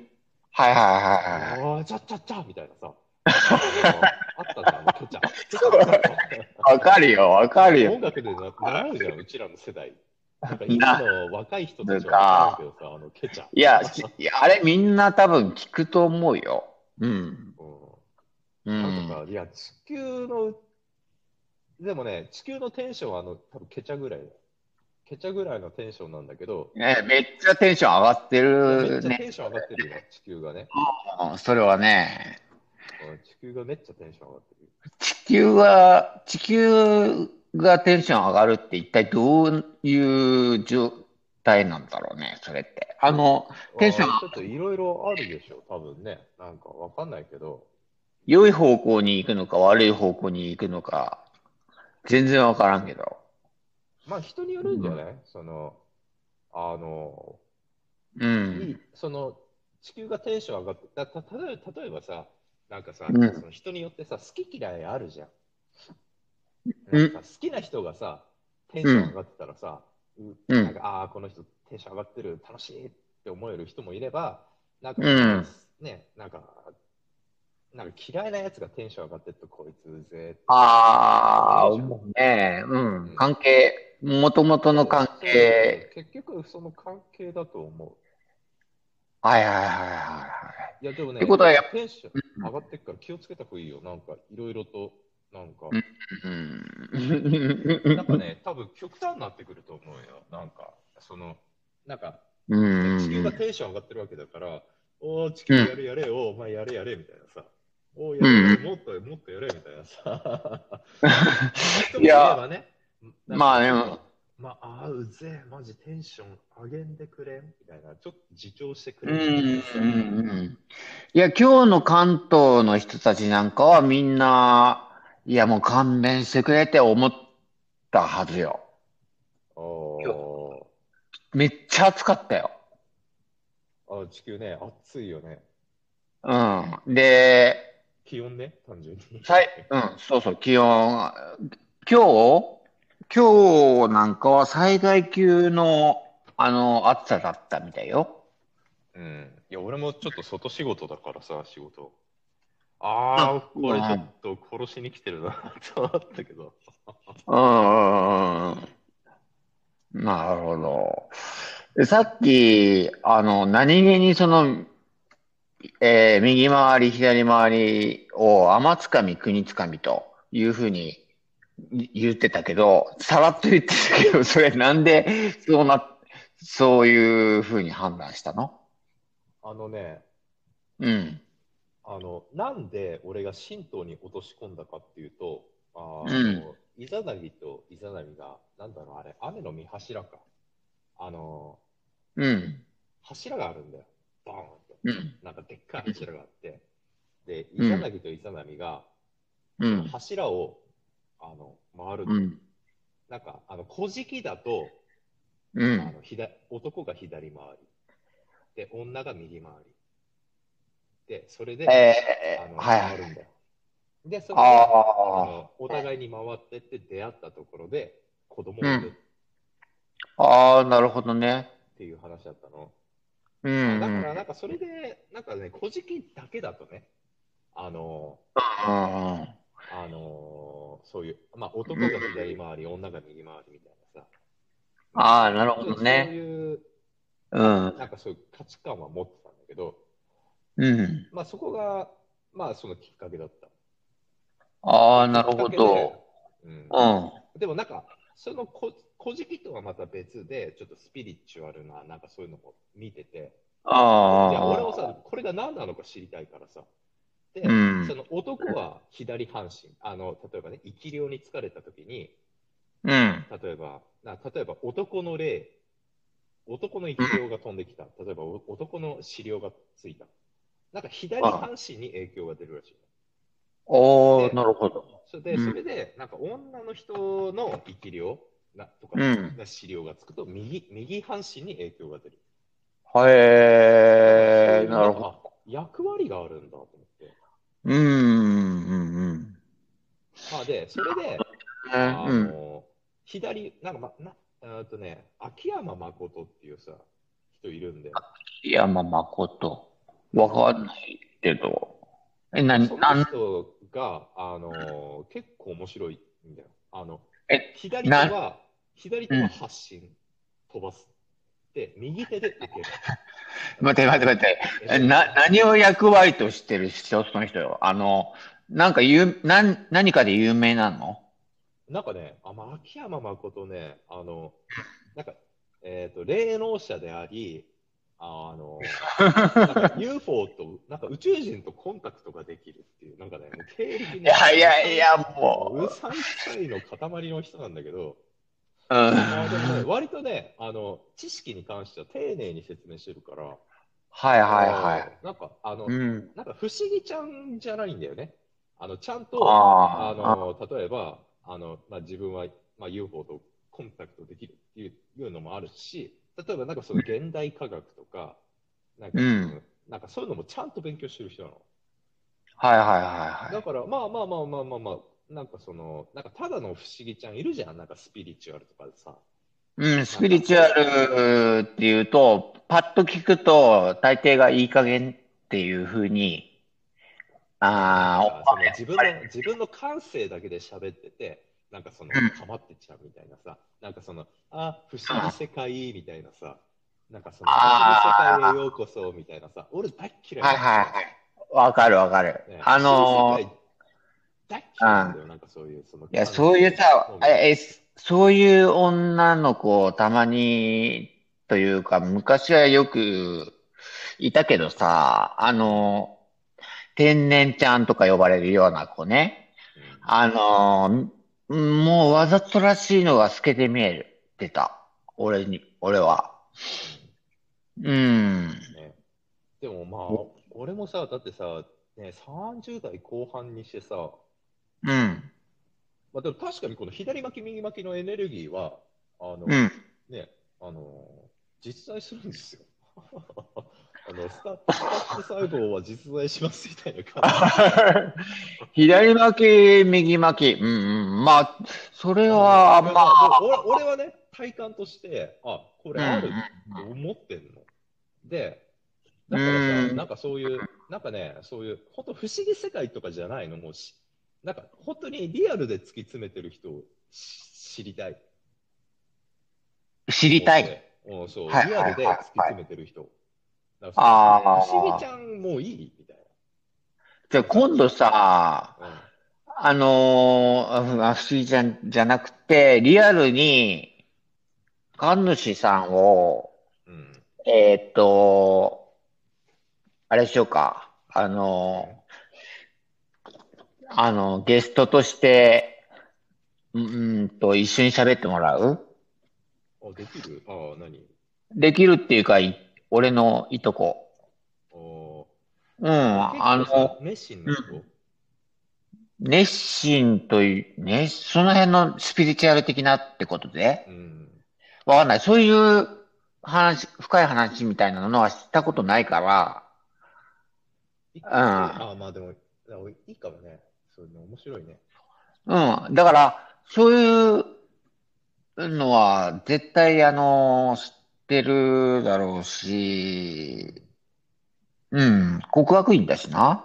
Speaker 1: はいはいはいはい。
Speaker 2: ああ、ちゃっちゃっちゃみたい なさ。あったじゃん、あのケチャ。ケチャ
Speaker 1: わかるよ、わかるよ。
Speaker 2: 音楽でな習うじゃん、うちらの世代。なんか今の若い人たちはわかんないけどさ、あのケチャ。
Speaker 1: いや、しいやあれみんな多分聞くと思うよ。うん。う
Speaker 2: う、
Speaker 1: ん
Speaker 2: なん
Speaker 1: ん。
Speaker 2: かさ、いや、地球の、でもね、地球のテンションはあの、多分ケチャぐらいだよケチャぐらいのテンションなんだけど、
Speaker 1: ね、めっちゃテンション上がって
Speaker 2: めっ
Speaker 1: る
Speaker 2: ちゃ
Speaker 1: ね。
Speaker 2: テンション上がってるよ、地球がね。
Speaker 1: うんそれはね。
Speaker 2: うん地球がめっちゃテンション上がってる。
Speaker 1: 地球は、地球がテンション上がるって一体どういう状態なんだろうね、それって。あの、テンション
Speaker 2: ちょっといろいろあるでしょ、多分ね。なんかわかんないけど。
Speaker 1: 良い方向に行くのか悪い方向に行くのか、全然わからんけど。
Speaker 2: まあ人によるんじゃない、その、あの、
Speaker 1: う
Speaker 2: い
Speaker 1: ん、
Speaker 2: い、その、地球がテンション上がって、だた例えば例えばさ、なんかさ、
Speaker 1: うん
Speaker 2: その人によってさ、好き嫌いあるじゃん。
Speaker 1: うん
Speaker 2: なんかさ好きな人がさ、テンション上がってたらさ、う
Speaker 1: うん
Speaker 2: なんか、ああ、この人テンション上がってる、楽しいって思える人もいれば、なんか、
Speaker 1: うん
Speaker 2: ね、なんか、なんか嫌いなやつがテンション上がってると、こいつうぜえ
Speaker 1: ああ、思うね。う
Speaker 2: うん
Speaker 1: ん。関係、もともとの関係。
Speaker 2: 結局、その関係だと思う。
Speaker 1: はいはいはいはいはい
Speaker 2: や、でもね、
Speaker 1: ってことはやっ
Speaker 2: テンション上がってっから気をつけた方がいいよ。なんか、いろいろと、なんか、
Speaker 1: うんい。うん。
Speaker 2: なんかね、多分極端になってくると思うよ。なんか、その、なんか、
Speaker 1: うんうん
Speaker 2: 地球がテンション上がってるわけだから、おー、地球やれやれ、おー、お前やれやれ、みたいなさ。おー、やれやれ、もっともっとやれ、みたいなさ。人もいればね、なんか
Speaker 1: まあね
Speaker 2: ちょっとまあ、あーうぜえ、マジテンション上げんでくれんみたいな、ちょっと自重してく
Speaker 1: う
Speaker 2: れ
Speaker 1: ん
Speaker 2: ん
Speaker 1: うんうんいや、今日の関東の人たちなんかはみんな、いや、もう勘弁してくれって思ったはずよ。
Speaker 2: お
Speaker 1: 今
Speaker 2: ー。
Speaker 1: めっちゃ暑かったよ。
Speaker 2: あ地球ね、暑いよね。
Speaker 1: うん。で、
Speaker 2: 気温ね、単純に。
Speaker 1: さい、うん、そうそう、気温。今日、今日なんかは災害級の、あの、暑さだったみたいよ。
Speaker 2: うん。いや、俺もちょっと外仕事だからさ、仕事。ああ、これちょっと殺しに来てるな と思ったけど。
Speaker 1: うんうんうんうん。なるほど。でさっき、あの、何気にその、えー右回り、左回りを天つかみ、国つかみというふうにい言ってたけど、さらっと言ってたけど、 それなんで、そうな、そういうふうに判断したの
Speaker 2: あのね、
Speaker 1: うん。
Speaker 2: あの、なんで俺が神道に落とし込んだかっていうと、あ
Speaker 1: うん
Speaker 2: の、イザナギとイザナミが、なんだろう、あれ、雨の見柱か。あの、
Speaker 1: うん。
Speaker 2: 柱があるんだよ。バーンって。
Speaker 1: うん。
Speaker 2: なんかでっかい柱があって。で、イ
Speaker 1: うん
Speaker 2: ザナギとイザナミが、
Speaker 1: うん。
Speaker 2: 柱を、あの、回るの。
Speaker 1: うん。
Speaker 2: なんか、あの、古事記だと、
Speaker 1: う
Speaker 2: あ
Speaker 1: ん。
Speaker 2: の左男が左回り、で、女が右回り。で、それで、
Speaker 1: えー
Speaker 2: あの、
Speaker 1: はいはい
Speaker 2: 回るんだよ。で、それで、あ
Speaker 1: あ
Speaker 2: の、お互いに回ってって出会ったところで、子供を産むっ
Speaker 1: あ、ああ、なるほどね。
Speaker 2: ていう話だったの。
Speaker 1: う
Speaker 2: だ
Speaker 1: ん
Speaker 2: か
Speaker 1: うん。
Speaker 2: ら、なんかそれで、なんかね、古事記だけだとね、あの、
Speaker 1: うんうん。
Speaker 2: あのそういう、まあ、男が左回り、女が右回りみたいなさ。
Speaker 1: ああ、なるほど
Speaker 2: そ
Speaker 1: ね。
Speaker 2: ういう、
Speaker 1: うん。
Speaker 2: なんかそういう価値観は持ってたんだけど、
Speaker 1: うん。
Speaker 2: まあそこが、まあそのきっかけだった。
Speaker 1: ああ、なるほど。
Speaker 2: うん
Speaker 1: う、ん。
Speaker 2: でもなんか、そのこ、古事記とはまた別で、ちょっとスピリチュアルな、なんかそういうのも見てて、いや
Speaker 1: あ
Speaker 2: 俺もさ、これが何なのか知りたいからさ。で、
Speaker 1: うん
Speaker 2: その男は左半身、あの、例えばね、生き量に疲れた時に、
Speaker 1: あ。うん。
Speaker 2: 例えば、な例えば男の霊、男の生き量が飛んできた。例えばお男の資料がついた。なんか左半身に影響が出るらしい。
Speaker 1: おー、なるほど。
Speaker 2: それで、
Speaker 1: うん
Speaker 2: それで、なんか女の人の生き量なとか、
Speaker 1: うん
Speaker 2: 資料がつくと右、右半身に影響が出る。
Speaker 1: へえ、なるほど。
Speaker 2: ど。役割があるんだと思って。
Speaker 1: うん、うん、うん。
Speaker 2: まあ、で、それで、あ
Speaker 1: うん、うん。
Speaker 2: の、左、なんか、ま、な、えっとね、秋山誠っていうさ、人いるんだよ。
Speaker 1: 山誠。わかんないけど。え、なに、
Speaker 2: そ
Speaker 1: な
Speaker 2: の
Speaker 1: ん、
Speaker 2: 人が、あの、結構面白いんだよ。あの、
Speaker 1: え
Speaker 2: 左手は、左手
Speaker 1: う
Speaker 2: は
Speaker 1: ん
Speaker 2: 発信、飛ばす。で、右手で受ける。
Speaker 1: 待って待って待って。え、な、何を役割としてる人、その人よ。あの、なんか有、なん、何かで有名なの
Speaker 2: なんかね、あまあ、秋山誠ね、あの、なんか、えっ、と、霊能者であり、あの、なんか UFO と、なんか宇宙人とコンタクトができるっていう、なんかね、もう経歴
Speaker 1: い
Speaker 2: ね
Speaker 1: やいやいや、
Speaker 2: う
Speaker 1: も
Speaker 2: さんくさいの塊の人なんだけど、
Speaker 1: う。うん。
Speaker 2: あーでもね、割とね、あの、知識に関しては丁寧に説明してるから、
Speaker 1: はいはいはい。
Speaker 2: い。なんか、あの、
Speaker 1: うん。
Speaker 2: なんか不思議ちゃんじゃないんだよね。あの、ちゃんと、あ
Speaker 1: ああ。
Speaker 2: の、例えば、あの、まあ、自分は、まあ、UFO とコンタクトできるっていういうのもあるし、例えばなんかその現代科学とか、なんか、
Speaker 1: うん
Speaker 2: なんかそういうのもちゃんと勉強してる人なの。
Speaker 1: はいはいはいは
Speaker 2: だ
Speaker 1: い。
Speaker 2: から、まあまあまあまあまあまあ、なんかその、なんかただの不思議ちゃんいるじゃん、なんかスピリチュアルとかでさ。
Speaker 1: うん、スピリチュアルっていうと、パッと聞くと、大抵がいい加減っていうふうに、あ
Speaker 2: なんかその
Speaker 1: あ、
Speaker 2: 自分の自分の感性だけで喋ってて、なんかその
Speaker 1: うん、
Speaker 2: かまってちゃうみたいなさ、なんかその、あ、不思議世界みたいなさ、なんかその、不
Speaker 1: あー
Speaker 2: 思議世界へようこそみたいなさ、俺大っ嫌い
Speaker 1: はいはいはい。わかるわかる。
Speaker 2: ね
Speaker 1: あの
Speaker 2: 不思議世界大っ嫌いなんだよ、なんかそういう、その、
Speaker 1: いや、そういうさ、え、え、そういう女の子をたまに、というか、昔はよくいたけどさ、あの、天然ちゃんとか呼ばれるような子ね。
Speaker 2: うん
Speaker 1: あの、もうわざとらしいのが透けて見える。出た。俺に、俺は。うん。
Speaker 2: ね、でもま
Speaker 1: お
Speaker 2: あ、俺もさ、だってさ、ね、30代後半にしてさ、
Speaker 1: うん。
Speaker 2: まあ、でも確かにこの左巻き右巻きのエネルギーは、あの、
Speaker 1: うん。
Speaker 2: ね、あの実在するんですよ。 あのスタスタッフ細胞は実在しますみたい な感
Speaker 1: 左巻き、右巻き。うんうん。まあ、それ
Speaker 2: じ。
Speaker 1: は、まあ、
Speaker 2: でも俺俺はね、体感として、あ、これあるって思ってんの。で、だから
Speaker 1: う
Speaker 2: さ、
Speaker 1: ん
Speaker 2: なんかそういう、なんかね、そういう、本当不思議世界とかじゃないの、もうし、なんか本当にリアルで突き詰めてる人をし知りたい。
Speaker 1: 知りたい。
Speaker 2: うん、そう、
Speaker 1: はい
Speaker 2: リアルで突き詰めてる人。だから
Speaker 1: あー
Speaker 2: 不思議ちゃんもういいみたい
Speaker 1: じゃあ今度さ、
Speaker 2: な。うん
Speaker 1: あのー、あ不思議じゃん、じゃなくて、リアルに、神主さんを、
Speaker 2: うん
Speaker 1: えーっと、あれしようか。あのー、あの、ゲストとして、うーんと、一緒に喋ってもらう
Speaker 2: あ、できるああ、何
Speaker 1: できるっていうか、い俺のいとこ。うん、
Speaker 2: あ
Speaker 1: あ
Speaker 2: あ。結構
Speaker 1: の、
Speaker 2: さ熱心な人、
Speaker 1: 熱心という、ね、その辺のスピリチュアル的なってことで
Speaker 2: うん、
Speaker 1: わかんない。そういう話、深い話みたいなのはしたことないから、
Speaker 2: 一回ああ、まあでも、あいいかもね。そういうの面白いね。
Speaker 1: うん。だから、そういうのは絶対、あの、知ってるだろうし、うん。国学院だしな。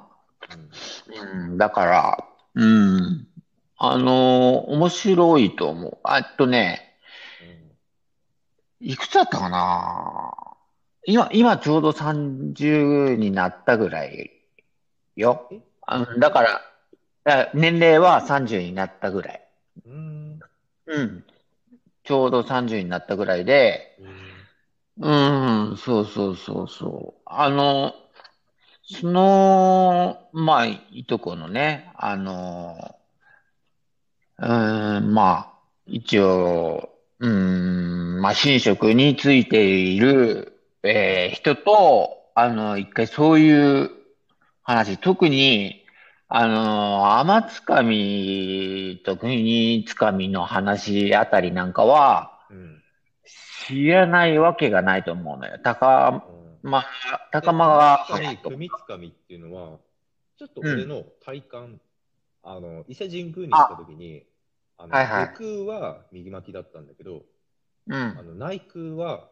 Speaker 2: うん、
Speaker 1: うん。だから、うん。あの、面白いと思う。あえっとね、いくつだったかな今、今ちょうど30になったぐらいよ。
Speaker 2: え
Speaker 1: あのだから、あ年齢は30になったぐらい。
Speaker 2: うん。うん。
Speaker 1: うん。ちょうど30になったぐらいで、うん、そうそうそうそう。あの、その、まあ、いとこのね、あの、うん、まあ、一応、うん、まあ、神職についている、えー人と、あの、一回そういう話、特に、あの、天つかみと国つかみの話あたりなんかは、
Speaker 2: うん。
Speaker 1: 知らないわけがないと思うのよ。高、
Speaker 2: うん
Speaker 1: まあ、高間が、
Speaker 2: え組み組みつかみっていうのは、ちょっと俺の体感、あの、伊勢神宮に行った時に、あの、
Speaker 1: はいはい
Speaker 2: 陸空は右巻きだったんだけど、
Speaker 1: う
Speaker 2: あ
Speaker 1: ん、
Speaker 2: の、内空は、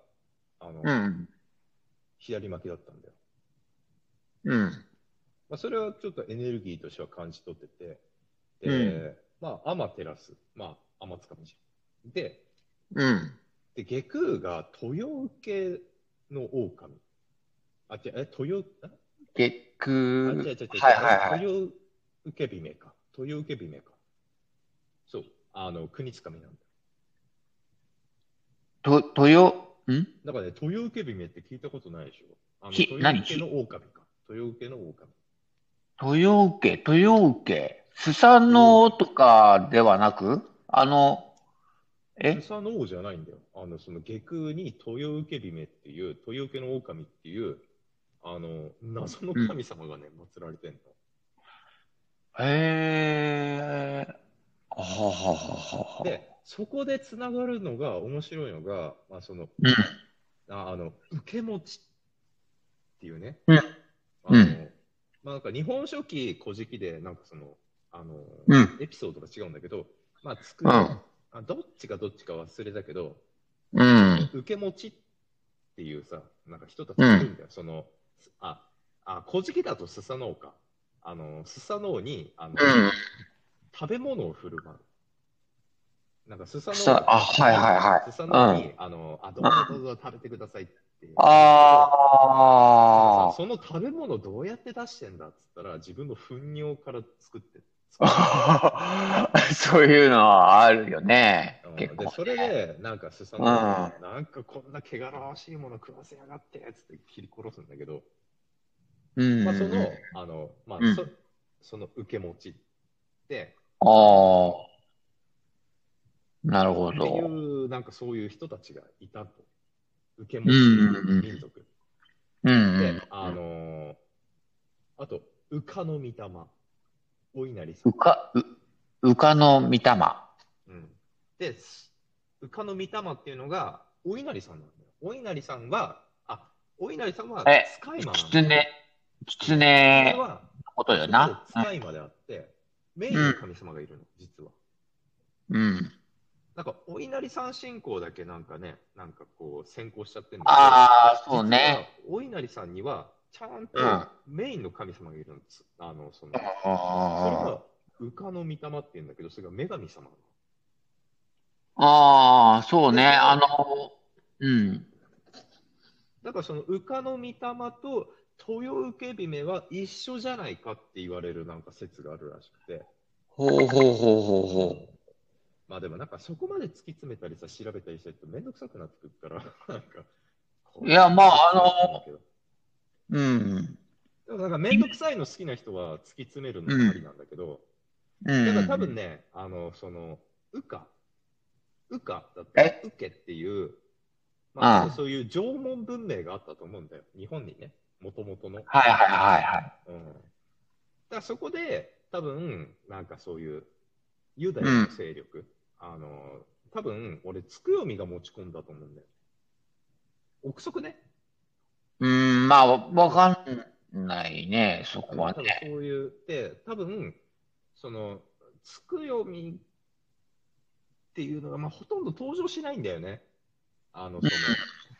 Speaker 2: あの、
Speaker 1: うん、
Speaker 2: 左巻きだったんだよ。
Speaker 1: うん、
Speaker 2: まあ、それはちょっとエネルギーとしては感じ取ってて、で、
Speaker 1: うん
Speaker 2: まあ、アマテラス、まあ、アマツカミじゃん。で、
Speaker 1: うん。
Speaker 2: で、下空が豊受の狼。あ、違う、え、豊、え
Speaker 1: 結
Speaker 2: あ、違う
Speaker 1: 局、
Speaker 2: 違う違う、
Speaker 1: はいはいはい。
Speaker 2: 豊受姫か。豊受姫か。そう、あの、国つかみなんだ。
Speaker 1: と、豊、ん
Speaker 2: だからね、豊受び目って聞いたことないでしょ。あの
Speaker 1: ひ
Speaker 2: 豊
Speaker 1: 何
Speaker 2: 受の狼か。豊受の狼。
Speaker 1: 豊受、豊受。スサノオとかではなく、あの、
Speaker 2: ス
Speaker 1: え
Speaker 2: サノオじゃないんだよ。あの、その下空に豊受び目っていう、豊受の狼っていう、あの、謎の神様がね、祀られてんの。
Speaker 1: へー。ははははは。
Speaker 2: で、そこでつながるのが面白いのが、まあ、その、
Speaker 1: うん
Speaker 2: ああの、受け持ちっていうね、
Speaker 1: うん
Speaker 2: あ
Speaker 1: う
Speaker 2: の、
Speaker 1: ん
Speaker 2: まあ、なんか日本書紀古事記で、なんかその、あの、
Speaker 1: うん
Speaker 2: エピソードが違うんだけど、まあ、つく、
Speaker 1: うん。
Speaker 2: あどっちかどっちか忘れたけど、
Speaker 1: うん。
Speaker 2: 受け持ちっていうさ、なんか人たちがいるんだよ。その、あ、あ、古事記だとスサノオか。あの、スサノオに、あの、
Speaker 1: うん。
Speaker 2: 食べ物を振る舞う。なんかスサノオ
Speaker 1: さあ、はいはいはい。
Speaker 2: スサノオに、
Speaker 1: う
Speaker 2: あの、あ、どうぞどうぞ食べてくださいって。なんか
Speaker 1: あ
Speaker 2: さその食べ物どうやって出してんだっつったら、自分の糞尿から作ってる。
Speaker 1: あ。 そういうのはあるよね
Speaker 2: うん。
Speaker 1: 結
Speaker 2: で
Speaker 1: 構
Speaker 2: それ
Speaker 1: ね。
Speaker 2: で、なんかスサノオがなんかこんな汚らわしいもの食わせやがってっつって切り殺すんだけど、
Speaker 1: うん。
Speaker 2: まあ、その、あの、まあ
Speaker 1: うん
Speaker 2: そ、その受け持ちって、
Speaker 1: ああ。なるほ
Speaker 2: ってい
Speaker 1: ど。
Speaker 2: う、なんかそういう人たちがいたと。受け持
Speaker 1: うんう
Speaker 2: ち
Speaker 1: んうん
Speaker 2: 民族。
Speaker 1: うんう
Speaker 2: で
Speaker 1: ん、。
Speaker 2: あのーあと、うかの御霊、お稲荷さ
Speaker 1: うか、う、うかの御霊。
Speaker 2: ん。うん、で、すうかの御霊っていうのが、お稲荷さんなんだよ。お稲荷さんは、あ、お稲荷さんは
Speaker 1: え
Speaker 2: 使い魔なんだよ。
Speaker 1: 狐、
Speaker 2: こ
Speaker 1: 狐
Speaker 2: れ
Speaker 1: の
Speaker 2: は、
Speaker 1: ことだよ
Speaker 2: そう
Speaker 1: な。
Speaker 2: 使い魔であって、メインの神様がいるの、実は。
Speaker 1: うん。
Speaker 2: なんか、お稲荷さん信仰だけなんかね、なんかこう、先行しちゃってるんだけど、
Speaker 1: ああ、そうね。
Speaker 2: 実はお稲荷さんには、ちゃんと
Speaker 1: うん
Speaker 2: メインの神様がいるんです。あの、その、それ
Speaker 1: あ
Speaker 2: が、うかの御霊って言うんだけど、それが女神様。
Speaker 1: あー、そうね。
Speaker 2: で
Speaker 1: あの、うん。
Speaker 2: だから、その、うかの御霊と、豊受け姫は一緒じゃないかって言われるなんか説があるらしくて。
Speaker 1: ほうほうほうほうほう。
Speaker 2: まあでもなんかそこまで突き詰めたりさ、調べたりしてるとめんどくさくなってくるから、なんか。
Speaker 1: いやまああの
Speaker 2: の。
Speaker 1: うん。
Speaker 2: でもなんかめんどくさいの好きな人は突き詰めるのもありなんだけど、
Speaker 1: うん。
Speaker 2: だから多分ね、あの、その、羽化、羽化だったり
Speaker 1: え、
Speaker 2: 羽化っていう、まあ、
Speaker 1: うん
Speaker 2: そういう縄文文明があったと思うんだよ。日本にね、もともとの。うん。だか
Speaker 1: はいはいはいはい。
Speaker 2: らそこで、多分、なんかそういう、ユダヤの勢力、あの、多分、俺、つくよみが持ち込んだと思うんだよ。憶測ね。
Speaker 1: うん、まあ、わかんないね、そこは
Speaker 2: 多分
Speaker 1: ね。
Speaker 2: そういう、で、多分、その、つくよみっていうのが、まあ、ほとんど登場しないんだよね。あの、そ の、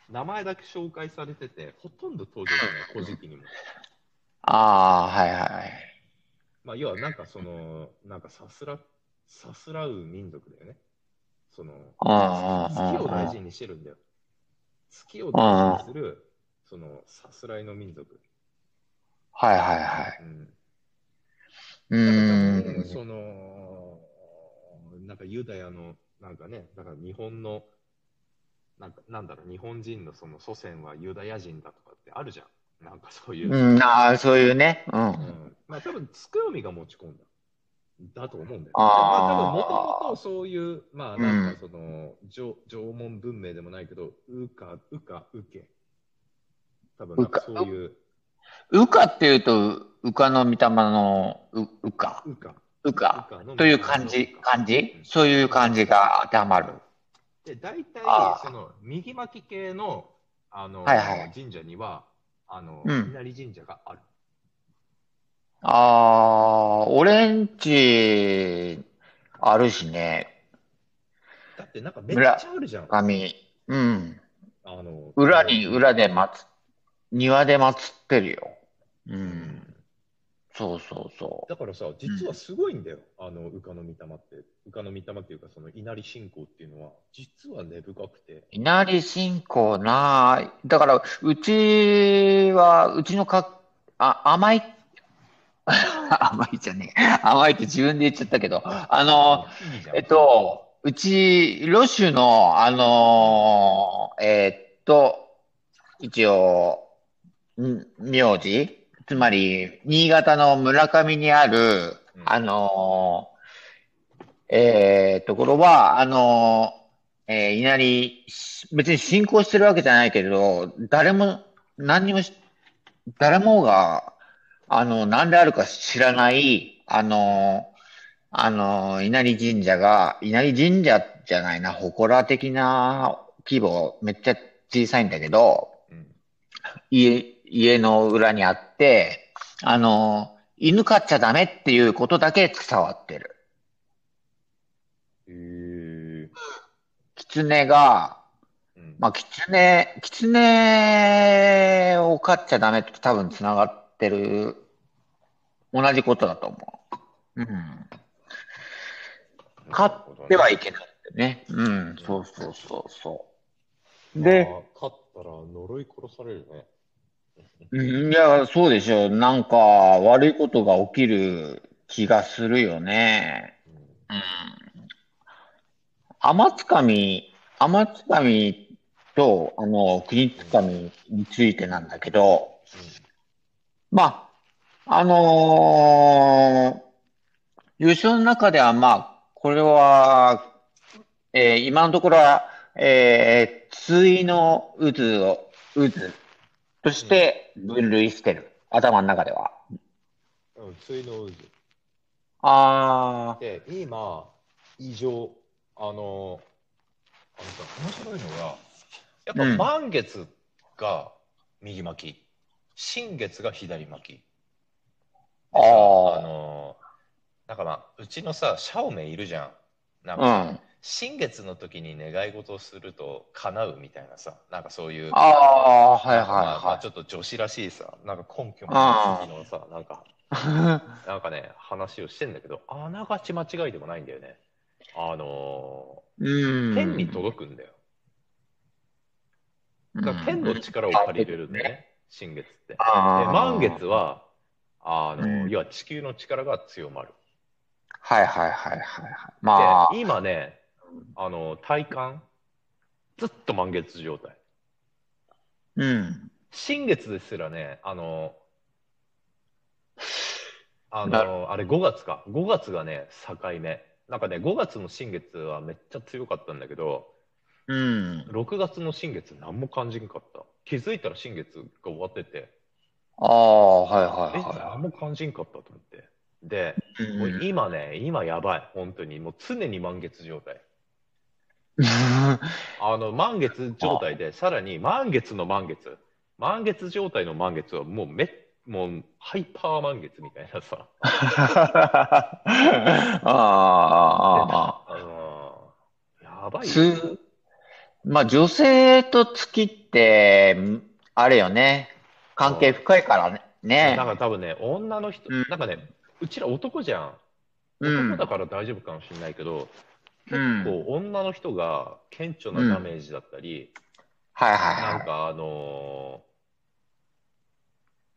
Speaker 2: 名前だけ紹介されてて、ほとんど登場しない、古事記にも。
Speaker 1: ああ、はいはい。
Speaker 2: まあ、要は、なんかその、なんかさすら、さすらう民族だよね。その、
Speaker 1: ああ、
Speaker 2: 月を大事にしてるんだよ。月を大事にする、その、さすらいの民族。
Speaker 1: はいはいはい。
Speaker 2: うん。
Speaker 1: うー
Speaker 2: だから多分
Speaker 1: ん。
Speaker 2: その、なんかユダヤの、なんかね、だから日本の、なんかなんだろう、日本人のその祖先はユダヤ人だとかってあるじゃん。なんかそういう。
Speaker 1: うん、ああ、そういうね。う。
Speaker 2: うんんまあ多分、つくよみが持ち込んだ。だと思うんだよね。まあ
Speaker 1: あー
Speaker 2: 多分、もともとそういう、まあなんかその、縄縄文文明でもないけど、うか、うか、うけ。多分、なんかそういう、
Speaker 1: 羽化っていうと、羽化の御霊のう羽化。
Speaker 2: うか。
Speaker 1: 羽化
Speaker 2: うかの
Speaker 1: という漢字、漢字
Speaker 2: うん
Speaker 1: そういう漢字が当てはまる。
Speaker 2: で、大体
Speaker 1: あ、ー
Speaker 2: その、右巻き系の、あの、
Speaker 1: はいはい
Speaker 2: 神社には、あの、
Speaker 1: うん
Speaker 2: 稲荷神社がある。
Speaker 1: ああ、オレンジ、あるしね。
Speaker 2: だってなんかめっちゃあるじゃん。
Speaker 1: 紙。うん。
Speaker 2: あの、
Speaker 1: 裏に
Speaker 2: っ
Speaker 1: 裏で祀、庭で祀ってるよ。う。
Speaker 2: うん
Speaker 1: そうそうそ
Speaker 2: だからさ、実はすごいんだよ。あの、うかの御霊って。うかの御霊っていうか、その稲荷信仰っていうのは、実は根深くて。
Speaker 1: う。稲荷信仰なだから、うちは、うちのか、あ、甘い、 甘いじゃねえ。甘いって自分で言っちゃったけど、あの、
Speaker 2: いいじゃん
Speaker 1: えっ、と、うち、ロシュの、あのーえと、一応、ん名字つまり、新潟の村上にある、
Speaker 2: うん
Speaker 1: あのーえーところは、あのーえーいなり、し別に進行してるわけじゃないけれど、誰も、何にもし、誰もが、あの、何であるか知らない、あのーあのー稲荷神社が、稲荷神社じゃないな、祠的な規模、めっちゃ小さいんだけど、
Speaker 2: うん
Speaker 1: 家、家の裏にあって、あの、犬飼っちゃダメっていうことだけ伝わってる。
Speaker 2: へー
Speaker 1: 狐が、
Speaker 2: うん
Speaker 1: まあ、狐、狐を飼っちゃダメって多分つながってる、同じことだと思う。うん。飼ではいけないんだよね。うん、そうそうそうそう。で、
Speaker 2: まあ、勝ったら呪い殺されるね。
Speaker 1: うんいや、そうでしょ。なんか、悪いことが起きる気がするよね。
Speaker 2: うん
Speaker 1: うん。天つかみ、天つかみと、あの、国つかみについてなんだけど、まあ、あのー優勝の中では、まあ、これは、えー今のところは、えー、対の渦を、渦として分類してる。頭の中では。
Speaker 2: うんうん、ついの渦。
Speaker 1: あー、
Speaker 2: で、今、異常、あの、あのさ、面白いのが、やっぱ
Speaker 1: うん
Speaker 2: 満月が右巻き、新月が左巻き。で
Speaker 1: あ
Speaker 2: さ
Speaker 1: ー
Speaker 2: あの、なんかまあ、うちのさ、シャオメンいるじゃん。なん
Speaker 1: う
Speaker 2: か、
Speaker 1: ん。
Speaker 2: 新月の時に願い事をすると叶うみたいなさ、なんかそういう。
Speaker 1: あー、はい
Speaker 2: なんかまあまあ
Speaker 1: は
Speaker 2: ちょっと女子らしいさ、なんか根拠もないのさ、なんか、
Speaker 1: い はい。
Speaker 2: なんかね、話をしてんだけど、あながち間違いでもないんだよね。あの
Speaker 1: う
Speaker 2: ー、
Speaker 1: ん。
Speaker 2: 天に届くんだよ。だから天の力を借りれるんだよね、新月って。で、
Speaker 1: あー
Speaker 2: 満月は、あのー
Speaker 1: うん
Speaker 2: 要は地球の力が強まる。
Speaker 1: はいはいはいはいはい。まあ、
Speaker 2: で、今ね、あのー体感、ずっと満月状態。
Speaker 1: うん。
Speaker 2: 新月ですらね、あの、あ
Speaker 1: な
Speaker 2: の、あれ5月か。5月がね、境目。なんかね、5月の新月はめっちゃ強かったんだけど、
Speaker 1: うん。
Speaker 2: 6月の新月何も感じんかった。気づいたら新月が終わってて、
Speaker 1: ああ、はいはい
Speaker 2: え、
Speaker 1: は
Speaker 2: 何も感じんかったと思って。で、
Speaker 1: い。うん
Speaker 2: もう今ね、今やばい。本当に。もう常に満月状態。あの、満月状態で、さらに満月の満月。満月状態の満月はもうめ、もうハイパー満月みたいなさ。
Speaker 1: ああああ、
Speaker 2: うんやばいよ。
Speaker 1: つ、まあ女性と月って、んあれよね、関係深いからね。ね
Speaker 2: なんか多分ね、女の人、
Speaker 1: うん
Speaker 2: なんかね、うちら男じゃん。
Speaker 1: うん
Speaker 2: 男だから大丈夫かもしれないけど、
Speaker 1: うん
Speaker 2: こう女の人が顕著なダメージだったり、
Speaker 1: はいはい
Speaker 2: な
Speaker 1: は
Speaker 2: ん
Speaker 1: い。
Speaker 2: かあのー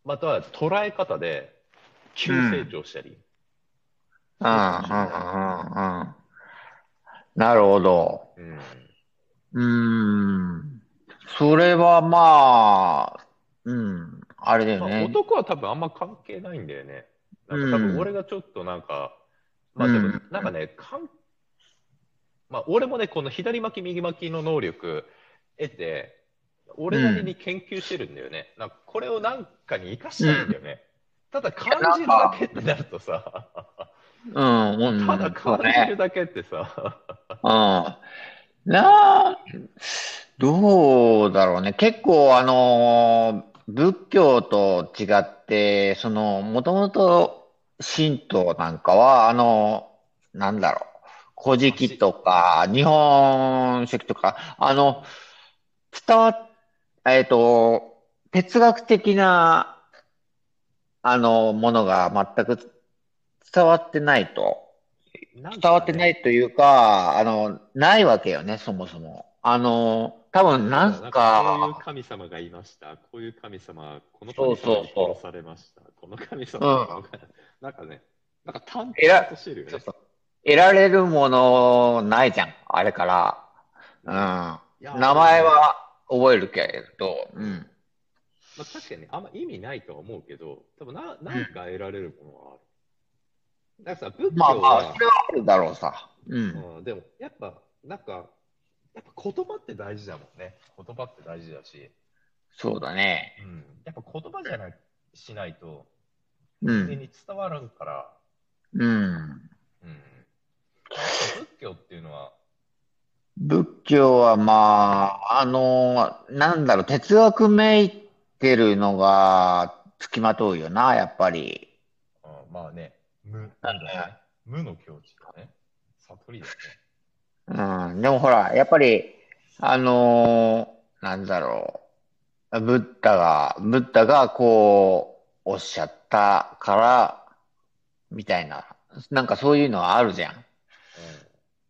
Speaker 2: または捉え方で急成長したり。
Speaker 1: うんうんうんうんうん。なるほど。
Speaker 2: うん
Speaker 1: うーん。それはまあ、うん、あれだよ
Speaker 2: まあ
Speaker 1: ね。
Speaker 2: 男は多分あんま関係ないんだよね。なんか多
Speaker 1: うん
Speaker 2: 分俺がちょっとなんか、まあで
Speaker 1: う
Speaker 2: も
Speaker 1: ん
Speaker 2: なんかね、かんまあ俺もね、この左巻き右巻きの能力得て、俺なりに研究してるんだよね。なんかこれをなんかに生かしたいんだよね。ただ感じるだけってなるとさ、
Speaker 1: うん、うん、
Speaker 2: ただ
Speaker 1: そう
Speaker 2: 感
Speaker 1: だ
Speaker 2: じ
Speaker 1: ね。
Speaker 2: るだけってさ、
Speaker 1: うん。なあ、どうだろうね。結構、あのー仏教と違って、その、もともと神道なんかは、あのーなんだろう、古事記とか、日本書紀とか、あの、伝わっ、えっと、哲学的な、あの、ものが全く伝わってないと。
Speaker 2: なん
Speaker 1: 伝わ
Speaker 2: か
Speaker 1: って
Speaker 2: ね
Speaker 1: ないというか、あの、ないわけよね、そもそも。あの、多分なん
Speaker 2: なんかこういう
Speaker 1: か、
Speaker 2: 神様がいました。こういう神様、この
Speaker 1: そう
Speaker 2: 神
Speaker 1: そ
Speaker 2: 様
Speaker 1: う
Speaker 2: に
Speaker 1: そう
Speaker 2: 殺されました。この神様、 なんかね、なんか淡々としてるよ
Speaker 1: ちょ
Speaker 2: ね
Speaker 1: っ。と得られるものないじゃん、あれから。うん。
Speaker 2: いや
Speaker 1: 名前、は、覚えるけれど、うん。
Speaker 2: まあ、確かにねあんま意味ないとは思うけど、多分な何か得られるものはある。なんかさ、仏教
Speaker 1: まあ
Speaker 2: は、
Speaker 1: まあ、それはあるだろうさ。うん。
Speaker 2: うん、でもやっぱ、なんか、やっぱ言葉って大事だもんね。言葉って大事だし、
Speaker 1: そうだね。
Speaker 2: うん、やっぱ言葉じゃないしないと、
Speaker 1: う
Speaker 2: 人間
Speaker 1: ん。
Speaker 2: に伝わらんから、
Speaker 1: うん。
Speaker 2: うん、仏教っていうのは、
Speaker 1: 仏教はまあ、あの、なんだろう、哲学めいてるのが付きまとうよな、やっぱり。
Speaker 2: うんまあね、無なんだよね。無の境地だね。悟りだね。
Speaker 1: うん。でもほら、やっぱり、あの、なんだろう、ブッダが、ブッダがこう、おっしゃったから、みたいな、なんかそういうのはあるじゃん。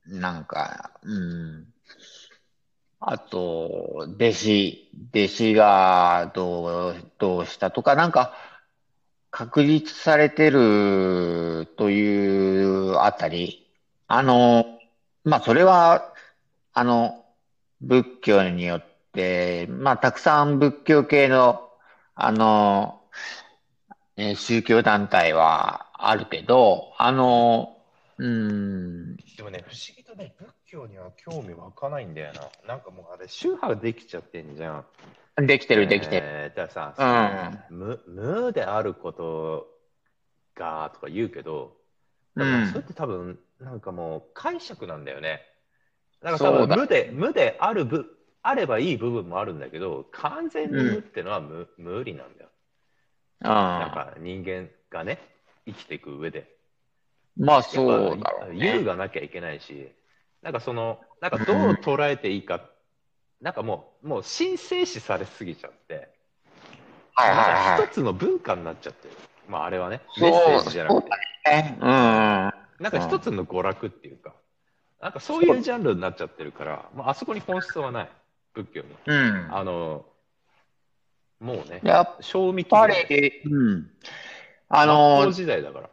Speaker 1: なんか、うん。あと、弟子、弟子がどう、どうしたとか、なんか、確立されてるというあたり。あの、まあ、それは、あの、仏教によって、まあ、たくさん仏教系の、あの、えー宗教団体はあるけど、あの、うん、
Speaker 2: うん、でもね、不思議とね、仏教には興味湧かないんだよな。なんかもうあれ、宗派ができちゃってんじゃん。
Speaker 1: できてる、できてる。
Speaker 2: えーだから
Speaker 1: う
Speaker 2: さ、
Speaker 1: ん
Speaker 2: 無無であることがとか言うけど、
Speaker 1: う
Speaker 2: でもそれっ
Speaker 1: ん。
Speaker 2: て多分、なんかもう解釈なんだよね。なんか多
Speaker 1: そう
Speaker 2: 分
Speaker 1: だ
Speaker 2: 無で、無である部、あればいい部分もあるんだけど、完全に
Speaker 1: うん
Speaker 2: 無ってのは無、無理なんだよ。なん
Speaker 1: ああ。
Speaker 2: か人間がね、生きていく上で。
Speaker 1: まあ、
Speaker 2: やっ
Speaker 1: そうだろ
Speaker 2: ぱ
Speaker 1: う
Speaker 2: 優
Speaker 1: ね。
Speaker 2: がなきゃいけないし、なんかその、なんかどう捉えていいか、なんかもう、もう神聖視されすぎちゃって、
Speaker 1: はいはい
Speaker 2: なん
Speaker 1: は
Speaker 2: か
Speaker 1: い。
Speaker 2: 一つの文化になっちゃってる。まああれはね、メッセ
Speaker 1: そ
Speaker 2: ー
Speaker 1: う、
Speaker 2: ジじゃ
Speaker 1: そ
Speaker 2: な
Speaker 1: う
Speaker 2: くて、
Speaker 1: だね。う
Speaker 2: なんか一つの娯楽っていうか、なんかそういうジャンルになっちゃってるから、まあ、あそこに本質はない、仏教に。
Speaker 1: ん。うん。
Speaker 2: あの、もうね、
Speaker 1: やっ
Speaker 2: 賞味期
Speaker 1: ぱ
Speaker 2: 限、
Speaker 1: り、うん。あ
Speaker 2: 真っ向
Speaker 1: の、
Speaker 2: 時代だから。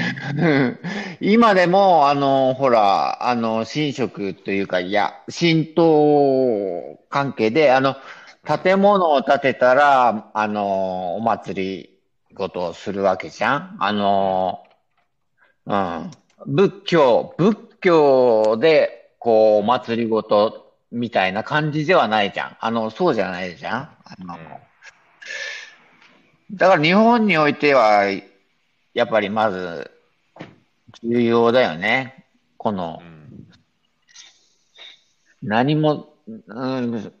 Speaker 1: 今でも、あの、ほら、あの、神職というか、いや、神道関係で、あの、建物を建てたら、あの、お祭りごとをするわけじゃん。あの、うん。仏教、仏教で、こう、お祭りごとみたいな感じではないじゃん。あの、そうじゃないじゃん。あ
Speaker 2: う
Speaker 1: の、
Speaker 2: ん
Speaker 1: だから日本においては、やっぱりまず、重要だよね。この
Speaker 2: う、ん
Speaker 1: 何も、うん、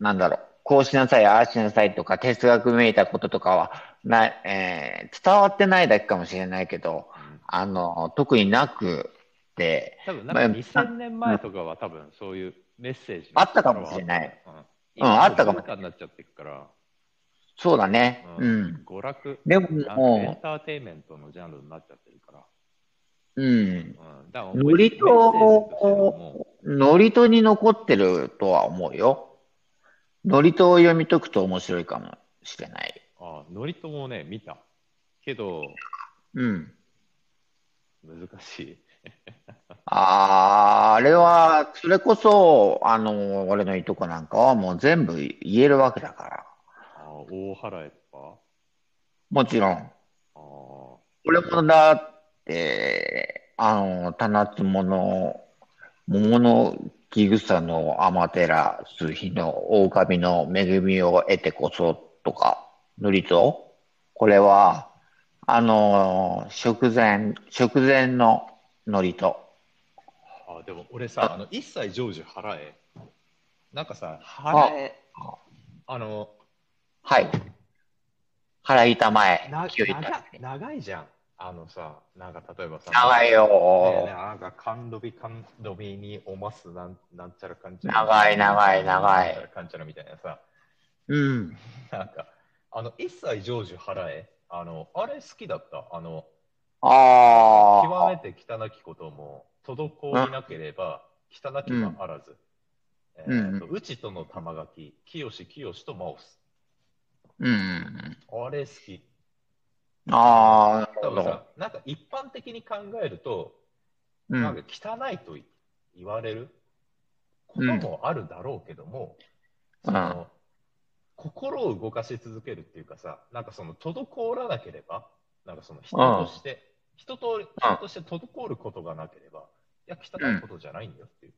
Speaker 1: なんだろう。こうしなさい、ああしなさいとか、哲学めいたこととかは、な、えー伝わってないだけかもしれないけど、
Speaker 2: うん
Speaker 1: あの、特になくて、
Speaker 2: 多分なん
Speaker 1: まあ
Speaker 2: か2000年前とかは多分そういうメッセージ
Speaker 1: あったかもしれない。
Speaker 2: うん、
Speaker 1: あったかも
Speaker 2: 一個文化になっちゃってるから、
Speaker 1: そうだね。
Speaker 2: う
Speaker 1: うんん。
Speaker 2: 娯楽、
Speaker 1: でも
Speaker 2: なんかエン
Speaker 1: も
Speaker 2: ターテインメントのジャンルになっちゃってるから。
Speaker 1: う、うん。
Speaker 2: うん、だから
Speaker 1: ノリ
Speaker 2: メッセージとしてはも
Speaker 1: と、ノリとに残ってるとは思うよ。ノリとを読み解くと面白いかもしれない。
Speaker 2: うあノリともね、見た。けど、
Speaker 1: うん。
Speaker 2: 難しい。
Speaker 1: あーあれは、それこそ、あの、俺のいとこなんかはもう全部言えるわけだから。
Speaker 2: あ大払いとか
Speaker 1: もちろん。
Speaker 2: あ
Speaker 1: 俺もだって、あの、棚つもの、桃の木草の天照数比の狼の恵みを得てこそとか、塗りと、これは、あの、食前、食前ののりと。
Speaker 2: ーあーでも俺さ、あの一切成就払え。なんかさ、払え、あの、
Speaker 1: はい。腹板前、
Speaker 2: な
Speaker 1: 清い
Speaker 2: 長長いじゃん。あのさ、なんか例えばさ、
Speaker 1: 長い
Speaker 2: ねえ
Speaker 1: よ
Speaker 2: ねえ。なんか、甘露日、甘露日におますなん、なんちゃらかんちゃら。
Speaker 1: 長い長い長い
Speaker 2: なんちゃらかんちゃらみたいなさ、
Speaker 1: うん。
Speaker 2: なんか、あの、一切成就払え。あの、あれ好きだった。あの、
Speaker 1: あ
Speaker 2: 極
Speaker 1: あ
Speaker 2: め、て汚きことも、滞りなければ、汚きはあらず。え
Speaker 1: うん
Speaker 2: ーと、うちとの玉垣、清し清しとマウス。
Speaker 1: うん。
Speaker 2: あれ好き。
Speaker 1: ああ、なる
Speaker 2: 多
Speaker 1: ほ
Speaker 2: 分
Speaker 1: ど。
Speaker 2: さ、なんか一般的に考えると、
Speaker 1: うん
Speaker 2: なんか汚いと言われることもあるだろうけども、その、心を動かし続けるっていうかさ、なんかその、滞らなければ、なんかその、人として、人と、人として滞ることがなければ、いや、汚いことじゃないんだよっていう。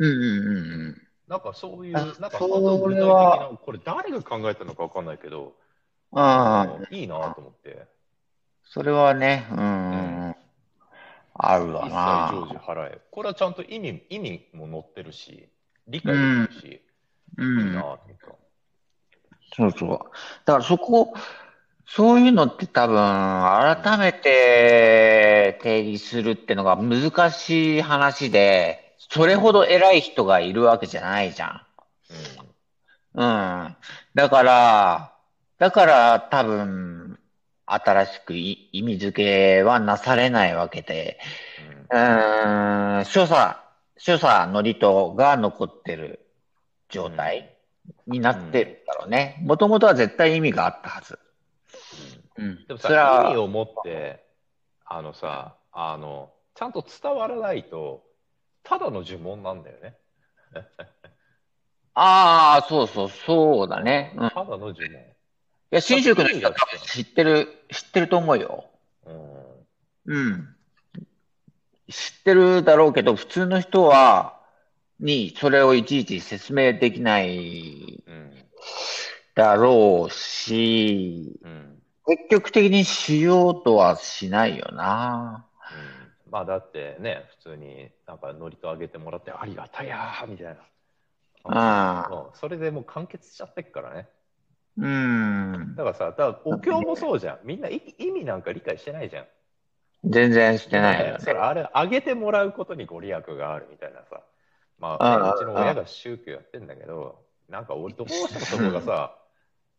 Speaker 1: うんうんうんうん。
Speaker 2: なんかそういう、
Speaker 1: あ
Speaker 2: なんか
Speaker 1: それ
Speaker 2: 本当具体的
Speaker 1: は
Speaker 2: な、これ誰が考えたのかわかんないけど、あ
Speaker 1: あ
Speaker 2: の
Speaker 1: あ、
Speaker 2: いいなと思って、
Speaker 1: それはね、う
Speaker 2: うん
Speaker 1: ん、あるわ
Speaker 2: 一切
Speaker 1: な。
Speaker 2: 常時払え。これはちゃんと意味、意味も載ってるし、理解できるし、
Speaker 1: う。
Speaker 2: いいなんと思った。
Speaker 1: そうそう。だからそこ、そういうのって多分、
Speaker 2: うん
Speaker 1: 改めて定義するってのが難しい話で、それほど偉い人がいるわけじゃないじゃ
Speaker 2: う
Speaker 1: ん。
Speaker 2: ん
Speaker 1: うん。だから、だから多分、新しくい意味付けはなされないわけで、
Speaker 2: うん
Speaker 1: うーん、所作、所作のりとが残ってる状態になってるんだろうね。もともとは絶対意味があったはず。うん。
Speaker 2: でも
Speaker 1: それ
Speaker 2: さ、意味
Speaker 1: は、
Speaker 2: を持って、あのさ、あの、ちゃんと伝わらないと、ただの呪文なんだよね。
Speaker 1: ああ、そうそう、そうだね。うん。い
Speaker 2: ただの呪文。
Speaker 1: や、
Speaker 2: ち
Speaker 1: 新
Speaker 2: ゃんと
Speaker 1: 宿の
Speaker 2: 意味
Speaker 1: 人
Speaker 2: が
Speaker 1: は
Speaker 2: あっ
Speaker 1: 多分知ってる、知ってると思うよ。
Speaker 2: て。うん。
Speaker 1: うん。知ってるだろうけど、普通の人は、に、それをいちいち説明できない
Speaker 2: うん。
Speaker 1: だろうし、
Speaker 2: うん。
Speaker 1: 積極的にしようとはしないよな。
Speaker 2: うんまあだってね、普通になんかノリとあげてもらってありがたやーみたいな。
Speaker 1: あ
Speaker 2: もうそれでもう完結しちゃってっからね。
Speaker 1: うーん。
Speaker 2: だからさ、だからお経もそうじゃん。みんない意味なんか理解してないじゃん。
Speaker 1: 全然してない
Speaker 2: ね
Speaker 1: よ
Speaker 2: それ
Speaker 1: ね。
Speaker 2: あれ、あげてもらうことにご利益があるみたいなさ。まあ、ね、
Speaker 1: あ
Speaker 2: うちの
Speaker 1: あ、
Speaker 2: 親
Speaker 1: あ
Speaker 2: が宗教やってんだけど、なんか俺どうしてもそこがさ、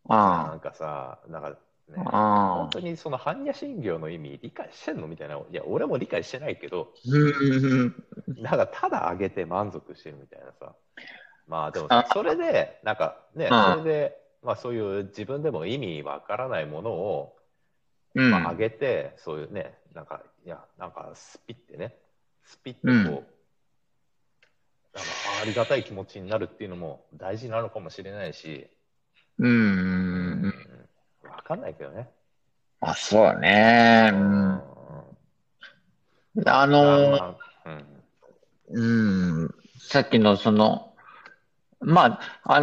Speaker 2: な
Speaker 1: あ、
Speaker 2: んかさ、なんかね、本
Speaker 1: ああ。
Speaker 2: 当にその般若心経の意味理解してんのみたいな。いや、俺も理解してないけど、
Speaker 1: うん
Speaker 2: なんかただあげて満足してるみたいなさ。まあでも
Speaker 1: あ
Speaker 2: それで、なんかね、それ
Speaker 1: あ、
Speaker 2: で、まあそういう自分でも意味わからないものを、
Speaker 1: う
Speaker 2: まあ、上
Speaker 1: ん、
Speaker 2: げて、そういうね、なんか、いや、なんか、スピってね、スピっ
Speaker 1: う
Speaker 2: て
Speaker 1: ん。
Speaker 2: こう、なんか、ありがたい気持ちになるっていうのも大事なのかもしれないし、
Speaker 1: う
Speaker 2: うん
Speaker 1: うん
Speaker 2: ん、わかんないけどね。
Speaker 1: まあ、そうね。
Speaker 2: う
Speaker 1: うん。
Speaker 2: ん、
Speaker 1: あ
Speaker 2: な、
Speaker 1: の、
Speaker 2: まあ、うん、
Speaker 1: うん。さっきのその、まあ、あ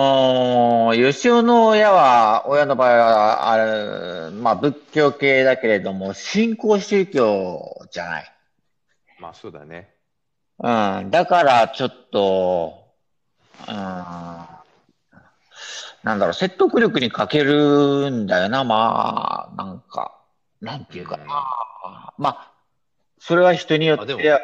Speaker 1: のー、吉尾の親は、親の場合は、あれ、まあ、仏教系だけれども、新興宗教じゃない。
Speaker 2: まあ、そうだね。
Speaker 1: うん。だから、ちょっと、うん。なんだろう、説得力に欠けるんだよな、まあ、なんか、なん
Speaker 2: う
Speaker 1: ていうか
Speaker 2: ん。
Speaker 1: な。まあ、それは人によっ
Speaker 2: あ、で
Speaker 1: て
Speaker 2: も、
Speaker 1: だ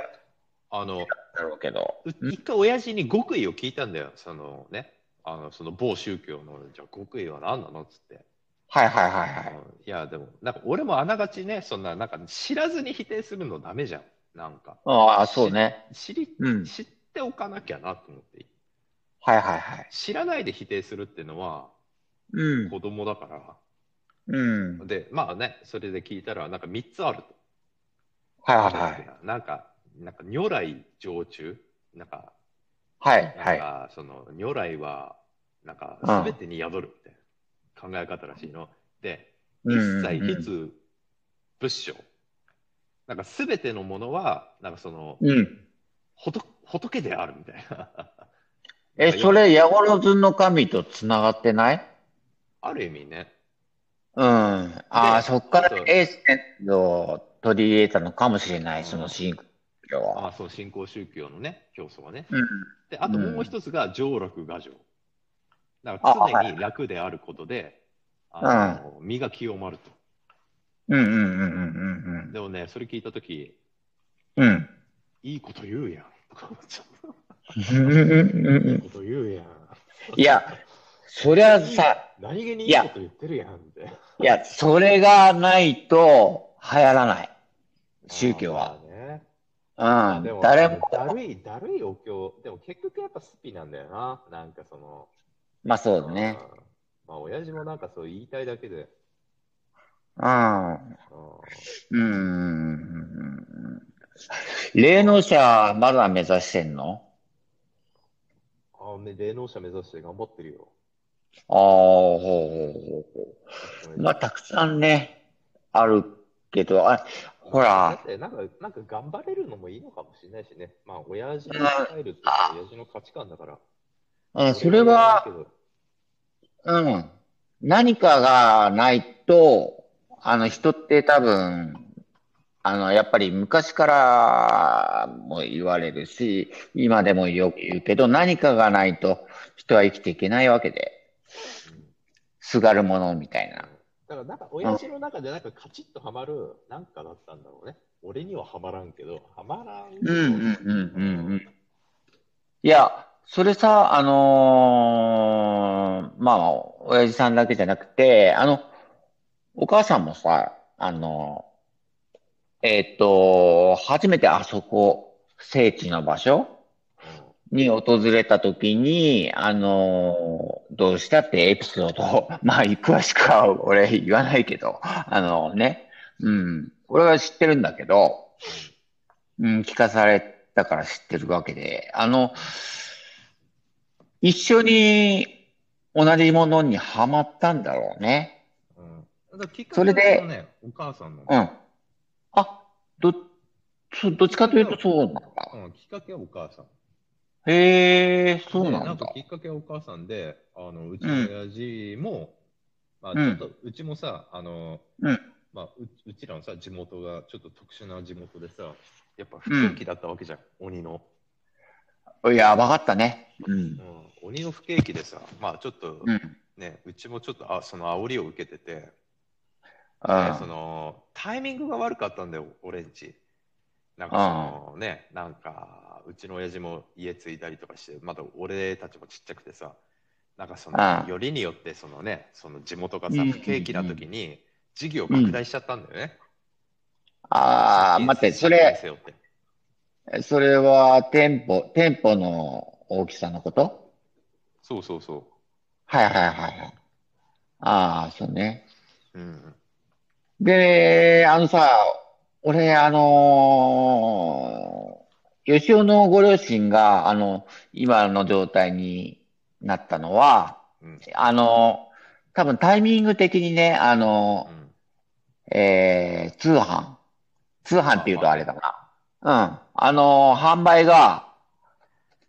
Speaker 2: あの、
Speaker 1: ろうけど。
Speaker 2: う
Speaker 1: うん、
Speaker 2: 一回親父に極意を聞いたんだよ。そのね、あの、その某宗教の、じゃあ極意は何なのっつって。
Speaker 1: はいはいはいは
Speaker 2: う
Speaker 1: い。
Speaker 2: んいや、でも、なんか俺もあながちね、そんな、なんか知らずに否定するのダメじゃん。なんか、
Speaker 1: ああ、そう
Speaker 2: し、
Speaker 1: ね。
Speaker 2: 知り、
Speaker 1: うん。
Speaker 2: 知っておかなきゃなと思って。
Speaker 1: はいはいはい。
Speaker 2: 知らないで否定するってのは
Speaker 1: うん。
Speaker 2: 子供だから
Speaker 1: うん。
Speaker 2: で、まあね、それで聞いたら、なんか3つあると。
Speaker 1: はいは
Speaker 2: ないんだっ
Speaker 1: は
Speaker 2: け
Speaker 1: い。
Speaker 2: な。なんか、なんか如来常駐なんか、
Speaker 1: はい
Speaker 2: なん
Speaker 1: はい。
Speaker 2: か、その如来は、なんか、
Speaker 1: う
Speaker 2: すべ
Speaker 1: ん。
Speaker 2: てに宿るみたいな考え方らしいの。で、
Speaker 1: う
Speaker 2: 一
Speaker 1: ん
Speaker 2: 切
Speaker 1: うん
Speaker 2: 必仏性。なんか全てのものは、なんかその、
Speaker 1: うん。うん
Speaker 2: 仏仏であるみたいな。 なん
Speaker 1: え、
Speaker 2: かよ
Speaker 1: そ
Speaker 2: く、
Speaker 1: れ、ヤゴロズの神とつながってない
Speaker 2: ある意味ね。
Speaker 1: うん。ああ、
Speaker 2: で、
Speaker 1: そっか
Speaker 2: あ
Speaker 1: ら
Speaker 2: と、
Speaker 1: エッセンスを取り入れたのかもしれな
Speaker 2: う
Speaker 1: い、その
Speaker 2: ん、
Speaker 1: 信教
Speaker 2: あ
Speaker 1: は。
Speaker 2: そう、新興宗教のね、教祖はね。
Speaker 1: うん。
Speaker 2: で、あと
Speaker 1: う。
Speaker 2: もうん一つが、上楽牙城。だから
Speaker 1: あ、
Speaker 2: 常
Speaker 1: は
Speaker 2: に楽であることで、あ
Speaker 1: い。
Speaker 2: の、身が清まると。
Speaker 1: うん。うんうんうんうんうん
Speaker 2: でもね、それ聞いたとき、
Speaker 1: うん。うん。
Speaker 2: いいこと言うやん。とか思っちゃういいこと言うやん。
Speaker 1: いや、そりゃ
Speaker 2: 何気にいい、
Speaker 1: さ、
Speaker 2: 何気に
Speaker 1: い
Speaker 2: いいこ
Speaker 1: や、
Speaker 2: と言ってるやんって。
Speaker 1: いや、それがないと流行らない。宗
Speaker 2: ああ、
Speaker 1: 教
Speaker 2: ま
Speaker 1: は。
Speaker 2: あね。
Speaker 1: う
Speaker 2: まあで
Speaker 1: ん。
Speaker 2: も、
Speaker 1: 誰
Speaker 2: あ
Speaker 1: も、
Speaker 2: の、だるい、だるいお経、でも結局やっぱスピなんだよな。なんかその、、
Speaker 1: まあそううんね。
Speaker 2: まあ親父もなんかそう言いたいだけで、
Speaker 1: うん。
Speaker 2: うん、
Speaker 1: うん。霊能
Speaker 2: ま
Speaker 1: 者、まだ目指してんの
Speaker 2: あ、あ、め霊能者目指して頑張ってるよ。
Speaker 1: ああ、ほうほうほうほう。まあ、たくさんね、あるけど、あ、ほ
Speaker 2: だ
Speaker 1: ら、
Speaker 2: ってなんか、なんか頑張れるのもいいのかもしれないしね。まあ、親父の
Speaker 1: うん
Speaker 2: スタイルっていうか親父の価値観だから。
Speaker 1: うん、そ
Speaker 2: 俺
Speaker 1: れ
Speaker 2: は言わない
Speaker 1: は、う
Speaker 2: けど、
Speaker 1: ん、何かがないと、あの、人って多分、あの、やっぱり昔からも言われるし、今でもよく言うけど、何かがないと人は生きていけないわけで、
Speaker 2: うん
Speaker 1: すがるものみたいな。
Speaker 2: だからなんか親父の中でなんかカチッとはまるなんかだったんだろうね。俺にははまらんけど、はまらんけ
Speaker 1: う
Speaker 2: ど。
Speaker 1: んうんうんうんうん。いや、それさ、あのーまあ、親父さんだけじゃなくて、あの、お母さんもさ、あのえーっと、初めてあそこ、聖地の場所に訪れた時に、あのーどうしたってエピソード、 まあ、詳しくは俺言わないけど、あのね、うん、俺は知ってるんだけど、うん、聞かされたから知ってるわけで、あの、一緒に同じものにはまったんだろうね。
Speaker 2: うんうんだからきっかけ
Speaker 1: それで
Speaker 2: はね、お母さんの、
Speaker 1: うん。あ、ど、そうどっちかというとそうなんだ。
Speaker 2: うんきっかけはお母さん。
Speaker 1: へえ、そう
Speaker 2: で
Speaker 1: なん
Speaker 2: なんか
Speaker 1: だ。
Speaker 2: きっかけはお母さんで、あのうちの親父も、まあ、ちょっとうちもさ、あの
Speaker 1: うん
Speaker 2: まあ、ううちらのさ地元がちょっと特殊な地元でさ、やっぱ不景気だったわけじゃん、鬼の、
Speaker 1: やばかったね。う
Speaker 2: うん
Speaker 1: ん。
Speaker 2: 鬼の不景気でさ、まあちょっと
Speaker 1: うん。
Speaker 2: ね、うちもちょっとあその煽りを受けてて、
Speaker 1: う
Speaker 2: で
Speaker 1: ん
Speaker 2: そのタイミングが悪かったんだよ、俺んち。なんかそのね、なんかうちの親父も家継いだりとかして、まだ俺たちもちっちゃくてさ、なんかその
Speaker 1: うん
Speaker 2: よりによってそのね、その地元がさ、
Speaker 1: うん
Speaker 2: 不景気な時に事業拡大しちゃったんだよね。
Speaker 1: ああ、
Speaker 2: 借金
Speaker 1: 待って、そ
Speaker 2: 借金
Speaker 1: れ、
Speaker 2: 背負って
Speaker 1: それは店舗、店舗の大きさのこと
Speaker 2: そうそうそ
Speaker 1: はいはいはいはい。ああ、そうね。
Speaker 2: う。うん。
Speaker 1: で、あのさ、俺、あのー、吉尾のご両親が、あの、今の状態になったのは、
Speaker 2: うん。
Speaker 1: あの、多分タイミング的にね、あ
Speaker 2: う
Speaker 1: の、
Speaker 2: ん
Speaker 1: えー、通販。通販っていうとあれだな。うん。あの、販売が、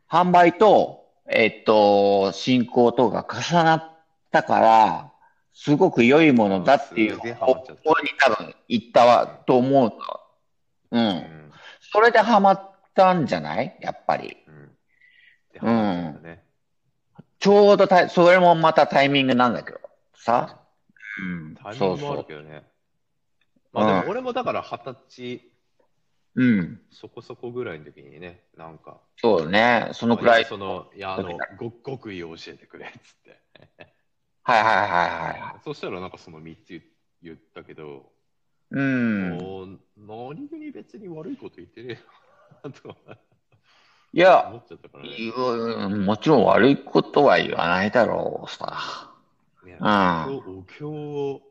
Speaker 1: 販売と、えっと、進行とが重なったから、すごく良いものだっていう
Speaker 2: すげえハ
Speaker 1: 方
Speaker 2: マっちゃ
Speaker 1: 向
Speaker 2: った
Speaker 1: に多分行ったわと思うの。う。
Speaker 2: うんん。
Speaker 1: それでハマったんじゃないやっぱり。
Speaker 2: うん。で、話しちゃったね。
Speaker 1: ちょうどた、それもまたタイミングなんだけどさ。うん、
Speaker 2: タイミ
Speaker 1: そ
Speaker 2: ン
Speaker 1: う
Speaker 2: グもあ
Speaker 1: そ
Speaker 2: る
Speaker 1: う。
Speaker 2: けどね。
Speaker 1: うん
Speaker 2: まあでも俺もだから二十歳
Speaker 1: うん、
Speaker 2: そこそこぐらいの時にね、なんか、
Speaker 1: そうね。そのくらい。
Speaker 2: その、いや、あ
Speaker 1: 時
Speaker 2: の、ご極意を教えてくれっつって。
Speaker 1: はいはいはいはいはい。
Speaker 2: そしたらなんかその3つ言ったけど、
Speaker 1: うん。
Speaker 2: もう何気に別に悪いこと言ってねえなと
Speaker 1: いや、
Speaker 2: 思っちゃったからね。
Speaker 1: いやもちろん悪いことは言わないだろうさ。
Speaker 2: ね
Speaker 1: うん
Speaker 2: お経を、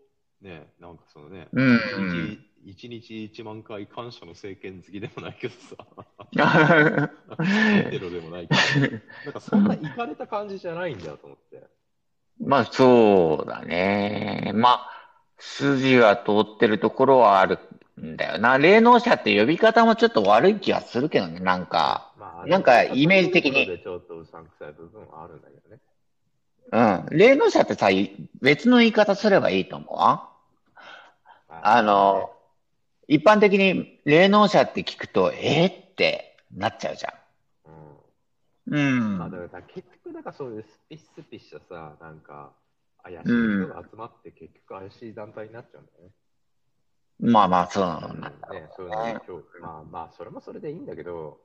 Speaker 2: ね、なんかそのね、
Speaker 1: うん。
Speaker 2: 一日一万回感謝の政権好きでもないけど さ、テロでもないけ ど、なんかそんな行かれた感じじゃないんだと思って。
Speaker 1: まあそうだね。まあ、筋は通ってるところはあるんだよな。霊能者って呼び方もちょっと悪い気がするけどね、なんか。
Speaker 2: ま
Speaker 1: なんかイメージ的に
Speaker 2: ちょっとうさんくさい部分はあるんだけどね。
Speaker 1: うん。霊能者ってさ、い別の言い方すればいいと思うわ。あの、一般的に霊能者って聞くと、えーってなっちゃうじゃ
Speaker 2: うん
Speaker 1: ん。う
Speaker 2: まあ、だ
Speaker 1: ん。
Speaker 2: からさ結局、なんかそういうスピスピしたさ、なんか怪しい人が集まって、結局怪しい団体になっちゃうんだよね。
Speaker 1: まあまあ、そうなんだ。
Speaker 2: うんねそういうのに興味まあまあ、それもそれでいいんだけど、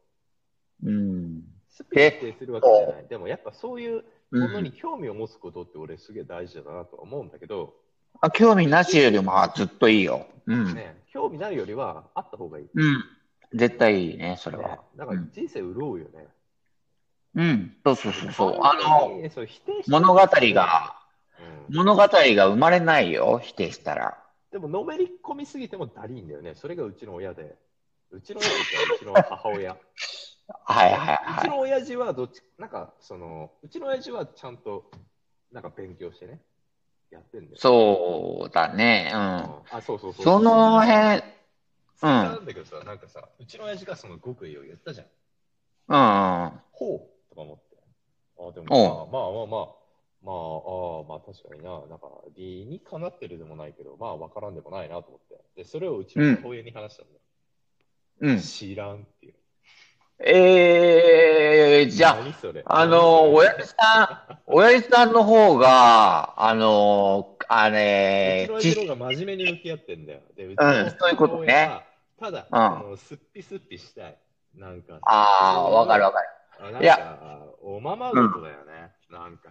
Speaker 1: うん。
Speaker 2: スピ否定するわけじゃない。でもやっぱそういうものに興味を持つことって俺すげえ大事だなとは思うんだけど、
Speaker 1: あ、興味なしよりもまあずっといいよ。うん。
Speaker 2: ね、興味ないよりはあった方がいい。
Speaker 1: うん。絶対いいね、それ
Speaker 2: ね
Speaker 1: は。、
Speaker 2: だから人生潤うよね。
Speaker 1: うん。そうそうそうそう。あ
Speaker 2: あ
Speaker 1: の、
Speaker 2: の、そう否定して
Speaker 1: 物語が、
Speaker 2: うん
Speaker 1: 物語が生まれないよ、否定したら。
Speaker 2: でものめり 込みすぎてもだりいんだよね。それがうちの親で。うちの親っていうかうちの母親。
Speaker 1: はいはいうは
Speaker 2: ち
Speaker 1: い。
Speaker 2: の親父はどっち、なんか、その、うちの親父はちゃんと、なんか勉強してね、やってんだよ。
Speaker 1: そうだね。う
Speaker 2: うん
Speaker 1: ん。
Speaker 2: あ、そうそうそう。
Speaker 1: その辺、
Speaker 2: それなんだけどさ、なんかさ、うちの親父がその極意を言ったじゃん。
Speaker 1: うん。
Speaker 2: ほうとか思って。あで
Speaker 1: お
Speaker 2: もまあまあまあまあ、まあ、ああまあ確かにな、なんか理にかなってるでもないけど、まあわからんでもないなと思って。で、それをうちの母親に話したんだよ。
Speaker 1: うん。
Speaker 2: 知らんっていう。
Speaker 1: ええじゃ
Speaker 2: 何それ
Speaker 1: あ、あの、親
Speaker 2: 何
Speaker 1: 父
Speaker 2: そ
Speaker 1: さん、親父さんの方が、あの、あ
Speaker 2: れう
Speaker 1: れ
Speaker 2: ち
Speaker 1: 知
Speaker 2: の、親
Speaker 1: 識、
Speaker 2: 父の方が真面目に向き合ってんだよ。で、うち
Speaker 1: うん、そういうこ
Speaker 2: の
Speaker 1: と
Speaker 2: 母親
Speaker 1: ね。
Speaker 2: は、ただ、
Speaker 1: うん
Speaker 2: あのすっぴすっぴしたい。なんかさ、
Speaker 1: ああ、わかるわかる。
Speaker 2: あなん
Speaker 1: いや
Speaker 2: か、おままごとだよね。なんか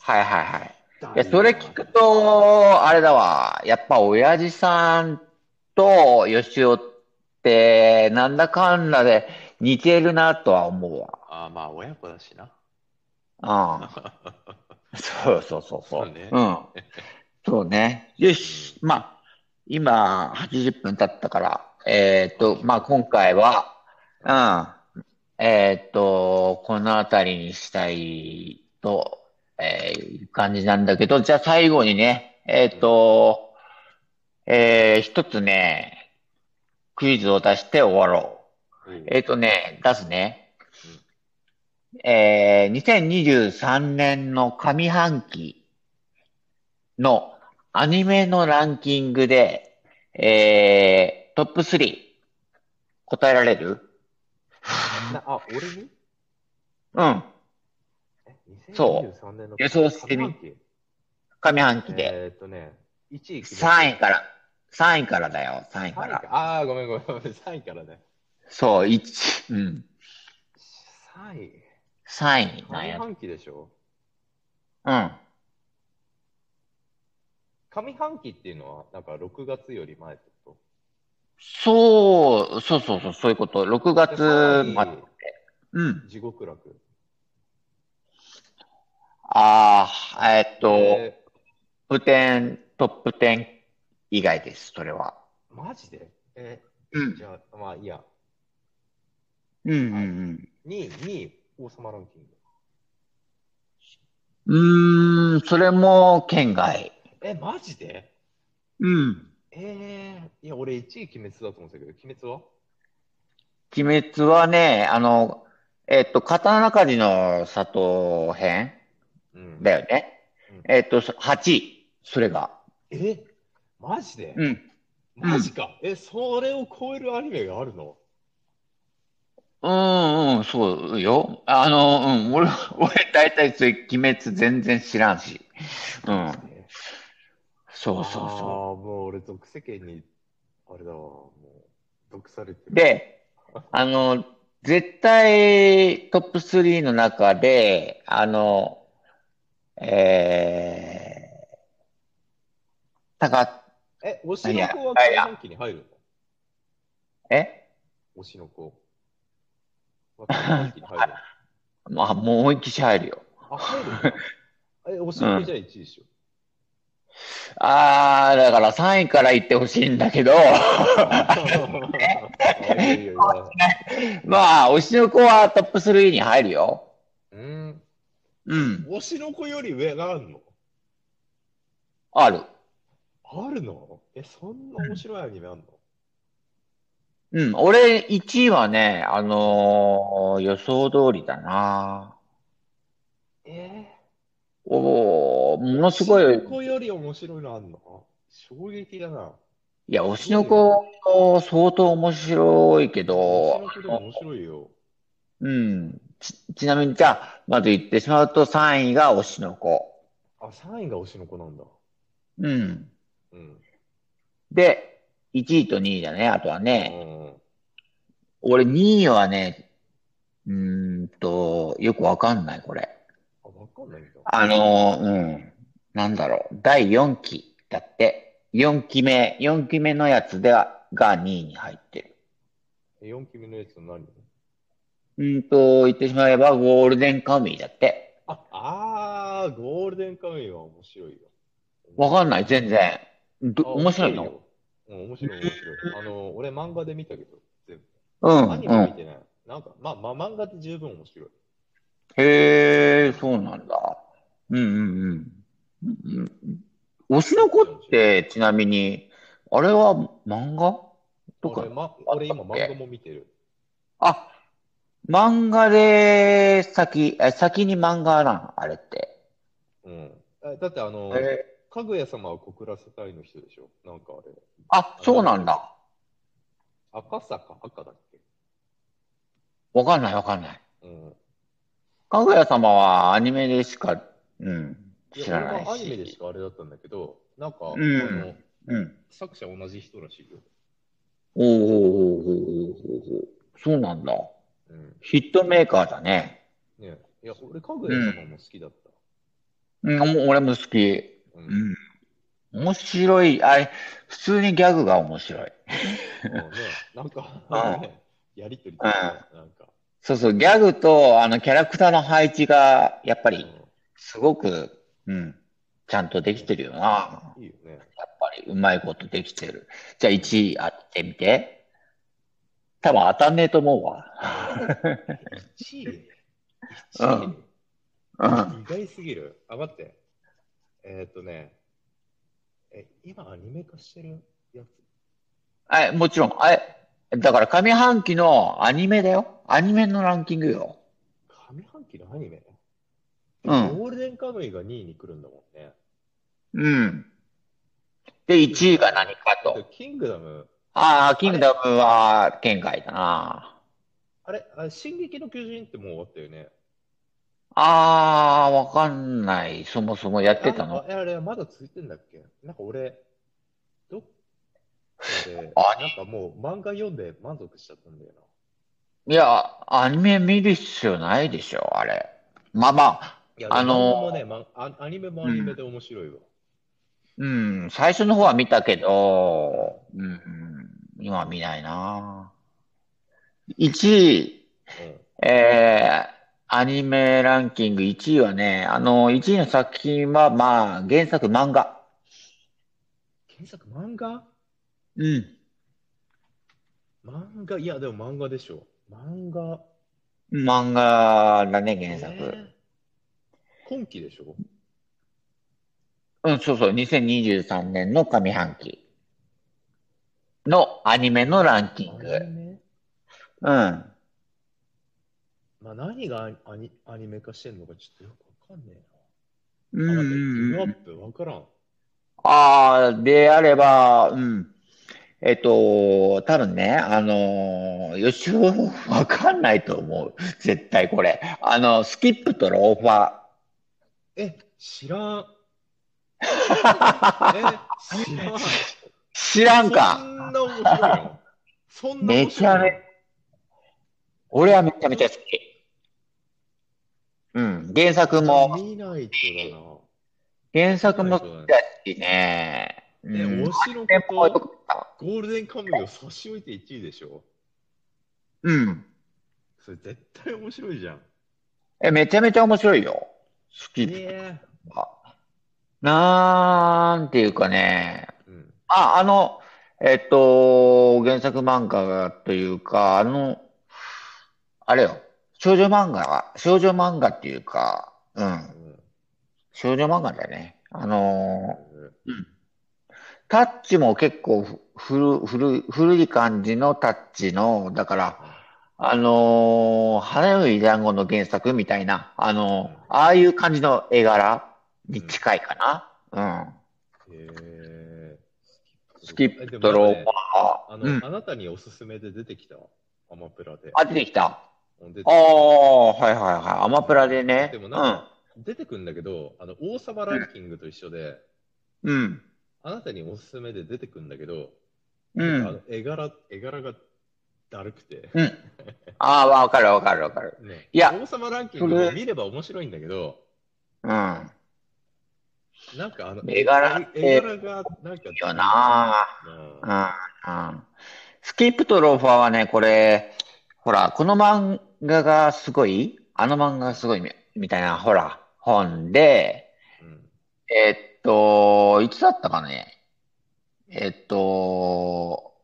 Speaker 1: はいはいはい。
Speaker 2: さ。
Speaker 1: いや、それ聞くと、あれだわ。やっぱ親父さんと吉尾って、なんだかんだで似てるなとは思う
Speaker 2: あーまあ、親子だしな。
Speaker 1: わ。 うん。そうそうそうそ
Speaker 2: そうね
Speaker 1: う。うん。そうね。よし。まあ、今、80分経ったから、えーっと、まあ、今回は、うん。えーっと、このあたりにしたいと、えーいう感じなんだけど、じゃあ最後にね、えーっと、えー一つね、クイズを出して終わろ
Speaker 2: うん
Speaker 1: う。えーっとね、出すね。えー、2023年の上半期のアニメのランキングで、えー、トップ3答えられる
Speaker 2: なあ、俺に
Speaker 1: うん、
Speaker 2: え
Speaker 1: そう
Speaker 2: 2023年の
Speaker 1: 予想してみ
Speaker 2: 上半期
Speaker 1: 上半期で。
Speaker 2: えーっとね、1位決め
Speaker 1: 3位から、3位からだよ、3位
Speaker 2: 3
Speaker 1: か
Speaker 2: 位
Speaker 1: ら。
Speaker 2: か。ああ、ごめんごめんごめん。3位からね。
Speaker 1: そう、1、うん、
Speaker 2: 3位。
Speaker 1: 3位なん
Speaker 2: 上
Speaker 1: や。
Speaker 2: 半期でしょ
Speaker 1: うん。
Speaker 2: 上半期っていうのは、なんか6月より前ってこ
Speaker 1: そう、そうそうそう、そういうこと。6
Speaker 2: とで
Speaker 1: 月まで。
Speaker 2: 3
Speaker 1: うん。
Speaker 2: 位、地獄楽。
Speaker 1: ああ、えーっと、
Speaker 2: え
Speaker 1: トップ10、トップ10以外です、それは。
Speaker 2: ーマジでえ
Speaker 1: う
Speaker 2: じ
Speaker 1: ん、
Speaker 2: ゃあ、まあいいや。
Speaker 1: うん、うん
Speaker 2: 2位、2位、王様ランキング。
Speaker 1: うん。うーん、それも県外。
Speaker 2: え、マジで
Speaker 1: うん。
Speaker 2: えー、いや、俺1位鬼滅だと思ってたけど、鬼滅は
Speaker 1: 鬼滅はね、あの、えっと、刀鍛冶の里編
Speaker 2: うん。
Speaker 1: だよね
Speaker 2: うん。
Speaker 1: えっと、そ8位。それが。
Speaker 2: え、マジで
Speaker 1: うん。
Speaker 2: マジか。え、それを超えるアニメがあるの
Speaker 1: うんうん、そうよ。あの、うん、俺、 俺、大体それ、鬼滅全然知らんし。うん。そうそう
Speaker 2: ああ、
Speaker 1: そ
Speaker 2: もう俺、毒世間に、あれだわ、もう、毒されて
Speaker 1: う。
Speaker 2: る。
Speaker 1: で、あの、絶対、トップ3の中で、あの、えー、たか、
Speaker 2: え、推しの子はい上
Speaker 1: や
Speaker 2: 半期に入るの
Speaker 1: え
Speaker 2: 推しの子は上半期に 入るの
Speaker 1: まあ、もう一期入るよ。
Speaker 2: あ、入るのかえ、推しの子じゃあ1位でしょ。
Speaker 1: あー、だから3位から言ってほしいんだけど、
Speaker 2: いやいやいや
Speaker 1: まあ、推しの子はトップ3に入るよ。
Speaker 2: うん。
Speaker 1: うん、
Speaker 2: 推しの子より上があるの
Speaker 1: ある。
Speaker 2: あるのえ、そんな面白いアニメあるの
Speaker 1: うん、俺1位はね、あのー予想通りだな。
Speaker 2: え
Speaker 1: おお、もの
Speaker 2: ー、
Speaker 1: すごい、
Speaker 2: 推しの子より面白いのあんの衝撃だな。
Speaker 1: いや、推しの子、相当面白いけ
Speaker 2: 推し
Speaker 1: ど、
Speaker 2: の子で
Speaker 1: あ
Speaker 2: も
Speaker 1: の
Speaker 2: 面白いよ。
Speaker 1: うん、ち、ちなみにじゃあ、まず言ってしまうと3位が推しの子。
Speaker 2: あ、3位が推しの子なんだ。
Speaker 1: うん。
Speaker 2: うん。
Speaker 1: で、1位と2位だね、あとは
Speaker 2: う
Speaker 1: ね。
Speaker 2: ん
Speaker 1: 俺2位はね、うーんと、よくわかんない、これ。
Speaker 2: あ、わかんないんだ。
Speaker 1: あのーうん、なんだろう、第4期だって、4期目、4期目のやつでは、が2位に入ってる。
Speaker 2: え、4期目のやつの何
Speaker 1: うーんと、言ってしまえばゴールデンカムイだって。
Speaker 2: あ、あー、ゴールデンカムイは面白いよ。
Speaker 1: わかんない、全然。ど、
Speaker 2: あ
Speaker 1: 面白いの
Speaker 2: ようん、面白い、面白い。あの、俺漫画で見たけど、全部。
Speaker 1: うん、
Speaker 2: アニ
Speaker 1: う
Speaker 2: メ見
Speaker 1: ん。
Speaker 2: てない。なんか、まあ、まあ、漫画で十分面白い。
Speaker 1: へえ、そうなんだ。うんうんうん。推しの子
Speaker 2: 面
Speaker 1: っ
Speaker 2: 白い。
Speaker 1: て、ちなみに、あれは漫画とか
Speaker 2: 俺、ま、
Speaker 1: あっ
Speaker 2: 俺
Speaker 1: た
Speaker 2: 今
Speaker 1: っ
Speaker 2: 漫画
Speaker 1: け
Speaker 2: も見てる。
Speaker 1: あ、漫画で先、え、先に漫画なんあれって。
Speaker 2: うん。えだってあの、
Speaker 1: えー
Speaker 2: かぐや様を告らせたいの人でしょなんかあれ。
Speaker 1: あ、
Speaker 2: あれ
Speaker 1: そう
Speaker 2: なん
Speaker 1: な
Speaker 2: て
Speaker 1: ん
Speaker 2: いうの
Speaker 1: だ。
Speaker 2: 赤坂赤だっけ
Speaker 1: わかんないわかんない。
Speaker 2: うん。
Speaker 1: かぐや様はアニメでしか、うん、
Speaker 2: いや、
Speaker 1: 知ら
Speaker 2: 俺
Speaker 1: ない
Speaker 2: はアニメでし
Speaker 1: し。
Speaker 2: かあれだったんだけど、なんか、
Speaker 1: う
Speaker 2: あ
Speaker 1: ん、
Speaker 2: の、
Speaker 1: うん。
Speaker 2: 作者同じ人らしいよ。
Speaker 1: おーおーおーおーおーおーそうなんだ。
Speaker 2: うん。
Speaker 1: ヒットメーカーだね。
Speaker 2: ねいや、俺、かぐ
Speaker 1: う
Speaker 2: や
Speaker 1: ん。
Speaker 2: 様も好きだった。
Speaker 1: うん、もう俺も好き。
Speaker 2: う。
Speaker 1: うんん。面白い。あれ、普通にギャグが面白い。
Speaker 2: ああね、なんか
Speaker 1: うん。
Speaker 2: ね、やりとり
Speaker 1: う
Speaker 2: とか
Speaker 1: ん。
Speaker 2: ね、なんか、
Speaker 1: そうそう、ギャグと、あの、キャラクターの配置が、やっぱ
Speaker 2: う
Speaker 1: り、
Speaker 2: ん。
Speaker 1: すごく、うん、ちゃんとでき
Speaker 2: ね、
Speaker 1: てるよな。
Speaker 2: いいよね。
Speaker 1: やっぱり、うまいことできてる。じゃあ、
Speaker 2: うん。
Speaker 1: 1位当ててみて。多分当たんねえと思うわ。
Speaker 2: え、1位
Speaker 1: う
Speaker 2: ?1
Speaker 1: ん、
Speaker 2: 位
Speaker 1: う
Speaker 2: え、
Speaker 1: ん。
Speaker 2: 意外すぎる。あ、待って。えーっとね、え、今アニメ化してるやつ
Speaker 1: え、もちろん、え、だから上半期のアニメだよ。アニメのランキングよ。
Speaker 2: 上半期のアニメで
Speaker 1: う
Speaker 2: も
Speaker 1: ん、
Speaker 2: ゴールデンカムイが2位に来るんだもんね。
Speaker 1: うん。で、
Speaker 2: キング
Speaker 1: 1位
Speaker 2: ダ
Speaker 1: が
Speaker 2: ム。
Speaker 1: 何か
Speaker 2: だって
Speaker 1: と。
Speaker 2: キングダム、
Speaker 1: ああ、キ
Speaker 2: あ
Speaker 1: ング
Speaker 2: れ、
Speaker 1: ダムは圏外だな。
Speaker 2: あれ、あ、進撃の巨人ってもう終わったよね。
Speaker 1: ああ、わかんない。そもそもや
Speaker 2: え、
Speaker 1: って
Speaker 2: あ
Speaker 1: た
Speaker 2: ん、
Speaker 1: の
Speaker 2: あ、えあれ、まだ続いてんだっけなんか俺、どっかで、
Speaker 1: ア
Speaker 2: なんかもう漫画読んで満足しちゃったんだよな。
Speaker 1: ニ、いや、アニメ見る必要ないでしょ、あれ。まあまあ、
Speaker 2: いや、で
Speaker 1: あ
Speaker 2: も漫
Speaker 1: の
Speaker 2: 画もね、ま、ア、アニメも
Speaker 1: う
Speaker 2: アニメで
Speaker 1: ん、
Speaker 2: 面白いわ。
Speaker 1: うん、最初の方は見たけ
Speaker 2: うん。
Speaker 1: ど、うん、今は見ないな。1位、
Speaker 2: うん。
Speaker 1: えー、アニメランキング1位はね、あの、1位の作品は、まあ、原作漫画。
Speaker 2: 原作漫画
Speaker 1: うん、
Speaker 2: 漫画、いや、でも漫画でしょ。漫画、
Speaker 1: 漫画だね、原作。
Speaker 2: えー、今期でしょ
Speaker 1: うん、そうそう、2023年の上半期のアニメのランキン
Speaker 2: ア
Speaker 1: グ。
Speaker 2: ニメ
Speaker 1: うん。
Speaker 2: まあ、何がアニ、アニメ化してんのかちょっとよくわかんねえ
Speaker 1: う
Speaker 2: な。あ、
Speaker 1: ん
Speaker 2: 待って、ギ
Speaker 1: う
Speaker 2: ブ
Speaker 1: んう
Speaker 2: アッ
Speaker 1: ん。
Speaker 2: プ、わからん。
Speaker 1: ああ、であれば、うん。えっと、多分ね、あのー、予習わかんないと思う。絶対これ。あの、スキップとローファ
Speaker 2: え、知らん。え、
Speaker 1: ー。
Speaker 2: 知らん。
Speaker 1: 知らん
Speaker 2: そ
Speaker 1: か。
Speaker 2: んな面白いのそんな
Speaker 1: め
Speaker 2: 面
Speaker 1: ち
Speaker 2: 白
Speaker 1: ゃ
Speaker 2: い
Speaker 1: め、
Speaker 2: の
Speaker 1: 俺はめちゃめちゃ
Speaker 2: そ
Speaker 1: 好き。うん。原作
Speaker 2: れ
Speaker 1: も、
Speaker 2: 見ないとだな。
Speaker 1: 原
Speaker 2: 見
Speaker 1: 作
Speaker 2: な
Speaker 1: も
Speaker 2: い
Speaker 1: 好
Speaker 2: とだ
Speaker 1: き
Speaker 2: ね。
Speaker 1: だしね。う
Speaker 2: え、
Speaker 1: ん。
Speaker 2: 推しの
Speaker 1: で
Speaker 2: 子
Speaker 1: もよ
Speaker 2: と
Speaker 1: かった。
Speaker 2: ゴールデンカムイを差し置いて1位でしょ
Speaker 1: うん。
Speaker 2: それ絶対面白いじゃん。
Speaker 1: え、めちゃめちゃ面白いよ。スキップと
Speaker 2: ええ
Speaker 1: か。なんていうかね。
Speaker 2: うん。
Speaker 1: あ、あの、えっと、原作漫画というか、あの、あれよ。少女漫画、少女漫画っていうか、うん。
Speaker 2: うん。
Speaker 1: 少女漫画だよね。あの
Speaker 2: え
Speaker 1: ー、うんタッチも結構ふ古、古い、古い感じのタッチの、だから、
Speaker 2: ーうん
Speaker 1: あのー花より団子の原作みたいな、あ
Speaker 2: う
Speaker 1: の
Speaker 2: ん
Speaker 1: ーああいう感じの絵柄に
Speaker 2: うん
Speaker 1: 近いかな。うん。
Speaker 2: えー、スキップと
Speaker 1: ス
Speaker 2: ロ
Speaker 1: キッ
Speaker 2: ーフ
Speaker 1: プとロー
Speaker 2: ァー。え、でもなんかね、
Speaker 1: パ
Speaker 2: あ
Speaker 1: ー。う
Speaker 2: の、
Speaker 1: ん。
Speaker 2: あなたにおすすめで出てきたわ。アマプラで。
Speaker 1: あ、出てきた。あ
Speaker 2: うん出
Speaker 1: あ、
Speaker 2: てきた。
Speaker 1: はいはいはい。アマ
Speaker 2: う
Speaker 1: プラ
Speaker 2: ん。
Speaker 1: で
Speaker 2: で
Speaker 1: ね。
Speaker 2: もな
Speaker 1: うん
Speaker 2: か、
Speaker 1: ん。
Speaker 2: 出てくんだけど、あの、王様ランキングと一緒で、
Speaker 1: うん。
Speaker 2: あなたにおすすめで出てくんだけど、
Speaker 1: う
Speaker 2: なんかあ
Speaker 1: ん。
Speaker 2: の絵柄、絵柄がだるくて。
Speaker 1: うん。ああ、わかるわかるわかる。
Speaker 2: ね、
Speaker 1: いや、
Speaker 2: 王様ランキ
Speaker 1: そ
Speaker 2: ングも
Speaker 1: れ、
Speaker 2: 見れば面白いんだけど、
Speaker 1: うん。
Speaker 2: なんかあの
Speaker 1: 絵
Speaker 2: 絵、
Speaker 1: 柄
Speaker 2: 絵、
Speaker 1: って
Speaker 2: 絵柄がなんか
Speaker 1: いい
Speaker 2: だ
Speaker 1: よ
Speaker 2: るいよね。
Speaker 1: な。
Speaker 2: うん。
Speaker 1: うんうんスキップとローファーはね、これ、ほら、この漫画がすごい、あの漫画
Speaker 2: う
Speaker 1: が
Speaker 2: ん。
Speaker 1: すごいみ、みたいな、ほら、本で、
Speaker 2: うん。
Speaker 1: えっと、いつだったかね。えっと、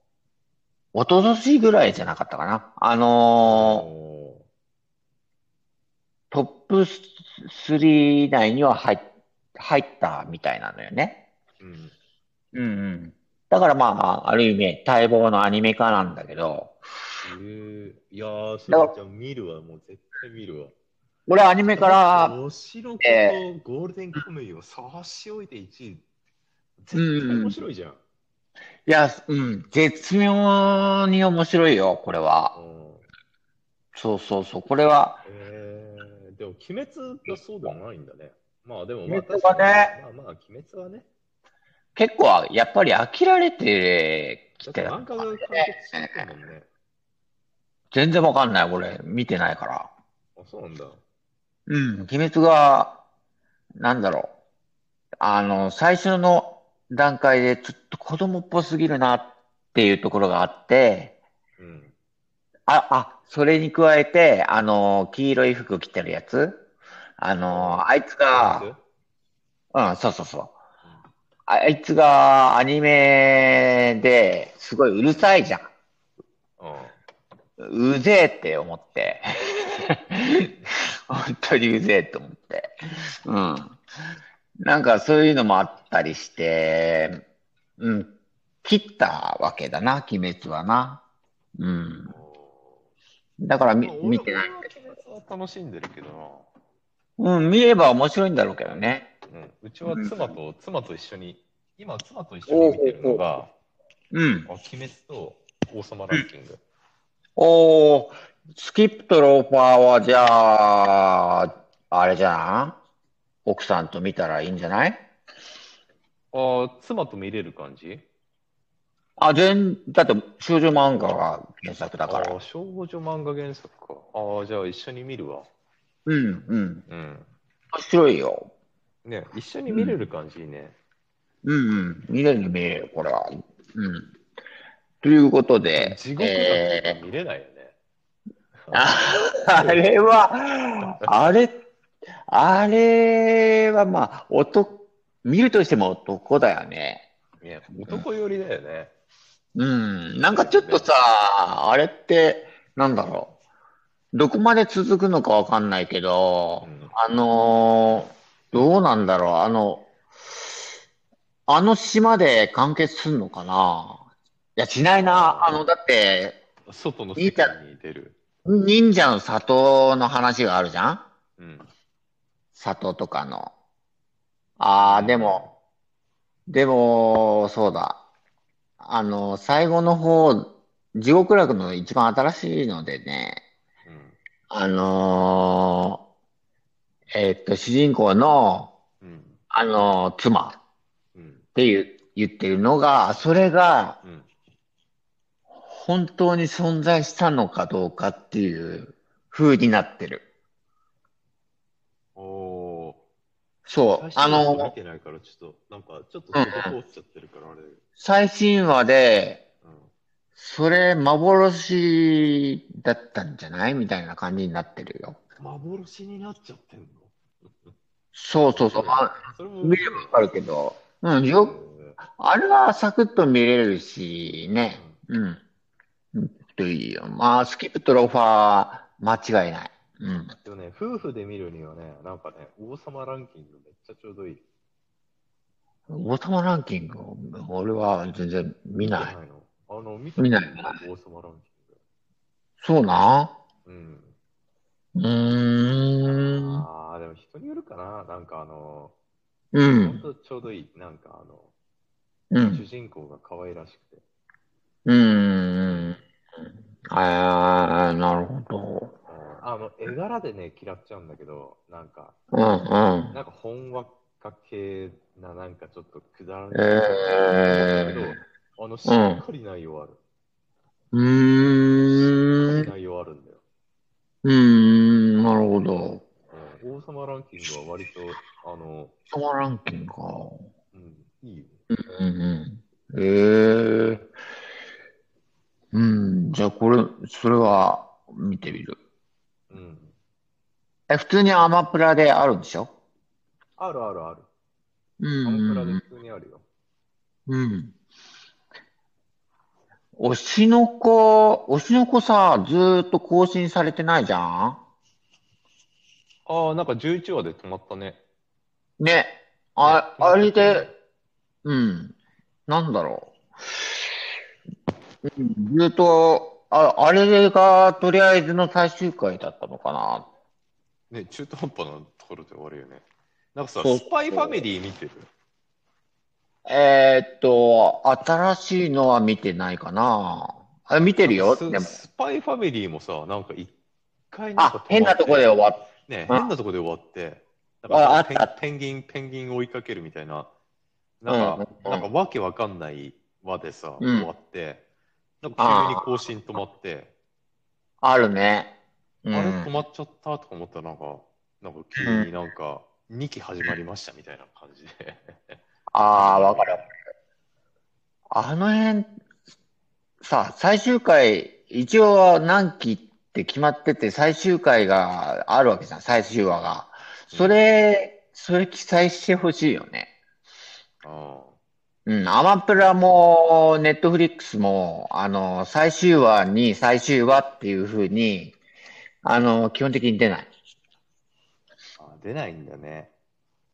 Speaker 1: 一昨年ぐらいじゃなかったかな。あの
Speaker 2: おー
Speaker 1: ートップ3以内には入っ、入ったみたいなのよね。
Speaker 2: うん。
Speaker 1: うんうん。だからまあ、ある意味、待望のアニメ化なんだけど、
Speaker 2: えー、いやー、そ
Speaker 1: だから
Speaker 2: らちゃん見るわ、もう絶対見るわ。
Speaker 1: 俺アニメから、
Speaker 2: 面白く
Speaker 1: え
Speaker 2: とゴールデンカムイを差し置いて1位。絶対面白いじゃん。
Speaker 1: いや、うん、絶妙に面白いよ、これは。
Speaker 2: うん
Speaker 1: そうそうそう、これは、
Speaker 2: えー、でも、鬼滅がそうでもないんだね。まあでも、
Speaker 1: 鬼
Speaker 2: まあ
Speaker 1: 滅はね
Speaker 2: 確かにまあまあ、鬼滅はね。
Speaker 1: 結構、やっぱり飽きられて
Speaker 2: だ
Speaker 1: き
Speaker 2: って
Speaker 1: て、
Speaker 2: 漫画が完結してたもんね。
Speaker 1: 全然わかんない、これ、見てないから。
Speaker 2: あ、そうなんだ。
Speaker 1: うん、鬼滅が、なんだろう。あの、最初の段階でちょっと子供っぽすぎるなっていうところがあって、
Speaker 2: うん。
Speaker 1: あ、あ、それに加えて、あの、黄色い服着てるやつ、あの、あいつが、うん、そうそうそう。ああいつがアニメですごいうるさいじゃん。
Speaker 2: うん。
Speaker 1: うぜえって思って。本当にうぜえと思って。うん。なんかそういうのもあったりして、うん。切ったわけだな、鬼滅はな。うん。だからみ
Speaker 2: まあ
Speaker 1: 見てない。
Speaker 2: 俺は鬼滅は楽しんでるけど
Speaker 1: うん、見れば面白いんだろうけどね。
Speaker 2: な、うん、うちは妻と、妻と一緒に、今、妻と一緒に見てるのが、
Speaker 1: うん。
Speaker 2: あ鬼滅と王様ランキング。
Speaker 1: おー、スキップとローファーはじゃあ、あれじゃん奥さんと見たらいいんじゃない
Speaker 2: ああ、妻と見れる感じ
Speaker 1: あ、全、だって少女漫画が原作だ
Speaker 2: だ
Speaker 1: から。
Speaker 2: 少女漫画原作か。ああ、じゃあ一緒に見るわ。
Speaker 1: うん、うん。
Speaker 2: うん。
Speaker 1: 面白いよ。
Speaker 2: ね、一緒に見れる感じいいね。
Speaker 1: うん、うん。見れる見れる、これは。うん。ということで、
Speaker 2: 地獄だ
Speaker 1: え
Speaker 2: と見れないよね。
Speaker 1: ーあ、あれは、あれ、あれはまあ、男、見るとしても男だよね。
Speaker 2: ね男寄りだよね。
Speaker 1: うん。なんかちょっとさ、あれって、なんだろう。どこまで続くのかわかんないけど、
Speaker 2: うん
Speaker 1: あのーどうなんだろう、あの、あの島で完結すんのかないや、しないな。あの、だって、
Speaker 2: 外の世界に出る。
Speaker 1: 忍者の里の話があるじゃん
Speaker 2: うん。
Speaker 1: 里とかの。ああ、でも、でも、そうだ。あの、最後の方、地獄楽の一番新しいのでね、あのーえっと、主人公の、
Speaker 2: うん。うん。
Speaker 1: あのー妻。
Speaker 2: うん。
Speaker 1: って言う言ってるのが、それが
Speaker 2: うん。
Speaker 1: 本当に存在したのかどうかっていう風になってる。
Speaker 2: おお
Speaker 1: そ
Speaker 2: ー。
Speaker 1: う。あ
Speaker 2: 最初見
Speaker 1: の、
Speaker 2: てないから、ちょっと、なんか、ちょっと滞っちゃってるから、あれ。
Speaker 1: 最新話で、
Speaker 2: うん。
Speaker 1: それ幻だったんじゃないみたいな感じになってるよ。
Speaker 2: 幻になっちゃってんの
Speaker 1: そうそうそう。まあ、
Speaker 2: それも
Speaker 1: 見ればわかるけど。うん、よ、あれはサクッと見れるし、ね。うん。うんといいよ。まあ、スキップとローファー、間違いない。うん。
Speaker 2: でもね、夫婦で見るにはね、なんかね、王様ランキングめっちゃちょうどいい。
Speaker 1: 王様ランキング、俺は全然見ない。
Speaker 2: 見ての。あの、見
Speaker 1: 見
Speaker 2: て
Speaker 1: ない
Speaker 2: 王様ランキ
Speaker 1: そうなう
Speaker 2: ング。う
Speaker 1: ー
Speaker 2: ん。
Speaker 1: ん。
Speaker 2: ああ、でも人によるかな。なんかあの、
Speaker 1: う
Speaker 2: ほん
Speaker 1: ん。
Speaker 2: とちょうどいい。なんかあの、
Speaker 1: う
Speaker 2: 主
Speaker 1: ん。
Speaker 2: 人公が可愛らしくて。
Speaker 1: うん。ああ、なるほど。
Speaker 2: あの、絵柄でね、嫌っちゃうんだけど、なんか、
Speaker 1: うんうん。
Speaker 2: なんか本話家系な、なんかちょっとくだらない。
Speaker 1: え
Speaker 2: だけ
Speaker 1: ー
Speaker 2: ど、あの、しっかり内容ある。
Speaker 1: うーん。
Speaker 2: 内容あるんだよ。
Speaker 1: うーん。なるほど。
Speaker 2: うん王様ランキングは割と、あの、
Speaker 1: 王様ランキングか。
Speaker 2: うん、いいよ。
Speaker 1: うんうん。ええうん。じゃあこれ、それは見てみる。
Speaker 2: うん。
Speaker 1: え、普通にアマプラであるんでしょ
Speaker 2: あるあるある。
Speaker 1: う
Speaker 2: ア
Speaker 1: ん
Speaker 2: マプラ
Speaker 1: う
Speaker 2: で
Speaker 1: ん
Speaker 2: 普通にあるよ。
Speaker 1: うん。推しの子、推しの子さ、ずーっと更新されてないじゃん
Speaker 2: ああ、なんか11話で止まったね。
Speaker 1: ね。
Speaker 2: ね、
Speaker 1: あ、
Speaker 2: 止
Speaker 1: あ
Speaker 2: まっちゃっ
Speaker 1: れ
Speaker 2: たよね。
Speaker 1: で、うん。なんだろう。うんずーっと、あ、あれがとりあえずの最終回だったのかな。
Speaker 2: ね、中途半端なところで終わるよね。なんかさ、
Speaker 1: そう
Speaker 2: スパイファミ
Speaker 1: そ
Speaker 2: リー見てる
Speaker 1: う。えーっと、新しいのは見てないかな。あ、見て
Speaker 2: なん
Speaker 1: る
Speaker 2: か
Speaker 1: よ、
Speaker 2: ス、
Speaker 1: でも。
Speaker 2: スパイファミリーもさ、なんか一回なんか
Speaker 1: あ、
Speaker 2: 止
Speaker 1: 変
Speaker 2: ま
Speaker 1: な
Speaker 2: っ
Speaker 1: とこで
Speaker 2: て、
Speaker 1: 終わっ
Speaker 2: ね、
Speaker 1: た。
Speaker 2: 変なとこで終わって、なんかそ
Speaker 1: あ、あ
Speaker 2: の
Speaker 1: っ
Speaker 2: ペン、
Speaker 1: た。
Speaker 2: ペンギン、ペンギンを追いかけるみたいな、な
Speaker 1: うんん、
Speaker 2: か、
Speaker 1: う
Speaker 2: なん
Speaker 1: ん、
Speaker 2: かわけわかんない輪でさ、
Speaker 1: う
Speaker 2: 終
Speaker 1: ん。
Speaker 2: わって、なんか急に
Speaker 1: あ
Speaker 2: 更新止まって、
Speaker 1: あ、あるね。う
Speaker 2: あれ
Speaker 1: ん。
Speaker 2: 止まっちゃったとか思ったらなんか、なんか
Speaker 1: う
Speaker 2: 急
Speaker 1: ん。
Speaker 2: になんか2期始まりましたみたいな感じで始
Speaker 1: ああ、
Speaker 2: まる
Speaker 1: わか
Speaker 2: みた
Speaker 1: る。
Speaker 2: いな。
Speaker 1: あの辺、さ、最終回、一応何期って決まってて、最終回があるわけじゃん、最終話が。
Speaker 2: う
Speaker 1: そ
Speaker 2: ん。
Speaker 1: れ、それ記載してほしいよね。
Speaker 2: ああ。
Speaker 1: うん、アマプラも、ネットフリックスも、あの、最終話に最終話っていう風に、あの、基本的に出ない。
Speaker 2: あ、出ないんだね。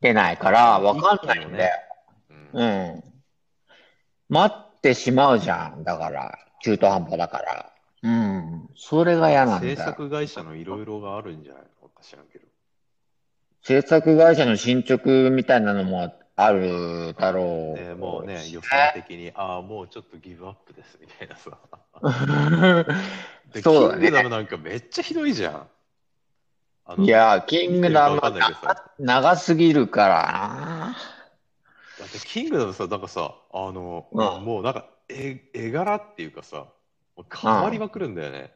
Speaker 1: 出ないか
Speaker 2: あ、そ
Speaker 1: ら、
Speaker 2: の
Speaker 1: わ
Speaker 2: 一
Speaker 1: かんな
Speaker 2: 期の
Speaker 1: いんだ
Speaker 2: ね。
Speaker 1: よ。
Speaker 2: うん。
Speaker 1: うん。待ってしまうじゃん。だから、中途
Speaker 2: う
Speaker 1: 半
Speaker 2: ん。
Speaker 1: 端だから。うん。それが
Speaker 2: なん
Speaker 1: 嫌
Speaker 2: か
Speaker 1: なん
Speaker 2: 制
Speaker 1: だよ。
Speaker 2: 作会社のいろいろがあるんじゃないのか知らんけど。
Speaker 1: 制作会社の進捗みたいなのもあるだろ
Speaker 2: で、もう
Speaker 1: う
Speaker 2: ね、
Speaker 1: し
Speaker 2: 予算的に、ああ、もうちょっとギブアップですみたいなさ。
Speaker 1: ね。
Speaker 2: で、キ
Speaker 1: そうだ
Speaker 2: ング
Speaker 1: ね。
Speaker 2: ダムなんかめっちゃひどいじゃん。あ
Speaker 1: い
Speaker 2: の、
Speaker 1: や、キン
Speaker 2: 見て
Speaker 1: グ
Speaker 2: る
Speaker 1: ダ
Speaker 2: か
Speaker 1: ム
Speaker 2: わか
Speaker 1: は
Speaker 2: んないけどさ、
Speaker 1: な長すぎるから
Speaker 2: だってキングダムさ、なんかさ、あの、
Speaker 1: な。
Speaker 2: もうなんか絵、絵柄っていうかさ、もう
Speaker 1: う
Speaker 2: 変わ
Speaker 1: ん。う
Speaker 2: り
Speaker 1: ん。
Speaker 2: まくるんだよね。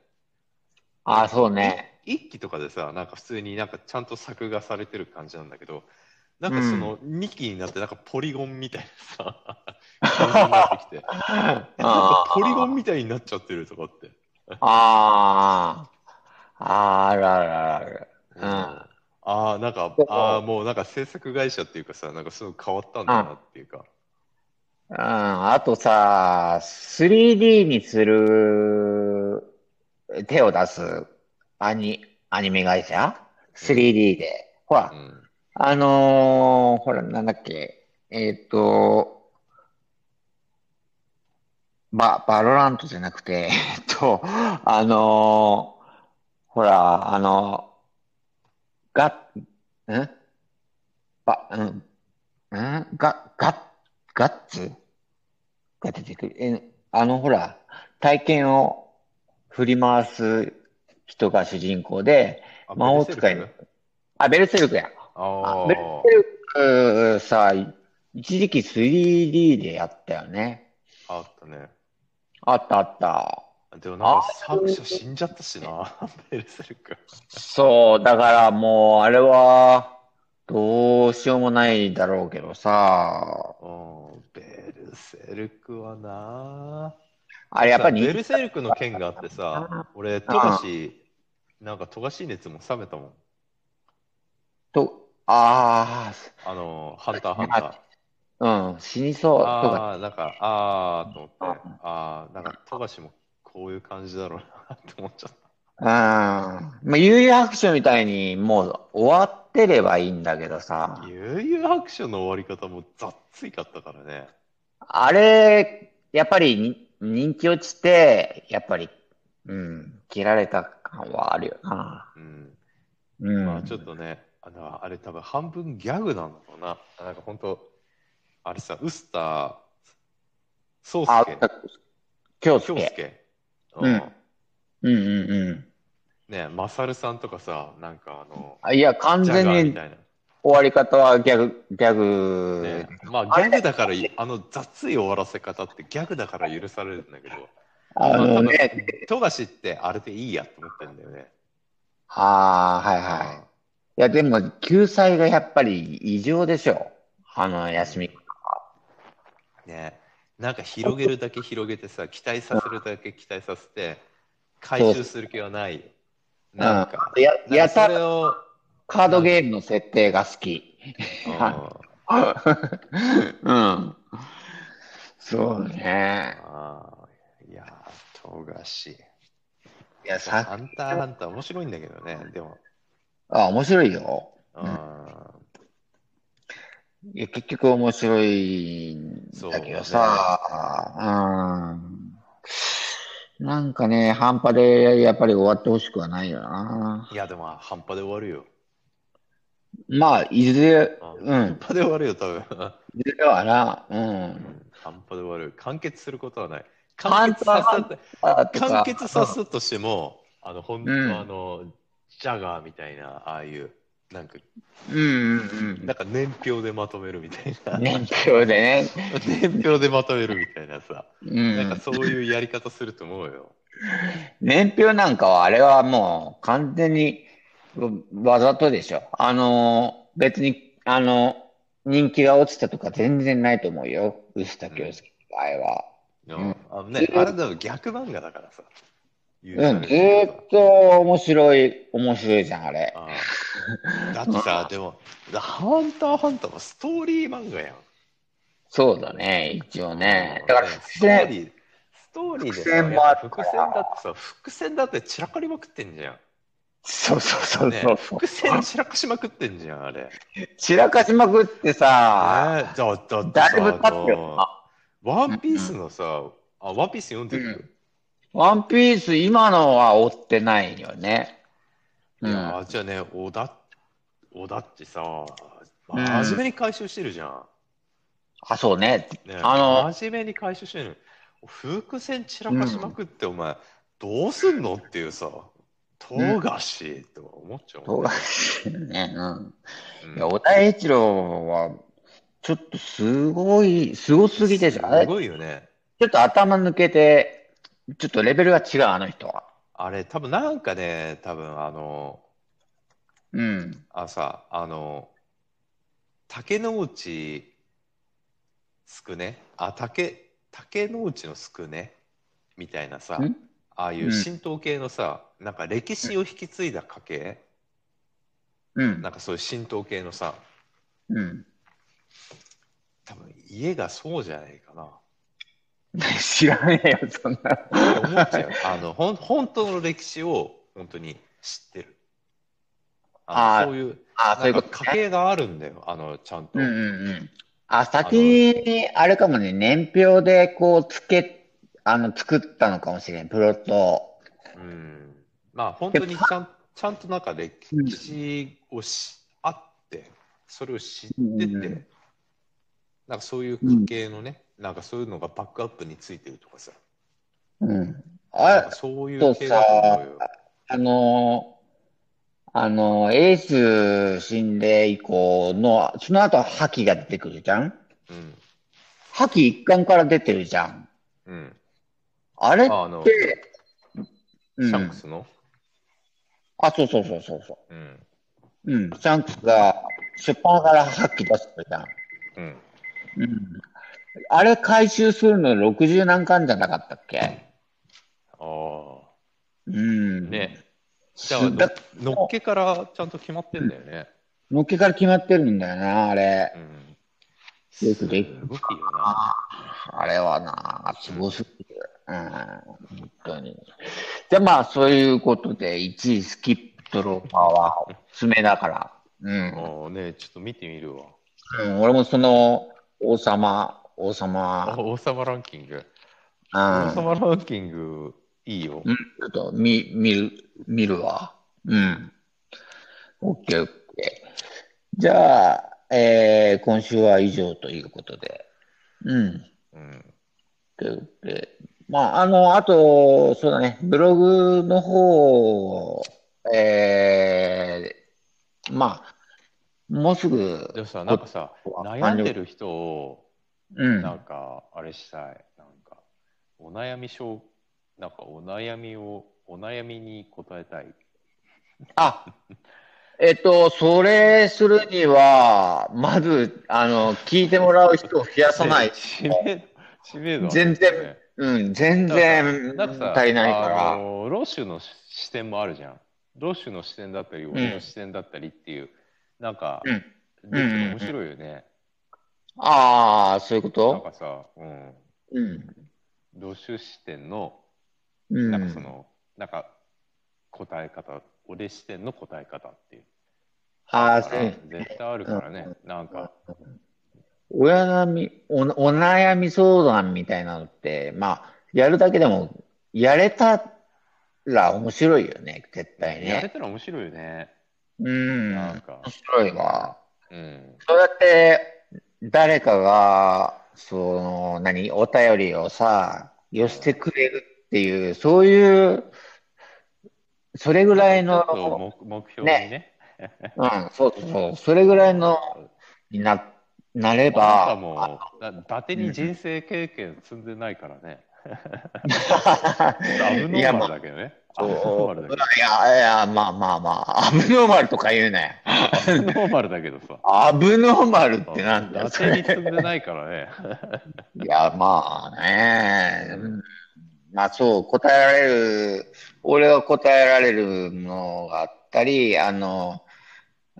Speaker 2: なん
Speaker 1: あ、
Speaker 2: か
Speaker 1: そう
Speaker 2: い
Speaker 1: ね。
Speaker 2: 一期とかでさ、なんか普通になんかちゃんと作画されてる感じなんだけど、なん
Speaker 1: う
Speaker 2: かその
Speaker 1: ん。
Speaker 2: 2期になってなんかポリゴンみたいなさ、感じになって きて、え、なんかポリゴンみ
Speaker 1: あ
Speaker 2: たいになっちゃってるとかって。
Speaker 1: あ、ああ、あるあるある
Speaker 2: うん。
Speaker 1: あ
Speaker 2: ああ、なんか、
Speaker 1: る。うん。
Speaker 2: ああ、
Speaker 1: そ
Speaker 2: もうなんか制作会社っていうかさ、なんかすごい変わったん
Speaker 1: う。う
Speaker 2: だ
Speaker 1: ん。
Speaker 2: なっていうか。
Speaker 1: うんあとさ、3D にする手を出すアニ、アニメ会社
Speaker 2: うん、
Speaker 1: ?3D で。ほ
Speaker 2: う
Speaker 1: ら、
Speaker 2: ん、
Speaker 1: あのーほら、なんだっけ。えっと、バ、バロラントじゃなくて、 えっと、あのーほら、あのガッ、んば、うん、んガ、ガッ、ガッツが出てくる。え、あの、ほら、体験を振り回す人が主人公で、
Speaker 2: あ、
Speaker 1: 魔
Speaker 2: ベ
Speaker 1: 法
Speaker 2: ルセル
Speaker 1: 使いの、
Speaker 2: ク
Speaker 1: あ、ベルセルクや。
Speaker 2: あ
Speaker 1: あ、ベル
Speaker 2: あ
Speaker 1: セルクさ、一時期 3D でやったよね。
Speaker 2: ー、あったね。
Speaker 1: あったあった。
Speaker 2: でもなん
Speaker 1: あ
Speaker 2: か
Speaker 1: あ
Speaker 2: 作
Speaker 1: いう
Speaker 2: 者死んじゃったし
Speaker 1: ね、
Speaker 2: な、 ベルセルク。
Speaker 1: そう、だからもう、あれは、どうしようもないだろうけどさ、
Speaker 2: うん、ベルセルクはな。
Speaker 1: あ
Speaker 2: なん
Speaker 1: れ
Speaker 2: か
Speaker 1: やっぱ
Speaker 2: さ、
Speaker 1: 人気
Speaker 2: ベルセルクの件があってさ、
Speaker 1: だ
Speaker 2: 俺、富
Speaker 1: な。うん
Speaker 2: 樫、なんか富樫熱も冷めたもん。
Speaker 1: と、あ
Speaker 2: あの、ハンターハンタ
Speaker 1: あ、
Speaker 2: ー。
Speaker 1: うん、死にそう、とか。
Speaker 2: ああ、なんか、ああ、と思って、
Speaker 1: う
Speaker 2: ああ、なんか富樫もこういう感じだろうなって思っちゃった。
Speaker 1: ん。まあ、悠々白書みたいにもう終わってればいいんだけどさ、
Speaker 2: 悠々白書の終わり方もざっついかったからね。
Speaker 1: あれ、やっぱりに人気落ちて、やっぱり、うん、切られた感はあるよな。
Speaker 2: うん。
Speaker 1: う
Speaker 2: まあちょっ
Speaker 1: ん。
Speaker 2: とね、あの、あれ多分半分ギャグなのかな。なんか本当あれさ、ウスター、宗
Speaker 1: あ、
Speaker 2: 介、
Speaker 1: 京
Speaker 2: 京
Speaker 1: 介。
Speaker 2: 介、う
Speaker 1: うん。
Speaker 2: ん、
Speaker 1: うんうんうん。
Speaker 2: ね、マサルさんとかさ、なんかあの、
Speaker 1: あいや、完
Speaker 2: ジャ
Speaker 1: 全
Speaker 2: ガーみ
Speaker 1: に
Speaker 2: たいな。
Speaker 1: 終わり方はギャグ、ギャグ。
Speaker 2: ね、まあ
Speaker 1: あ
Speaker 2: ギャ
Speaker 1: れ、
Speaker 2: グだから、あの雑い終わらせ方ってギャグだから許されるんだけど、
Speaker 1: あ
Speaker 2: まあ多
Speaker 1: の
Speaker 2: 分、
Speaker 1: ね、
Speaker 2: 富樫ってあれでいいやと思ってんだよね。
Speaker 1: ああ、はいうはい。
Speaker 2: ん。
Speaker 1: いや、でも、救済がやっぱり異常でしょ。あの、
Speaker 2: う
Speaker 1: 休み。
Speaker 2: んね、なんか広げるだけ広げてさ、期待させるだけ期待させて、回
Speaker 1: そう
Speaker 2: 収
Speaker 1: そ
Speaker 2: する気はない。
Speaker 1: う。う
Speaker 2: なん
Speaker 1: ん。
Speaker 2: か、
Speaker 1: や、
Speaker 2: なんか
Speaker 1: や
Speaker 2: そ
Speaker 1: た
Speaker 2: れ
Speaker 1: ら
Speaker 2: を、
Speaker 1: カード
Speaker 2: なん、
Speaker 1: ゲームの設定が好き。
Speaker 2: う
Speaker 1: あ
Speaker 2: ん、
Speaker 1: うん。そうね。
Speaker 2: あーいや話。
Speaker 1: いや、
Speaker 2: そう
Speaker 1: さ、
Speaker 2: ハンターハンター面白いんだけどね、でも。
Speaker 1: あ、面白いよ。
Speaker 2: うん。
Speaker 1: いや、結局面白いんだけどさ、うん。なんかね、半端でやっぱり終わってほしくはないよな。
Speaker 2: いや、でも半端で終わるよ。
Speaker 1: まあ、いずれ、
Speaker 2: うん
Speaker 1: う
Speaker 2: 半
Speaker 1: ん、
Speaker 2: 端で終わるよ、多分。
Speaker 1: いずれはな、う。
Speaker 2: うんん半端で終わる。完結することはない。
Speaker 1: ハ
Speaker 2: 完
Speaker 1: ン
Speaker 2: 結
Speaker 1: タ
Speaker 2: さ
Speaker 1: ー
Speaker 2: せた
Speaker 1: あと
Speaker 2: 完
Speaker 1: か、
Speaker 2: 結させたとしても、あの、ほんと、
Speaker 1: うん
Speaker 2: あの、ジャガーみたいな、ああいう、なんか、
Speaker 1: うんうん
Speaker 2: なんか年表でまとめるみたいな
Speaker 1: う。ん。年表でね、
Speaker 2: 年表でまとめるみたいなさ。
Speaker 1: う
Speaker 2: なんか
Speaker 1: ん。
Speaker 2: そういうやり方すると思うよ。
Speaker 1: 年表なんかは、あれはもう完全にわざとでしょ。あのー、別に、あのー、人気が落ちたとか全然ないと思うよ。臼田恭介の場合は。
Speaker 2: うんあの
Speaker 1: ず
Speaker 2: ね
Speaker 1: っ、と
Speaker 2: あれでも逆漫画だからさ。
Speaker 1: うん、ずーっと面白い、面白いじゃん、あれ。
Speaker 2: ああだってさ、でも、ハンターハンターはストーリー漫画やん。
Speaker 1: そうだね、一応ね
Speaker 2: う。ん
Speaker 1: だから、
Speaker 2: ね
Speaker 1: 伏
Speaker 2: ストー
Speaker 1: 線、
Speaker 2: リー、ストーリーでさ
Speaker 1: 伏線もある
Speaker 2: 伏
Speaker 1: から
Speaker 2: 線だってさ、伏線だって散らかりまくってんじゃん。
Speaker 1: そうそう
Speaker 2: ね
Speaker 1: そうそう。
Speaker 2: 伏線散らかしまくってんじゃん、あれ。
Speaker 1: 散らかしまくってさ、
Speaker 2: ねえだだってさ
Speaker 1: だいぶ経ってるな
Speaker 2: あのワンピースのさ、あ、ワンピース読んでる、
Speaker 1: ワンピース今のは追ってないよね。う
Speaker 2: い
Speaker 1: ん
Speaker 2: や、じゃあね、小田、小田ってさ、
Speaker 1: うん
Speaker 2: 真面目に回収してるじゃん。
Speaker 1: あ、そうね。
Speaker 2: ね、
Speaker 1: あの
Speaker 2: 真面目に回収してるのに伏線散らかしまくって、お前どうすんのっていうさ
Speaker 1: うん
Speaker 2: 唐菓子とは思っちゃうも
Speaker 1: そ
Speaker 2: ん
Speaker 1: うだね。うん。
Speaker 2: うん
Speaker 1: いや、小田栄一郎は、ちょっとすごい、すごすぎてじゃん。あれ
Speaker 2: すごいよね
Speaker 1: ちょっと頭抜けて、ちょっとレベルが違う、あの人は。
Speaker 2: あれ多分なんかね多分あの
Speaker 1: うん。
Speaker 2: あさあの竹之内すくねあ竹竹之内のすくねみたいなさ
Speaker 1: ん
Speaker 2: ああいう神道系のさ、なんか歴史を引き継いだ家系、
Speaker 1: うん
Speaker 2: な。んかそういう神道系のさ
Speaker 1: うん。
Speaker 2: 多分家がそうじゃないかな。
Speaker 1: 知らねえよ、そ んな。
Speaker 2: 思っち ゃう。あのほん本当の歴史を本当に知ってる。あ
Speaker 1: あー
Speaker 2: のそういう
Speaker 1: あ、そう
Speaker 2: ないん
Speaker 1: うこ
Speaker 2: か
Speaker 1: と
Speaker 2: 家系があるんだよ。あのちゃんと。
Speaker 1: うんうんうん。あ、先に、あれかもね、年表でこう、つけ、あの、作ったのかもしれん、プロットを。
Speaker 2: うんまあ本当にちゃんちゃんとなんか歴史をし、あってそれを知ってて、
Speaker 1: うんうん
Speaker 2: なんかそういう家系のね、なんかそういうのがバックアップについてるとかさ。
Speaker 1: うん。
Speaker 2: なん
Speaker 1: あ
Speaker 2: か、そういう系だと思うよ。
Speaker 1: あのーあのーエース死んで以降の、その後、覇気が出てくるじゃん
Speaker 2: うん
Speaker 1: 覇気一貫から出てるじゃん。
Speaker 2: うん。
Speaker 1: あれっ
Speaker 2: あのシ
Speaker 1: て、う
Speaker 2: ャン
Speaker 1: ん。
Speaker 2: クスの。
Speaker 1: あ、そうそうそうそうそ
Speaker 2: うん。
Speaker 1: う。うん。シャンクスが、出版から覇気出してるじゃん。
Speaker 2: うん。
Speaker 1: うん。あれ回収するの60何巻じゃなかったっけ
Speaker 2: ああ。
Speaker 1: うん。
Speaker 2: ね。じ
Speaker 1: す
Speaker 2: ゃあ
Speaker 1: だ、
Speaker 2: の、のっけからちゃんと決まってんだよね。
Speaker 1: のっけから決まってるんだよな、あれ。
Speaker 2: うん。
Speaker 1: よくでき
Speaker 2: 動きよな。
Speaker 1: あれはな、すごすぎる。うん。本当に。で、まあ、そういうことで、1位スキップとローパーは、おすすめだから。うん。
Speaker 2: ああね、ちょっと見てみるわ。
Speaker 1: うん、俺もその、王様、王様
Speaker 2: あ、、王様ランキング。
Speaker 1: う
Speaker 2: 王
Speaker 1: ん、ち
Speaker 2: 様ランキング、いい
Speaker 1: ょ
Speaker 2: よ。
Speaker 1: っと見、見る、見るわ。うん。オッケーオッケー。じゃあ、えー、今週は以上ということで。うん。
Speaker 2: うん。
Speaker 1: オッケーオッケー。まあ、あの、あと、そうだね、ブログの方を、えー、まあ、もうす
Speaker 2: で
Speaker 1: ぐ、
Speaker 2: もさ、なんかさ、悩んでる人を、
Speaker 1: うん。
Speaker 2: なんか、あれしたい。なんか、お悩みしょう、なんかお悩みを、お悩みに答えたい。
Speaker 1: あ、えっと、それするには、まず、あの、聞いてもらう人を増やさ ない。
Speaker 2: 知名度、知名度あるよね
Speaker 1: 全然うん、全然
Speaker 2: なんかさ
Speaker 1: 足りないから。
Speaker 2: あのロッシュの視点もあるじゃん。ロッシュの視点だったり、俺の視点だったりっていう、なんか、
Speaker 1: うん
Speaker 2: できて面白いよね。
Speaker 1: ああ、そういうこ
Speaker 2: なん
Speaker 1: と
Speaker 2: かさ、うん、
Speaker 1: うん。
Speaker 2: ロッシュ視点の
Speaker 1: うん
Speaker 2: なんかその、なんか答え方、俺視点の答え方っていう。
Speaker 1: ああ、
Speaker 2: か
Speaker 1: そう
Speaker 2: ら
Speaker 1: ね。
Speaker 2: 絶対あるからね、なんか、
Speaker 1: お悩み、お、お悩み相談みたいなのって、まあ、やるだけでも、やれたら面白いよね、絶対
Speaker 2: やれ
Speaker 1: ね。
Speaker 2: たら面白いよね。
Speaker 1: うん、
Speaker 2: な
Speaker 1: 面
Speaker 2: んか、
Speaker 1: 白いわ。
Speaker 2: うん。
Speaker 1: そうやって、誰かが、その、何、お便りをさ、寄せてくれるっていう、そういう、それぐらい
Speaker 2: ちょ
Speaker 1: の
Speaker 2: っ、と目目標にね。
Speaker 1: うん、そうそうそう、それぐらいの、にな、なれ
Speaker 2: あなた
Speaker 1: ば、
Speaker 2: もだ伊達に人生経験積んでないからね。アブノ
Speaker 1: いや、
Speaker 2: ー
Speaker 1: ま
Speaker 2: マ
Speaker 1: あ
Speaker 2: ルだけどね。ア
Speaker 1: そ
Speaker 2: ブノーマル
Speaker 1: う。
Speaker 2: だ
Speaker 1: いや、いや、まあまあまあ、アブノーマルとか言うね。
Speaker 2: けど。アブノーマルだけどさ。
Speaker 1: アブノーマルってなんだよ、
Speaker 2: 伊
Speaker 1: そ
Speaker 2: 達に
Speaker 1: れ。
Speaker 2: 積んでないからね。
Speaker 1: いや、まあね。うんまあそう、答えられる、俺が答えられるものがあったり、あの、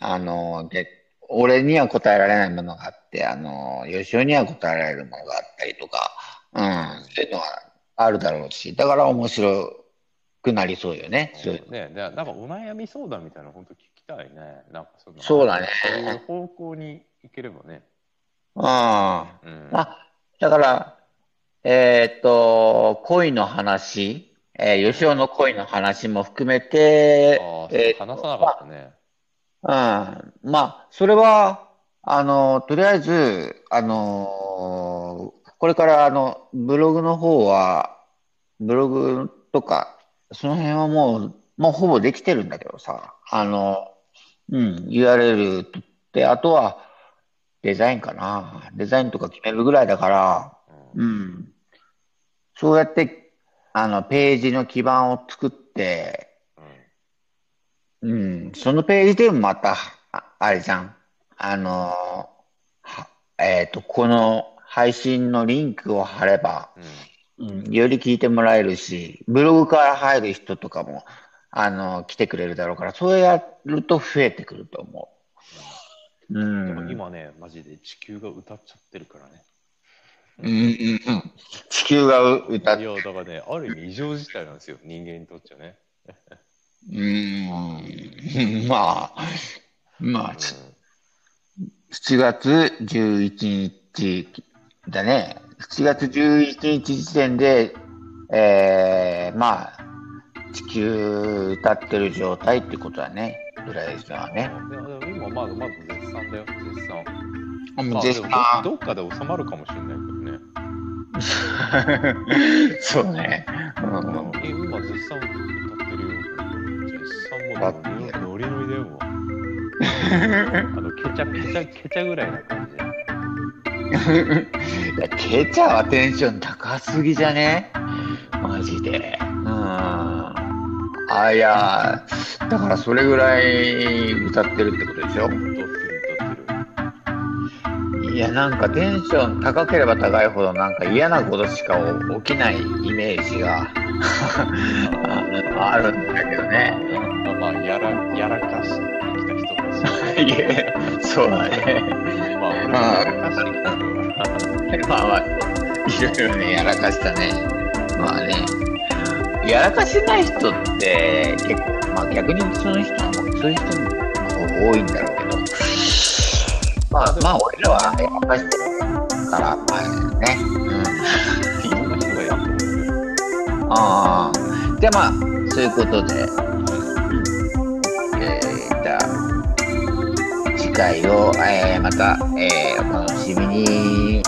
Speaker 1: あの、で俺には答えられないものがあって、あの、吉尾には答えられるものがあったりとか、うん、そういうのはあるだろうし、だから面白くなりそうよね。そういう
Speaker 2: ね、でなんかお悩み相談みたいなの本当聞きたいね。なんかその
Speaker 1: そうだね
Speaker 2: そういう方向に行ければね。
Speaker 1: うん。
Speaker 2: うん、
Speaker 1: あ、だから、えーっと、恋の話、えー、吉尾の恋の話も含めて、
Speaker 2: あー
Speaker 1: えーっ
Speaker 2: 話さなかったね。
Speaker 1: と、うん、まあ、それは、あの、とりあえず、あのーこれから、あの、ブログの方は、ブログとか、その辺はもう、もうほぼできてるんだけどさ、あの、うん、URL 取って、あとは、デザインかな。デザインとか決めるぐらいだから、
Speaker 2: うん
Speaker 1: うん。そうやって、あの、ページの基盤を作って、うん、そのページでもまた、あ、あれじゃん。あのは、えっと、この配信のリンクを貼れば、
Speaker 2: うん
Speaker 1: うん、より聞いてもらえるし、ブログから入る人とかも、あの、来てくれるだろうから、そうやると増えてくると思う。う
Speaker 2: うんでも
Speaker 1: ん。
Speaker 2: 今ね、マジで地球が歌っちゃってるからね。
Speaker 1: うんうんうん。地球がう歌っ
Speaker 2: いや、だからね、ある意味異常事態なんですよ、人間にとっちゃね。
Speaker 1: うーん、まあ、まあ、ち7月11日だね。7月11日時点で、えー、まあ、地球歌ってる状態ってことだね。ぐらいですよ
Speaker 2: うん
Speaker 1: ね。
Speaker 2: でもでも今まだまだ絶賛だよ、絶賛。
Speaker 1: もう
Speaker 2: まあ、
Speaker 1: 絶
Speaker 2: でも
Speaker 1: 賛。
Speaker 2: どどっかで収まるかもしれないけどね。
Speaker 1: そうね。う、
Speaker 2: うんん、え今絶賛歌ってるよ。絶
Speaker 1: 歌
Speaker 2: 賛
Speaker 1: って
Speaker 2: も
Speaker 1: る
Speaker 2: うノリノリだ よ、もう。あの、ケチャケチャケチャぐらいな感じで。
Speaker 1: いや、ケチャはテンション高すぎじゃねマジで。うん。あ、いや、だからそれぐらい歌ってるってことでしょ
Speaker 2: 歌ってる歌ってる。
Speaker 1: いや、なんかテンション高ければ高いほどなんか嫌なことしか起きないイメージが あのあるんだけどね。
Speaker 2: まあまあ、やら、やらかしてきた人たち。
Speaker 1: いや、そうだね。
Speaker 2: まあ、俺もやらかしてきたけど。
Speaker 1: まあまあ、いろいろね、やらかしたね。まあね、やらかしてない人って、結構、まあ逆にその人は、そういう人も多いんだろうけど、まあ、まあ、俺らはやらかしてるから、まあね、
Speaker 2: いろんな人がやってるんですよ。
Speaker 1: うん。ああ、で、まあ、そういうことで、えー、じゃあ、次回を、えーまた、えーお楽しみに。